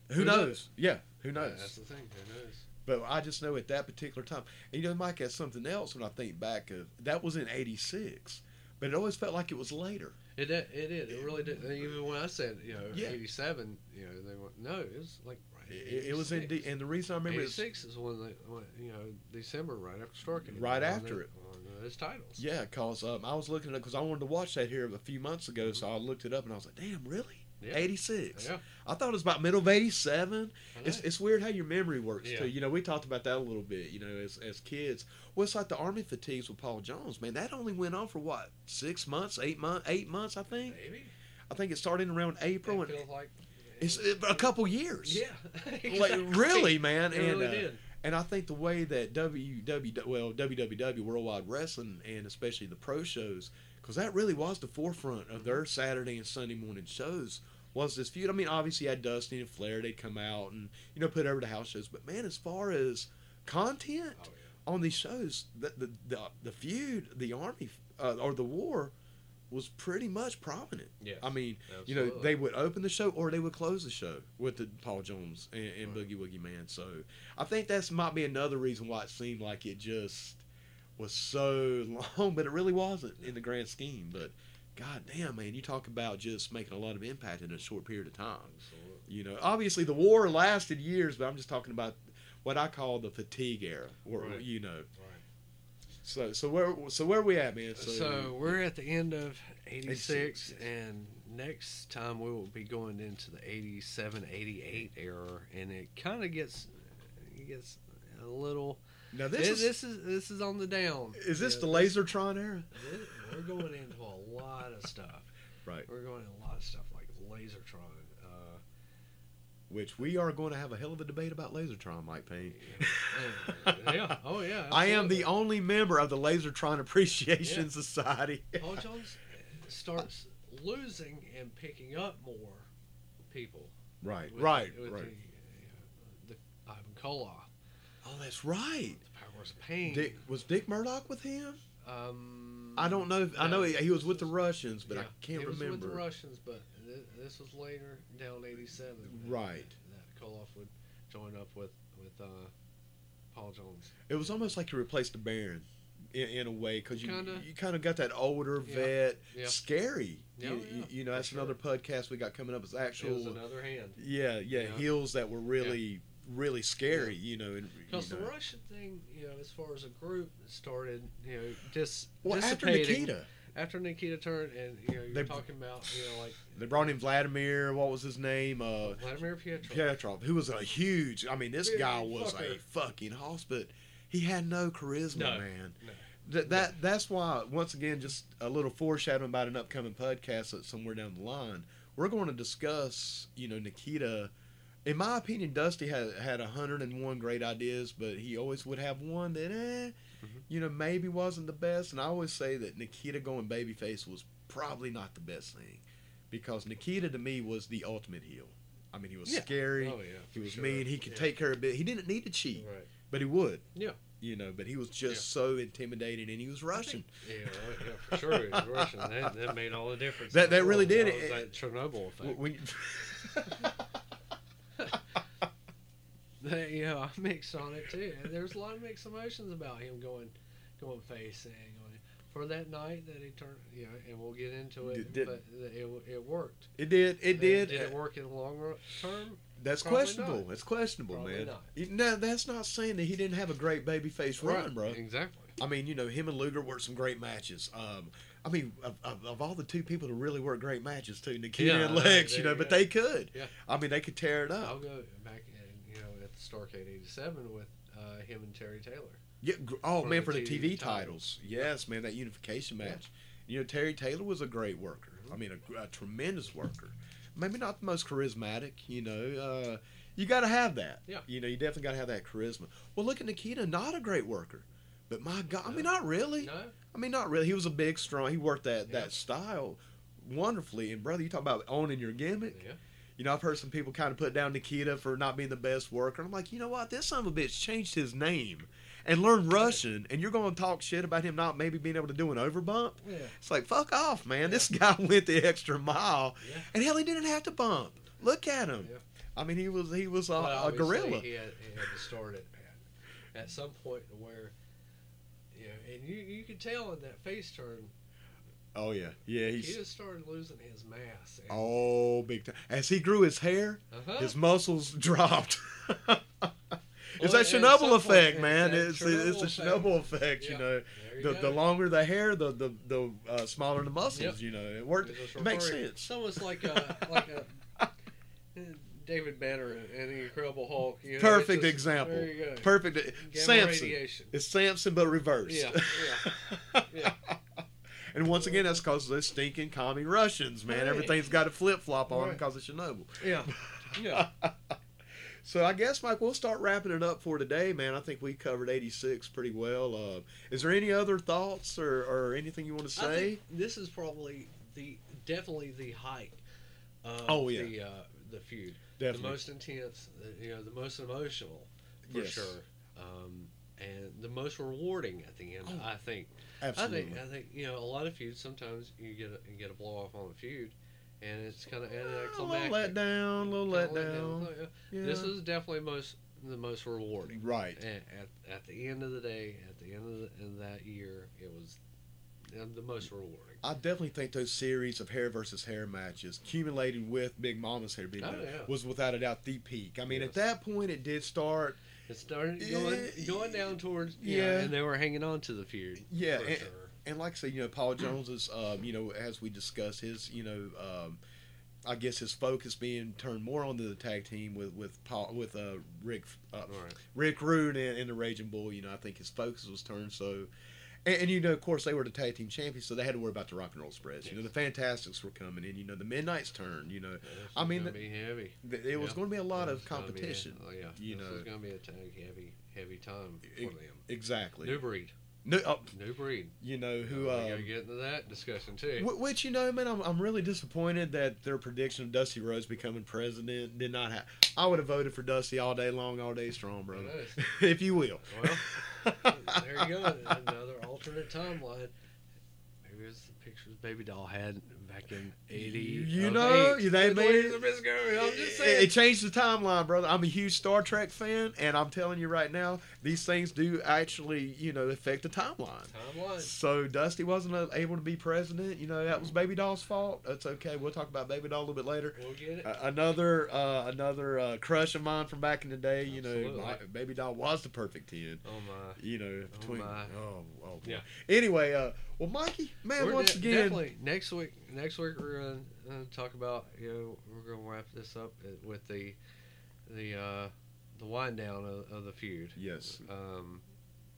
Speaker 1: who
Speaker 2: who
Speaker 1: knows?
Speaker 2: knows?
Speaker 1: Yeah. Who
Speaker 2: That's
Speaker 1: knows?
Speaker 2: the thing. Who knows?
Speaker 1: But I just know at that particular time. And you know, Mike, that's something else when I think back of that was in '86, but it always felt like it was later.
Speaker 2: It did. It did. It really did. And even when I said you know
Speaker 1: Yeah.
Speaker 2: eighty seven, you know they went no. It was like right.
Speaker 1: It, it was in, D- and the reason I remember
Speaker 2: Eighty
Speaker 1: it's
Speaker 2: six is when they when, you know December right after Starcade.
Speaker 1: Right
Speaker 2: won
Speaker 1: after
Speaker 2: the-
Speaker 1: it.
Speaker 2: won Those titles.
Speaker 1: Yeah, cause um, I was looking at because I wanted to watch that here a few months ago, so I looked it up and I was like, "Damn, really?
Speaker 2: Yeah.
Speaker 1: '86?
Speaker 2: Yeah.
Speaker 1: I thought it was about middle of '87."
Speaker 2: I know.
Speaker 1: It's, it's weird how your memory works
Speaker 2: Yeah.
Speaker 1: too. You know, we talked about that a little bit. You know, as as kids, well, it's like the army fatigues with Paul Jones, man. That only went on for what six months, eight months, eight months, I think.
Speaker 2: Maybe.
Speaker 1: I think it started around April,
Speaker 2: It
Speaker 1: and
Speaker 2: feels like.
Speaker 1: it's it, a couple years.
Speaker 2: Yeah. exactly.
Speaker 1: Like really, man,
Speaker 2: It
Speaker 1: and
Speaker 2: really
Speaker 1: uh,
Speaker 2: did.
Speaker 1: and I think the way that WW well WWW Worldwide Wrestling and especially the pro shows, because that really was the forefront of their Saturday and Sunday morning shows was this feud. I mean, obviously you had Dusty and Flair, they'd come out and you know put over the house shows, but man, as far as content
Speaker 2: Oh, yeah.
Speaker 1: on these shows, the the the, the feud, the army uh, or the war was pretty much prominent.
Speaker 2: Yes,
Speaker 1: I mean, you know,
Speaker 2: absolutely.
Speaker 1: they would open the show or they would close the show with the Paul Jones and, and
Speaker 2: Right.
Speaker 1: Boogie Woogie Man. So I think that's might be another reason why it seemed like it just was so long, but it really wasn't in the grand scheme. But god damn, man, you talk about just making a lot of impact in a short period of time.
Speaker 2: Absolutely.
Speaker 1: You know, obviously the war lasted years, but I'm just talking about what I call the fatigue era, or
Speaker 2: Right.
Speaker 1: you know.
Speaker 2: Right.
Speaker 1: So so where so where we at, man?
Speaker 2: So, we're at the end of 86,
Speaker 1: 86, yes.
Speaker 2: and next time we will be going into the 87, 88 era, and it kind of gets it gets a little.
Speaker 1: now
Speaker 2: This,
Speaker 1: this is
Speaker 2: this is this is on the down.
Speaker 1: is this
Speaker 2: Yeah,
Speaker 1: the Lasertron era?
Speaker 2: this- We're going into a lot of stuff.
Speaker 1: Right.
Speaker 2: We're going into a lot of stuff like Lasertron. Uh,
Speaker 1: Which we are going to have a hell of a debate about Lasertron, Mike Payne.
Speaker 2: yeah. yeah. Oh yeah.
Speaker 1: I am
Speaker 2: absolutely.
Speaker 1: the only member of the Lasertron Appreciation
Speaker 2: Yeah.
Speaker 1: Society.
Speaker 2: Paul Jones uh, starts losing and picking up more people.
Speaker 1: Right,
Speaker 2: with-
Speaker 1: right,
Speaker 2: with
Speaker 1: right.
Speaker 2: The, uh, the Ivan Koloff,
Speaker 1: oh, that's right.
Speaker 2: the Powers of Pain.
Speaker 1: Dick, was Dick Murdoch with him?
Speaker 2: um,
Speaker 1: I don't know. If, I know he,
Speaker 2: no,
Speaker 1: he was with the
Speaker 2: this
Speaker 1: Russians, but I
Speaker 2: yeah,
Speaker 1: can't
Speaker 2: he was with
Speaker 1: remember.
Speaker 2: the Russians, but th- this was later down '87. that-
Speaker 1: Right.
Speaker 2: That Koloff would join up with with uh, Paul Jones.
Speaker 1: it was almost like you replaced the Baron in, in a way because you
Speaker 2: Kinda.
Speaker 1: you kind of got that older
Speaker 2: Yeah,
Speaker 1: vet,
Speaker 2: yeah.
Speaker 1: scary.
Speaker 2: Yeah, oh,
Speaker 1: you,
Speaker 2: yeah,
Speaker 1: you- you know,
Speaker 2: for
Speaker 1: that's
Speaker 2: sure.
Speaker 1: another podcast we got coming up. Is actual,
Speaker 2: It was another hand.
Speaker 1: yeah, yeah,
Speaker 2: Yeah.
Speaker 1: heels that were really, really scary. You know, and you
Speaker 2: Because the
Speaker 1: know.
Speaker 2: Russian thing, you know, as far as a group, started, you know, dis-
Speaker 1: well, after
Speaker 2: dissipating.
Speaker 1: Nikita.
Speaker 2: after Nikita turned, and you know, you're
Speaker 1: They-
Speaker 2: talking about, you know, like
Speaker 1: They brought in Vladimir. What was his name? Uh,
Speaker 2: Vladimir Pietro.
Speaker 1: Petrov, who was a huge. I mean, this
Speaker 2: Big
Speaker 1: guy was a
Speaker 2: fucker.
Speaker 1: fucking hoss, but he had no charisma,
Speaker 2: No,
Speaker 1: man.
Speaker 2: no.
Speaker 1: That, that that's why once again just a little foreshadowing about an upcoming podcast that's somewhere down the line we're going to discuss you know Nikita in my opinion Dusty had had 101 great ideas but he always would have one that eh,
Speaker 2: Mhm.
Speaker 1: you know maybe wasn't the best and I always say that Nikita going babyface was probably not the best thing because Nikita to me was the ultimate heel I mean he was
Speaker 2: Yeah.
Speaker 1: scary
Speaker 2: Oh yeah,
Speaker 1: he
Speaker 2: for
Speaker 1: was
Speaker 2: sure.
Speaker 1: mean he could
Speaker 2: Yeah.
Speaker 1: take care of it he didn't need to cheat
Speaker 2: Right.
Speaker 1: but he would.
Speaker 2: Yeah.
Speaker 1: You know, but he was just so intimidating, and he was Russian.
Speaker 2: Yeah, right, yeah, for sure. He was Russian. That, that made all the difference.
Speaker 1: That-
Speaker 2: in the
Speaker 1: that really
Speaker 2: world.
Speaker 1: did.
Speaker 2: That was
Speaker 1: It-
Speaker 2: that Chernobyl effect.
Speaker 1: When-
Speaker 2: that you know I'm mixed on it too. And there's a lot of mixed emotions about him going, going face and going for that night that he turned. You know, and we'll get into it.
Speaker 1: Did- did-
Speaker 2: but it, it worked.
Speaker 1: It did. It did.
Speaker 2: Did it work in the long ru- term?
Speaker 1: That's
Speaker 2: Probably
Speaker 1: questionable.
Speaker 2: not.
Speaker 1: That's questionable,
Speaker 2: Probably
Speaker 1: man.
Speaker 2: not.
Speaker 1: You- No, that's not saying that he didn't have a great babyface run, bro.
Speaker 2: Exactly.
Speaker 1: I mean, you know, him and Luger were some great matches. Um, I mean, of, of, of all the two people to really work great matches, too, Nikita
Speaker 2: Yeah,
Speaker 1: and
Speaker 2: I know.
Speaker 1: Lex, you
Speaker 2: There
Speaker 1: know,
Speaker 2: you
Speaker 1: but
Speaker 2: go.
Speaker 1: they could.
Speaker 2: Yeah.
Speaker 1: I mean, they could tear it
Speaker 2: I'll
Speaker 1: up.
Speaker 2: go back and you know at the Starcade '87 with uh, him and Terry Taylor.
Speaker 1: Yeah, gr- oh,
Speaker 2: For
Speaker 1: man,
Speaker 2: the
Speaker 1: for the
Speaker 2: TV
Speaker 1: TV
Speaker 2: titles.
Speaker 1: titles. Yes, man, that unification
Speaker 2: Yeah. Mm-hmm.
Speaker 1: match. You know, Terry Taylor was a great worker. I mean, a, gr- a tremendous worker. Maybe not the most charismatic, you know. Uh, you got to have that.
Speaker 2: Yeah.
Speaker 1: You know, you definitely got to have that charisma. Well, look at Nikita, not a great worker. But my God, I
Speaker 2: No.
Speaker 1: mean, not really.
Speaker 2: No,
Speaker 1: I mean, not really. He was a big, strong. He worked that
Speaker 2: Yeah.
Speaker 1: that style wonderfully. And brother, you talk about owning your gimmick.
Speaker 2: yeah,
Speaker 1: You know, I've heard some people kind of put down Nikita for not being the best worker. I'm like, you know what? This son of a bitch changed his name and learned Russian, and you're going to talk shit about him not maybe being able to do an overbump.
Speaker 2: yeah.
Speaker 1: It's like, fuck off, man. This guy went the extra mile,
Speaker 2: Yeah.
Speaker 1: and hell, he didn't have to bump. Look at him.
Speaker 2: Yeah.
Speaker 1: I mean, he was he was a,
Speaker 2: But
Speaker 1: a
Speaker 2: obviously
Speaker 1: gorilla.
Speaker 2: He had, he had to start it at- at some point to where, you know, and you you could tell in that face turn
Speaker 1: Oh yeah, yeah.
Speaker 2: he
Speaker 1: He's
Speaker 2: just started losing his mass. and-
Speaker 1: oh big time. As he grew his hair,
Speaker 2: Uh-huh.
Speaker 1: his muscles dropped. it's
Speaker 2: Well,
Speaker 1: that
Speaker 2: at some
Speaker 1: Chernobyl
Speaker 2: point,
Speaker 1: effect,
Speaker 2: it's
Speaker 1: man.
Speaker 2: that
Speaker 1: It's the, it's the
Speaker 2: Chernobyl
Speaker 1: Chernobyl effect,
Speaker 2: Yeah.
Speaker 1: you know.
Speaker 2: There you
Speaker 1: The,
Speaker 2: go.
Speaker 1: the longer the hair, the the the uh, smaller the muscles.
Speaker 2: Yep.
Speaker 1: You know, it worked.
Speaker 2: It was
Speaker 1: It makes
Speaker 2: referring-
Speaker 1: sense.
Speaker 2: It's almost like a like a David Banner and the Incredible Hulk. You know, it's
Speaker 1: Perfect
Speaker 2: just-
Speaker 1: example.
Speaker 2: There you go.
Speaker 1: Perfect. e,
Speaker 2: Gamma
Speaker 1: Samson.
Speaker 2: radiation.
Speaker 1: It's Samson, but reversed.
Speaker 2: Yeah, yeah.
Speaker 1: and once again, that's because those stinking commie Russians, man.
Speaker 2: Right.
Speaker 1: Everything's got a flip flop on
Speaker 2: Right.
Speaker 1: because of Chernobyl.
Speaker 2: Yeah, yeah.
Speaker 1: So I guess, Mike, we'll start wrapping it up for today, man. I think we covered 86 pretty well. Uh, is there any other thoughts or, or anything you want to
Speaker 2: I
Speaker 1: say?
Speaker 2: think this is probably the definitely the height of
Speaker 1: Oh, yeah.
Speaker 2: the uh, the feud. The most intense, the- you know, the most emotional for
Speaker 1: Yes.
Speaker 2: sure. Um, and the most rewarding at the end,
Speaker 1: Oh,
Speaker 2: I think.
Speaker 1: Absolutely.
Speaker 2: I think I think you know a lot of feuds. Sometimes you get a, you get a blow off on a feud, and it's kind of
Speaker 1: a little
Speaker 2: anticlimactic.
Speaker 1: let down, a little
Speaker 2: Kinda
Speaker 1: let down.
Speaker 2: So, yeah,
Speaker 1: Yeah.
Speaker 2: This is definitely most the most rewarding.
Speaker 1: right.
Speaker 2: And at, at the end of the day, at the end of, the, of that year, it was uh, the most rewarding.
Speaker 1: I definitely think those series of hair versus hair matches, accumulated with Big Mama's hair being
Speaker 2: Oh,
Speaker 1: done,
Speaker 2: yeah.
Speaker 1: was without a doubt the peak. I mean,
Speaker 2: Yes.
Speaker 1: at that point, it did start.
Speaker 2: It started going
Speaker 1: Yeah,
Speaker 2: going down towards yeah,
Speaker 1: yeah.
Speaker 2: and they were hanging on to the feud.
Speaker 1: Yeah,
Speaker 2: for
Speaker 1: and,
Speaker 2: sure.
Speaker 1: and like I say, you know, Paul Jones is, um, you know, as we discussed, his, you know, um, I guess his focus being turned more onto the tag team with with Paul with uh, Rick uh,
Speaker 2: All right.
Speaker 1: Rick Rude and, and the Raging Bull. You know, I think his focus was turned so. And, and you know, of course, they were the tag team champions, so they had to worry about the rock and roll spreads. You know, the Fantastics were coming in. You know, the Midnight's turn. You know,
Speaker 2: This
Speaker 1: I
Speaker 2: is
Speaker 1: mean,
Speaker 2: gonna
Speaker 1: the-
Speaker 2: be heavy.
Speaker 1: Th- it was
Speaker 2: Yeah.
Speaker 1: going to be a lot
Speaker 2: This
Speaker 1: of
Speaker 2: is gonna be a-
Speaker 1: competition.
Speaker 2: oh, yeah,
Speaker 1: you
Speaker 2: this
Speaker 1: know.
Speaker 2: is gonna be a tag heavy heavy time for
Speaker 1: It-
Speaker 2: them.
Speaker 1: Exactly.
Speaker 2: New breed,
Speaker 1: No, uh,
Speaker 2: new breed.
Speaker 1: you know who?
Speaker 2: Oh, we gotta
Speaker 1: Um,
Speaker 2: get into that discussion too.
Speaker 1: wh- which you know, man, I'm, I'm really disappointed that their prediction of Dusty Rhodes becoming president did not happen. I would have voted for Dusty all day long, all day strong, brother,
Speaker 2: Nice.
Speaker 1: if you will.
Speaker 2: Well, there you go. Another alternate timeline. Maybe it's the pictures Baby Doll had back in eighty.
Speaker 1: You
Speaker 2: of
Speaker 1: know,
Speaker 2: eight.
Speaker 1: they
Speaker 2: The
Speaker 1: made-
Speaker 2: Ladies of Biscay, I'm just
Speaker 1: It,
Speaker 2: saying.
Speaker 1: it changed the timeline, brother. I'm a huge Star Trek fan, and I'm telling you right now, these things do actually, you know, affect the timeline.
Speaker 2: timeline.
Speaker 1: So Dusty wasn't uh, able to be president. You know, that was Baby Doll's fault. That's okay. We'll talk about Baby Doll a little bit later.
Speaker 2: We'll get it.
Speaker 1: Uh, another uh, another uh, crush of mine from back in the day. You know,
Speaker 2: Absolutely.
Speaker 1: my, Baby Doll was the perfect ten.
Speaker 2: oh my.
Speaker 1: You know, between
Speaker 2: my.
Speaker 1: oh, oh boy.
Speaker 2: Yeah.
Speaker 1: Anyway, uh, well, Mikey, man,
Speaker 2: We're
Speaker 1: once
Speaker 2: de-
Speaker 1: again,
Speaker 2: definitely next week. Next week we're gonna uh, talk about. You know, we're gonna wrap this up uh, with the the uh, the wind down of, of the feud.
Speaker 1: yes.
Speaker 2: Um,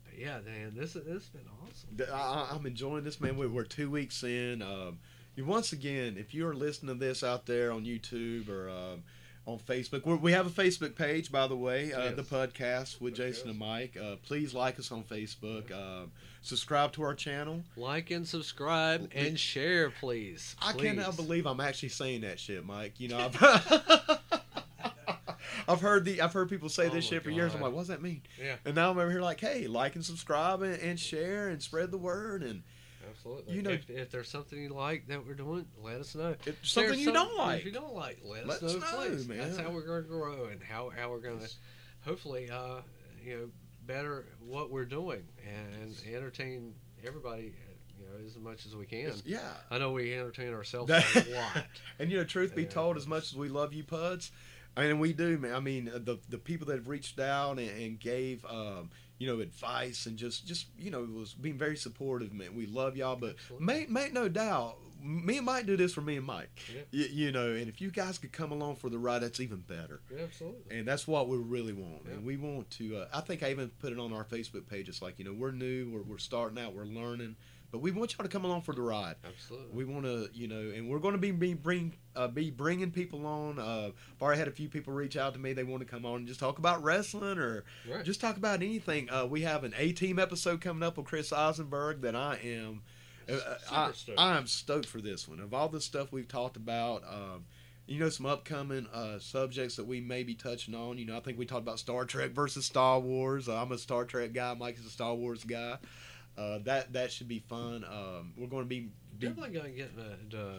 Speaker 2: but yeah, man, this is this has been awesome.
Speaker 1: Th- I, I- I'm enjoying this, man. We- We're two weeks in. Um, you once again, if you are listening to this out there on YouTube or um, on Facebook, we're, we have a Facebook page, by the way, uh,
Speaker 2: Yes.
Speaker 1: the podcast with Jason and Mike. Uh, please like us on Facebook. Um, subscribe to our channel.
Speaker 2: Like and subscribe and share, please.
Speaker 1: I
Speaker 2: please.
Speaker 1: cannot believe I'm actually saying that shit, Mike. You know, I've, I've heard the I've heard people say this
Speaker 2: Oh my
Speaker 1: shit for years. I'm
Speaker 2: God.
Speaker 1: like, what does that mean?
Speaker 2: Yeah.
Speaker 1: And now I'm over here like, hey, like and subscribe and, and share and spread the word. And
Speaker 2: Absolutely.
Speaker 1: You know-
Speaker 2: if, if there's something you like that we're doing, let us know.
Speaker 1: if something
Speaker 2: There's
Speaker 1: you
Speaker 2: some-
Speaker 1: don't like,
Speaker 2: If you don't like, let,
Speaker 1: Let us
Speaker 2: us know,
Speaker 1: know,
Speaker 2: please.
Speaker 1: man.
Speaker 2: That's how we're going to grow and how, how we're going to hopefully, uh, you know, better what we're doing and entertain everybody, you know, as much as we can.
Speaker 1: It's- yeah.
Speaker 2: I know we entertain ourselves a lot.
Speaker 1: And you know, truth be
Speaker 2: Yeah.
Speaker 1: told, as much as we love you, Puds, and we do, man. I mean, uh, the the people that have reached out and, and gave, um, you know, advice and just just you know was being very supportive, man. We love y'all, but
Speaker 2: Absolutely.
Speaker 1: make make no doubt, me and Mike do this for me and Mike.
Speaker 2: Yeah.
Speaker 1: Y- you know, and if you guys could come along for the ride, that's even better.
Speaker 2: Yeah, absolutely.
Speaker 1: And that's what we really want.
Speaker 2: Yeah.
Speaker 1: And we want to. Uh, I think I even put it on our Facebook page. It's like you know, we're new, we're we're starting out, we're learning, but we want y'all to come along for the ride.
Speaker 2: Absolutely.
Speaker 1: We want to, you know, and we're going to be be bring uh, be bringing people on. Uh, I've already had a few people reach out to me. They want to come on and just talk about wrestling or
Speaker 2: right.
Speaker 1: just talk about anything. Uh, we have an A Team episode coming up with Chris Eisenberg that I am. uh,
Speaker 2: S- super
Speaker 1: I,
Speaker 2: stoked.
Speaker 1: I am stoked for this one. Of all the stuff we've talked about, um, you know, some upcoming uh, subjects that we may be touching on. You know, I think we talked about Star Trek versus Star Wars. I'm a Star Trek guy. Mike is a Star Wars guy. Uh, that that should be fun. Um, we're going to be, be
Speaker 2: Definitely gonna get into uh,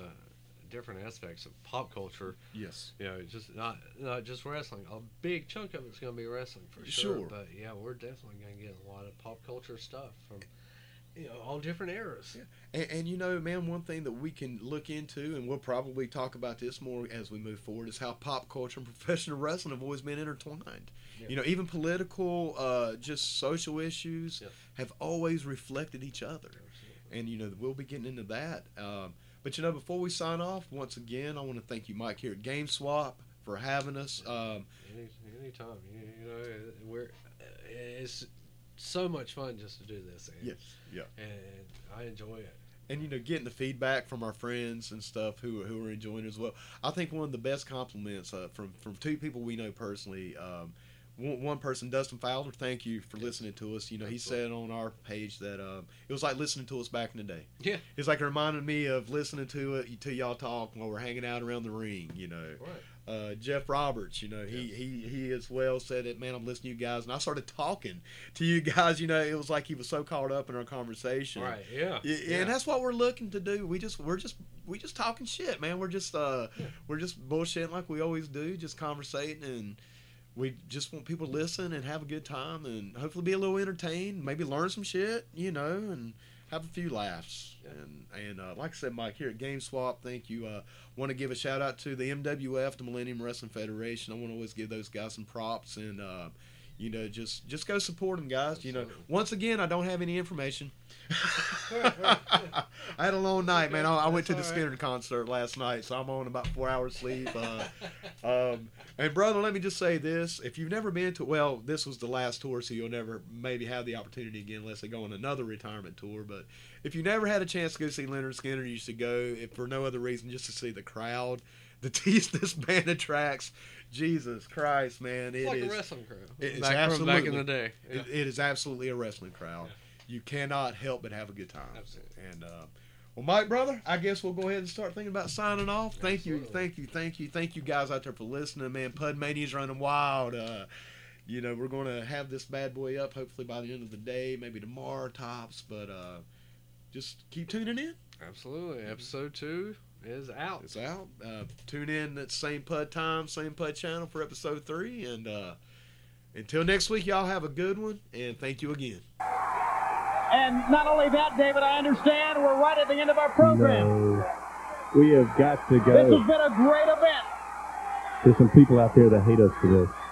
Speaker 2: different aspects of pop culture.
Speaker 1: yes.
Speaker 2: You know, just not not just wrestling. A big chunk of it's gonna be wrestling for sure.
Speaker 1: Sure.
Speaker 2: But yeah, we're definitely gonna get a lot of pop culture stuff from you know all different eras.
Speaker 1: Yeah. And, and you know, man, one thing that we can look into, and we'll probably talk about this more as we move forward, is how pop culture and professional wrestling have always been intertwined.
Speaker 2: Yeah.
Speaker 1: You know, even political, uh, just social issues
Speaker 2: Yeah.
Speaker 1: have always reflected each other. And, you know, we'll be getting into that. Um, but, you know, before we sign off, once again, I want to thank you, Mike, here at Game Swap for having us. Um,
Speaker 2: Any anytime you, you know uh, we're it's so much fun just to do this. And,
Speaker 1: Yes, yeah.
Speaker 2: And I enjoy it.
Speaker 1: and you know getting the feedback from our friends and stuff who who are enjoying it as well. I think one of the best compliments uh, from from two people we know personally. Um, one, one person, Dustin Fowler, thank you for listening to us. You know, he said on our page that um, it was like listening to us back in the day.
Speaker 2: Yeah.
Speaker 1: it's like reminding me of listening to it to y'all talk while we're hanging out around the ring. You know,
Speaker 2: Right.
Speaker 1: uh, Jeff Roberts, you know, he, he he as well said that, man, I'm listening to you guys, and I started talking to you guys. You know, it was like he was so caught up in our conversation.
Speaker 2: Right. Yeah.
Speaker 1: Yeah, and that's what we're looking to do. We just we're just we just talking shit, man. We're just uh
Speaker 2: Yeah.
Speaker 1: we're just bullshitting like we always do, just conversating and we just want people to listen and have a good time and hopefully be a little entertained, maybe learn some shit, you know, and have a few laughs.
Speaker 2: Yeah.
Speaker 1: And and uh, like I said, Mike here at Game Swap, thank you. Uh, want to give a shout out to the MWF, the Millennium Wrestling Federation. I want to always give those guys some props and uh, you know just just go support them, guys. You know,
Speaker 2: Absolutely.
Speaker 1: once again, I don't have any information.
Speaker 2: Right, right.
Speaker 1: I had a long night, man. I, I went to the
Speaker 2: That's all right.
Speaker 1: Skinner concert last night, so I'm on about four hours sleep. Uh, um, and brother, let me just say this: if you've never been to, well, this was the last tour, so you'll never maybe have the opportunity again unless they go on another retirement tour. But if you never had a chance to go see Leonard Skinner, you should go. If for no other reason, just to see the crowd, the tease this band attracts. Jesus Christ, man!
Speaker 2: It's
Speaker 1: it
Speaker 2: like
Speaker 1: is-
Speaker 2: a wrestling crew.
Speaker 1: it is
Speaker 2: back from back in
Speaker 1: absolutely-
Speaker 2: the day. Yeah.
Speaker 1: it, it is absolutely a wrestling crowd. You cannot help but have a good time.
Speaker 2: Absolutely.
Speaker 1: And uh, well, Mike, brother, I guess we'll go ahead and start thinking about signing off. Thank you,
Speaker 2: Absolutely.
Speaker 1: thank you, thank you, thank you, guys out there for listening. Man, Pud Mania's running wild. Uh, you know, we're going to have this bad boy up hopefully by the end of the day, maybe tomorrow tops. But uh, just keep tuning in.
Speaker 2: Absolutely.
Speaker 1: Mm-hmm.
Speaker 2: Episode two is out.
Speaker 1: It's out. Uh, tune in at same Pud time, same Pud channel for episode three. And uh, until next week, y'all have a good one. And thank you again.
Speaker 3: And not only that, David, I understand we're right at the end of our program.
Speaker 4: No. We have got to
Speaker 3: This
Speaker 4: go.
Speaker 3: has been a great event.
Speaker 4: There's some people out there that hate us for this.